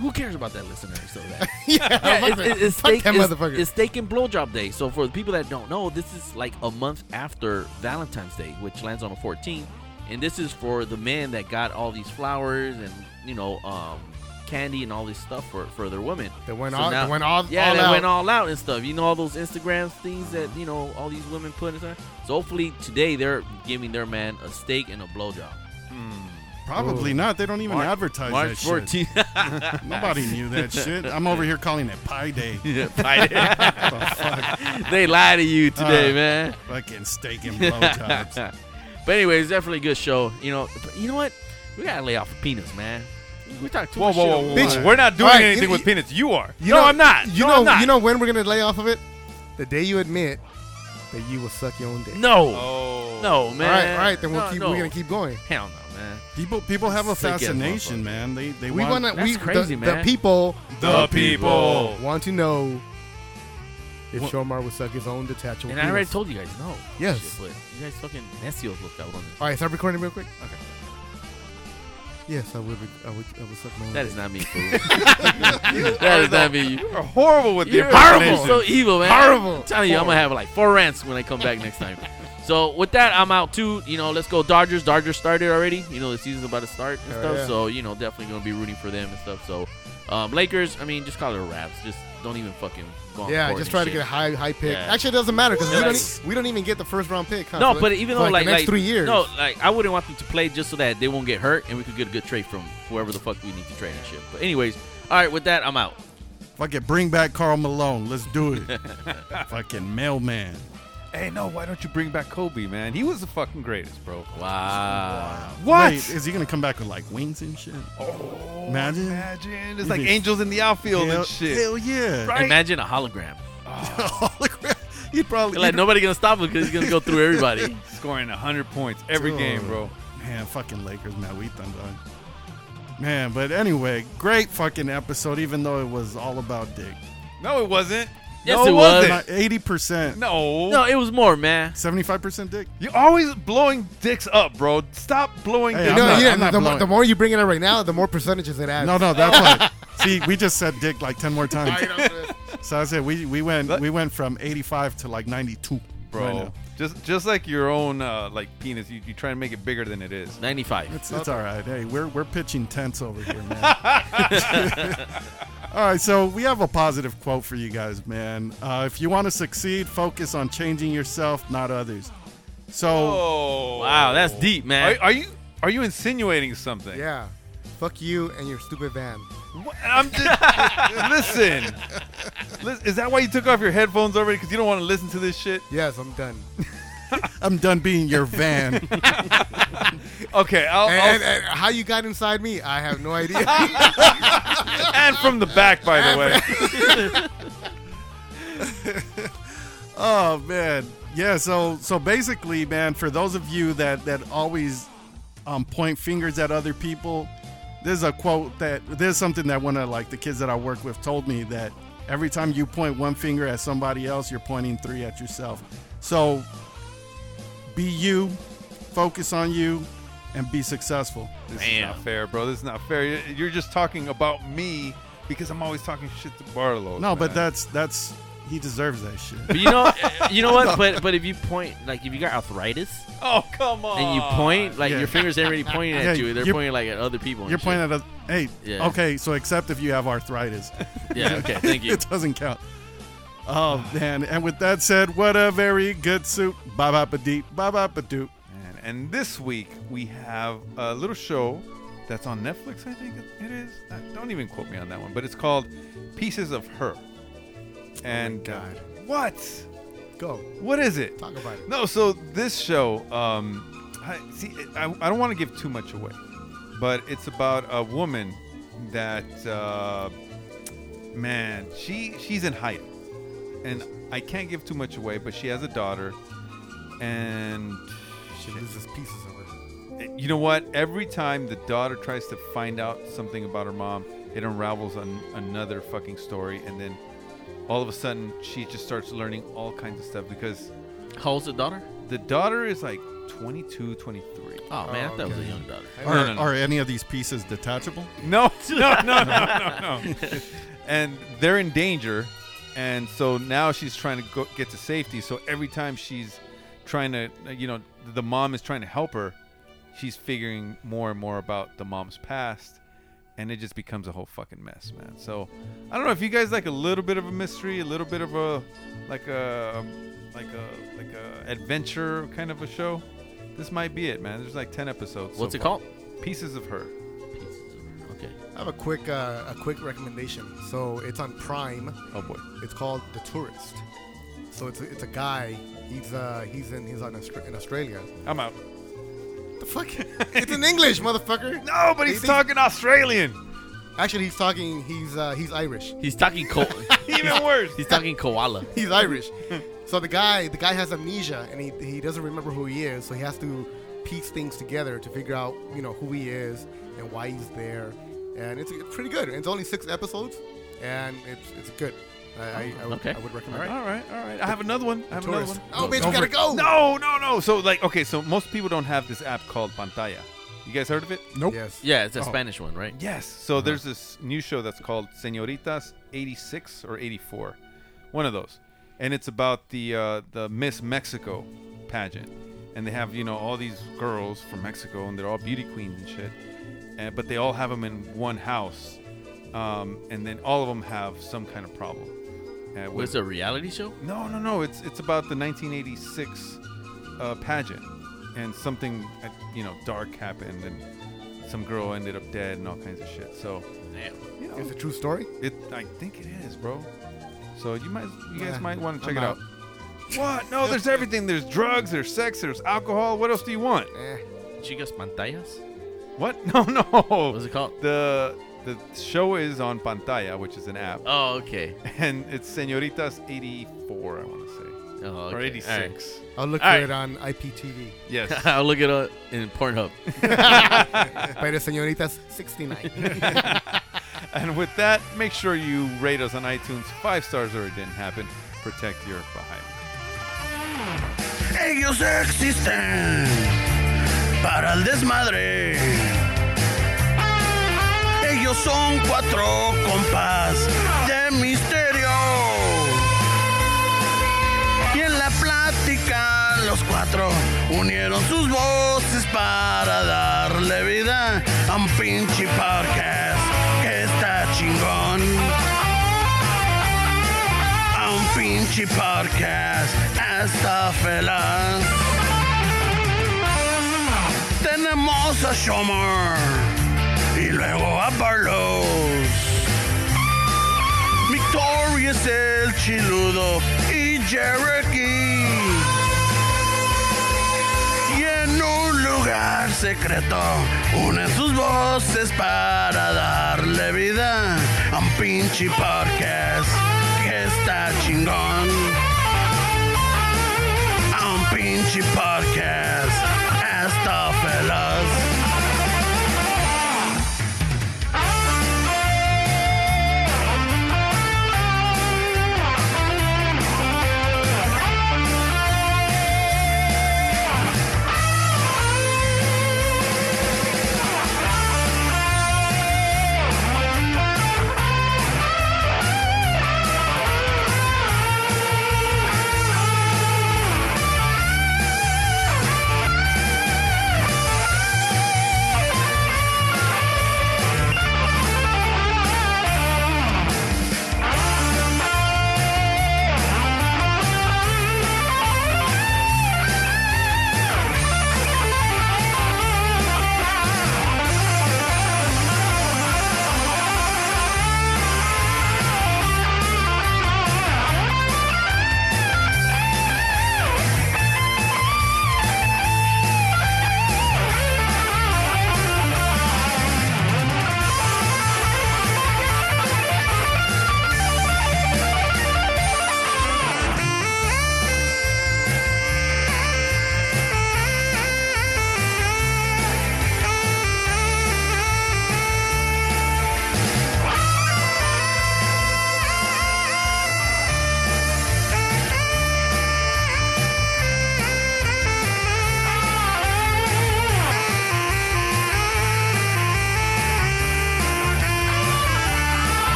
[SPEAKER 6] who cares about that listener? So that
[SPEAKER 8] Yeah, fuck
[SPEAKER 6] it's,
[SPEAKER 8] that-
[SPEAKER 6] it's, it's
[SPEAKER 8] fuck
[SPEAKER 6] steak,
[SPEAKER 8] that
[SPEAKER 6] it's-
[SPEAKER 8] motherfucker.
[SPEAKER 6] it's steak and blowjob day. So for the people that don't know, this is like a month after Valentine's Day, which lands on the 14th, and this is for the men that got all these flowers and you know um, candy and all this stuff for for their women.
[SPEAKER 8] That went all- that went all-
[SPEAKER 6] yeah,
[SPEAKER 8] all
[SPEAKER 6] they
[SPEAKER 8] out.
[SPEAKER 6] went all out and stuff. You know all those Instagram things that you know all these women put in. So hopefully today they're giving their man a steak and a blowjob.
[SPEAKER 5] Probably
[SPEAKER 6] Ooh.
[SPEAKER 5] not. They don't even
[SPEAKER 6] Oh. March-
[SPEAKER 5] advertise
[SPEAKER 6] March
[SPEAKER 5] that shit.
[SPEAKER 6] 14th.
[SPEAKER 5] Nobody knew that shit. I'm over here calling it Pi Day.
[SPEAKER 6] Yeah, Pi Day.
[SPEAKER 5] What the fuck?
[SPEAKER 6] They lie to you today,
[SPEAKER 5] Uh,
[SPEAKER 6] man.
[SPEAKER 5] Fucking steak and blowjobs.
[SPEAKER 6] but anyways, definitely a good show. You know, but you know what? We gotta lay off the peanuts, man. We talked too
[SPEAKER 7] Whoa,
[SPEAKER 6] much
[SPEAKER 7] whoa,
[SPEAKER 6] shit.
[SPEAKER 7] whoa, whoa. Bitch, we're not doing
[SPEAKER 8] All right,
[SPEAKER 7] anything
[SPEAKER 8] you-
[SPEAKER 7] with peanuts. You are.
[SPEAKER 8] you
[SPEAKER 7] no,
[SPEAKER 8] know,
[SPEAKER 7] I'm not.
[SPEAKER 8] You
[SPEAKER 7] No,
[SPEAKER 8] know,
[SPEAKER 7] I'm not.
[SPEAKER 8] you know when we're gonna lay off of it? The day you admit that you will suck your own dick.
[SPEAKER 6] No.
[SPEAKER 7] Oh.
[SPEAKER 6] No, man.
[SPEAKER 8] All right, all right. Then we'll
[SPEAKER 6] No,
[SPEAKER 8] keep.
[SPEAKER 6] no.
[SPEAKER 8] We're gonna keep going.
[SPEAKER 6] Hell no, man.
[SPEAKER 5] People people have a
[SPEAKER 6] Sick ass
[SPEAKER 5] fascination, man. They they
[SPEAKER 8] We
[SPEAKER 5] want
[SPEAKER 8] wanna. we,
[SPEAKER 6] That's crazy,
[SPEAKER 8] the,
[SPEAKER 6] man.
[SPEAKER 8] The people.
[SPEAKER 7] The people.
[SPEAKER 8] want to know if
[SPEAKER 6] What-
[SPEAKER 8] Shomar would suck his own detachable.
[SPEAKER 6] And I already
[SPEAKER 8] penis.
[SPEAKER 6] told you guys no.
[SPEAKER 8] Yes.
[SPEAKER 6] Shit, but you guys fucking necios looked out on this.
[SPEAKER 8] All right, start recording real quick.
[SPEAKER 6] Okay.
[SPEAKER 8] Yes, I would. I would. I would suck my own.
[SPEAKER 6] That
[SPEAKER 8] dick.
[SPEAKER 6] is not me, fool. that is not me.
[SPEAKER 7] You are horrible with
[SPEAKER 6] You're
[SPEAKER 7] the
[SPEAKER 6] horrible.
[SPEAKER 7] impersonation.
[SPEAKER 6] So evil, man.
[SPEAKER 7] Horrible.
[SPEAKER 6] I'm telling you, I'm gonna have like four rants when I come back next time. So with that, I'm out too. You know, let's go Dodgers. Dodgers started already. You know, the season's about to start and
[SPEAKER 8] Hell
[SPEAKER 6] stuff.
[SPEAKER 8] yeah.
[SPEAKER 6] So you know, definitely gonna be rooting for them and stuff. So um, Lakers. I mean, just call it a wraps. Just don't even fucking go. On the
[SPEAKER 8] Yeah,
[SPEAKER 6] court
[SPEAKER 8] just
[SPEAKER 6] and
[SPEAKER 8] try to
[SPEAKER 6] shit.
[SPEAKER 8] get a high high pick.
[SPEAKER 6] Yeah.
[SPEAKER 8] Actually, it doesn't matter because we
[SPEAKER 6] What?
[SPEAKER 8] don't e- we don't even get the first round pick. Huh?
[SPEAKER 6] No,
[SPEAKER 8] For
[SPEAKER 6] but
[SPEAKER 8] the-
[SPEAKER 6] even
[SPEAKER 8] for
[SPEAKER 6] though
[SPEAKER 8] like,
[SPEAKER 6] like,
[SPEAKER 8] the next
[SPEAKER 6] like-
[SPEAKER 8] three years.
[SPEAKER 6] no, like I wouldn't want them to play just so that they won't get hurt and we could get a good trade from whoever the fuck we need to trade and shit. But anyways, all right, with that, I'm out.
[SPEAKER 5] Fucking bring back Carl Malone. Let's do it. Fucking mailman.
[SPEAKER 7] Hey, no, why don't you bring back Kobe, man? He was the fucking greatest, bro.
[SPEAKER 6] Wow.
[SPEAKER 7] What?
[SPEAKER 5] Wait, is he gonna come back with like wings and shit?
[SPEAKER 7] Oh,
[SPEAKER 5] Imagine.
[SPEAKER 7] Imagine. It's
[SPEAKER 5] You'd
[SPEAKER 7] like
[SPEAKER 5] be-
[SPEAKER 7] angels in the outfield
[SPEAKER 5] hell,
[SPEAKER 7] and shit.
[SPEAKER 5] Hell yeah.
[SPEAKER 7] Right?
[SPEAKER 6] Imagine a hologram.
[SPEAKER 5] You'd probably
[SPEAKER 6] Like nobody gonna stop him because he's gonna go through everybody.
[SPEAKER 7] Scoring 100 points every
[SPEAKER 5] Dude.
[SPEAKER 7] game, bro.
[SPEAKER 5] Man, fucking Lakers, man. We thunder. Man, but anyway, great fucking episode, even though it was all about dick.
[SPEAKER 7] No, it wasn't.
[SPEAKER 6] Yes,
[SPEAKER 7] no,
[SPEAKER 6] it was.
[SPEAKER 7] wasn't.
[SPEAKER 5] 80%.
[SPEAKER 7] No.
[SPEAKER 6] No, it was more, man.
[SPEAKER 5] 75% dick?
[SPEAKER 7] You're always blowing dicks up, bro. Stop blowing
[SPEAKER 5] Hey,
[SPEAKER 7] dicks
[SPEAKER 5] I'm
[SPEAKER 8] no,
[SPEAKER 7] up.
[SPEAKER 5] not-
[SPEAKER 8] yeah,
[SPEAKER 5] I'm not
[SPEAKER 8] the, mo-
[SPEAKER 5] blowing.
[SPEAKER 8] the more you bring it up right now, the more percentages it adds.
[SPEAKER 5] No, no, that's why. See, we just said dick like 10 more
[SPEAKER 8] All right,
[SPEAKER 5] times.
[SPEAKER 8] I'm gonna-
[SPEAKER 5] So I said we, we went we went from 85 to like 92.
[SPEAKER 7] bro.
[SPEAKER 5] right now.
[SPEAKER 7] just just like your own uh, like penis, you, you try to make it bigger than it is.
[SPEAKER 6] Ninety-five.
[SPEAKER 5] It's, it's all right. Hey, we're, we're pitching tents over here, man. All right, so we have a positive quote for you guys, man. Uh, if you want to succeed, focus on changing yourself, not others. So,
[SPEAKER 7] Oh
[SPEAKER 6] Wow, that's deep, man.
[SPEAKER 7] Are, are you are you insinuating something?
[SPEAKER 8] yeah, fuck you and your stupid van.
[SPEAKER 7] What- I'm just, listen, Lis- Is that why you took off your headphones already? Because you don't want to listen to this shit.
[SPEAKER 8] Yes, I'm done.
[SPEAKER 5] I'm done being your van.
[SPEAKER 7] Okay, I'll,
[SPEAKER 8] And,
[SPEAKER 7] I'll,
[SPEAKER 8] and- and how you got inside me, I have no idea.
[SPEAKER 7] and from the back, by the way.
[SPEAKER 5] oh man, yeah. So so basically, man, for those of you that that always um, point fingers at other people, there's a quote that there's something that one of like the kids that I work with told me that every time you point one finger at somebody else, you're pointing three at yourself. So be you, focus on you, and be successful.
[SPEAKER 7] This
[SPEAKER 6] Damn.
[SPEAKER 7] is not fair, bro. This is not fair. You- You're just talking about me because I'm always talking shit to Barlow.
[SPEAKER 5] No, but
[SPEAKER 7] man.
[SPEAKER 5] that's that's he deserves that shit.
[SPEAKER 6] But you know, you know what? But but if you point, like if you got arthritis
[SPEAKER 7] Oh come on.
[SPEAKER 6] and you point, like
[SPEAKER 5] Yeah.
[SPEAKER 6] your fingers ain't really pointing
[SPEAKER 5] Yeah,
[SPEAKER 6] at you; they're
[SPEAKER 5] you're-
[SPEAKER 6] pointing like at other people. and
[SPEAKER 5] You're
[SPEAKER 6] shit.
[SPEAKER 5] pointing at a hey.
[SPEAKER 6] Yeah.
[SPEAKER 5] Okay, so except if you have arthritis.
[SPEAKER 6] Yeah. Okay. Thank you.
[SPEAKER 5] it doesn't count. Oh man! And with that said, what a very good soup. Ba ba ba deep, ba ba ba doop.
[SPEAKER 7] Man, and this week we have a little show that's on Netflix, I think it is. Uh, Don't even quote me on that one, but it's called Pieces of Her. And God. what?
[SPEAKER 8] Go
[SPEAKER 7] What is it?
[SPEAKER 8] talk about it.
[SPEAKER 7] No, so this show, um, I, see, I, I don't want to give too much away, but it's about a woman that, uh, man, she she's in hiding, and I can't give too much away. But she has a daughter, and
[SPEAKER 8] she loses pieces of her.
[SPEAKER 7] you know what? Every time the daughter tries to find out something about her mom, it unravels on another fucking story, and then all of a sudden she just starts learning all kinds of stuff because.
[SPEAKER 6] How old's the daughter?
[SPEAKER 7] The daughter is like 22, 23.
[SPEAKER 6] Oh man, I thought it was a young daughter.
[SPEAKER 5] Are, are any of these pieces detachable?
[SPEAKER 7] No, no, no, no, no, no. and they're in danger, and so now she's trying to go, get to safety. So every time she's trying to, you know, the mom is trying to help her, she's figuring more and more about the mom's past, and it just becomes a whole fucking mess, man. So I don't know if you guys like a little bit of a mystery, a little bit of a like a like a like a adventure kind of a show. This might be it, man. There's like ten episodes. so
[SPEAKER 6] What's it
[SPEAKER 7] far.
[SPEAKER 6] called?
[SPEAKER 7] Pieces of Her.
[SPEAKER 8] I have a quick uh, a quick recommendation. So it's on Prime.
[SPEAKER 7] Oh boy.
[SPEAKER 8] It's called The Tourist. So it's a, it's a guy. He's uh he's in he's on Austra- in Australia.
[SPEAKER 7] I'm out.
[SPEAKER 8] The fuck? it's in English, motherfucker.
[SPEAKER 7] No, but he's talking Australian.
[SPEAKER 8] Actually, he's talking. He's uh he's Irish.
[SPEAKER 6] He's talking ko-
[SPEAKER 7] Even worse.
[SPEAKER 6] He's talking koala.
[SPEAKER 8] He's Irish. so the guy, the guy has amnesia, and he, he doesn't remember who he is. So he has to piece things together to figure out, you know, who he is and why he's there. And it's, it's pretty good. It's only six episodes, and it's it's good. I, I, I, would,
[SPEAKER 7] Okay.
[SPEAKER 8] I would recommend.
[SPEAKER 7] All right, all right. I have another one. I have another one.
[SPEAKER 8] Oh, bitch, we gotta go.
[SPEAKER 7] No, no, no. So like, okay, so most people don't have this app called Pantalla. You guys heard of it?
[SPEAKER 8] Nope. Yes.
[SPEAKER 6] Yeah, it's a Spanish one, right?
[SPEAKER 7] Yes. So
[SPEAKER 8] Uh-huh.
[SPEAKER 7] there's this new show that's called Señoritas 86 or 84, one of those, and it's about the uh, the Miss Mexico pageant, and they have you know all these girls from Mexico, and they're all beauty queens and shit, and, but they all have them in one house, um, and then all of them have some kind of problem. Uh,
[SPEAKER 6] Was
[SPEAKER 7] with-
[SPEAKER 6] it a reality show?
[SPEAKER 7] no, no, no. It's it's about the 1986 uh, pageant, and something uh, you know dark happened, and some girl ended up dead, and all kinds of shit. So, you know,
[SPEAKER 8] It's a true story.
[SPEAKER 7] It, I think it is, bro. So you might, you guys
[SPEAKER 8] Nah,
[SPEAKER 7] might want to check
[SPEAKER 8] I'm
[SPEAKER 7] it
[SPEAKER 8] out.
[SPEAKER 7] out. What? No, there's everything. There's drugs. There's sex. Therere's alcohol. What else do you want?
[SPEAKER 8] Eh,
[SPEAKER 6] Chicas pantallas.
[SPEAKER 7] What? No, no. What's
[SPEAKER 6] it called?
[SPEAKER 7] The the show is on Pantalla, which is an app.
[SPEAKER 6] Oh, okay.
[SPEAKER 7] And it's Senoritas 84, I want to say.
[SPEAKER 6] Oh,
[SPEAKER 7] Or
[SPEAKER 6] okay.
[SPEAKER 7] 86.
[SPEAKER 6] All right.
[SPEAKER 8] I'll look
[SPEAKER 6] All
[SPEAKER 8] for
[SPEAKER 6] right.
[SPEAKER 8] it on IPTV.
[SPEAKER 7] Yes.
[SPEAKER 6] I'll look it up in Pornhub.
[SPEAKER 8] By the señoritas 69.
[SPEAKER 7] and with that, make sure you rate us on iTunes. Five stars or it didn't happen. Protect your behind.
[SPEAKER 12] Ellos existen para el desmadre. Ellos son cuatro compas de misterio. Y en la plática los cuatro unieron sus voces para darle vida a un pinche podcast que está chingón. A un pinche podcast está feliz. Tenemos a Shomer y luego a Barlows. Victoria es el chiludo y Cherokee. Y en un lugar secreto unen sus voces para darle vida a un pinche podcast que está chingón. A un pinche podcast está feliz.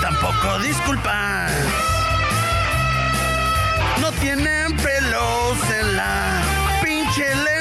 [SPEAKER 8] tampoco disculpas. No tienen pelos en la pinche lengua.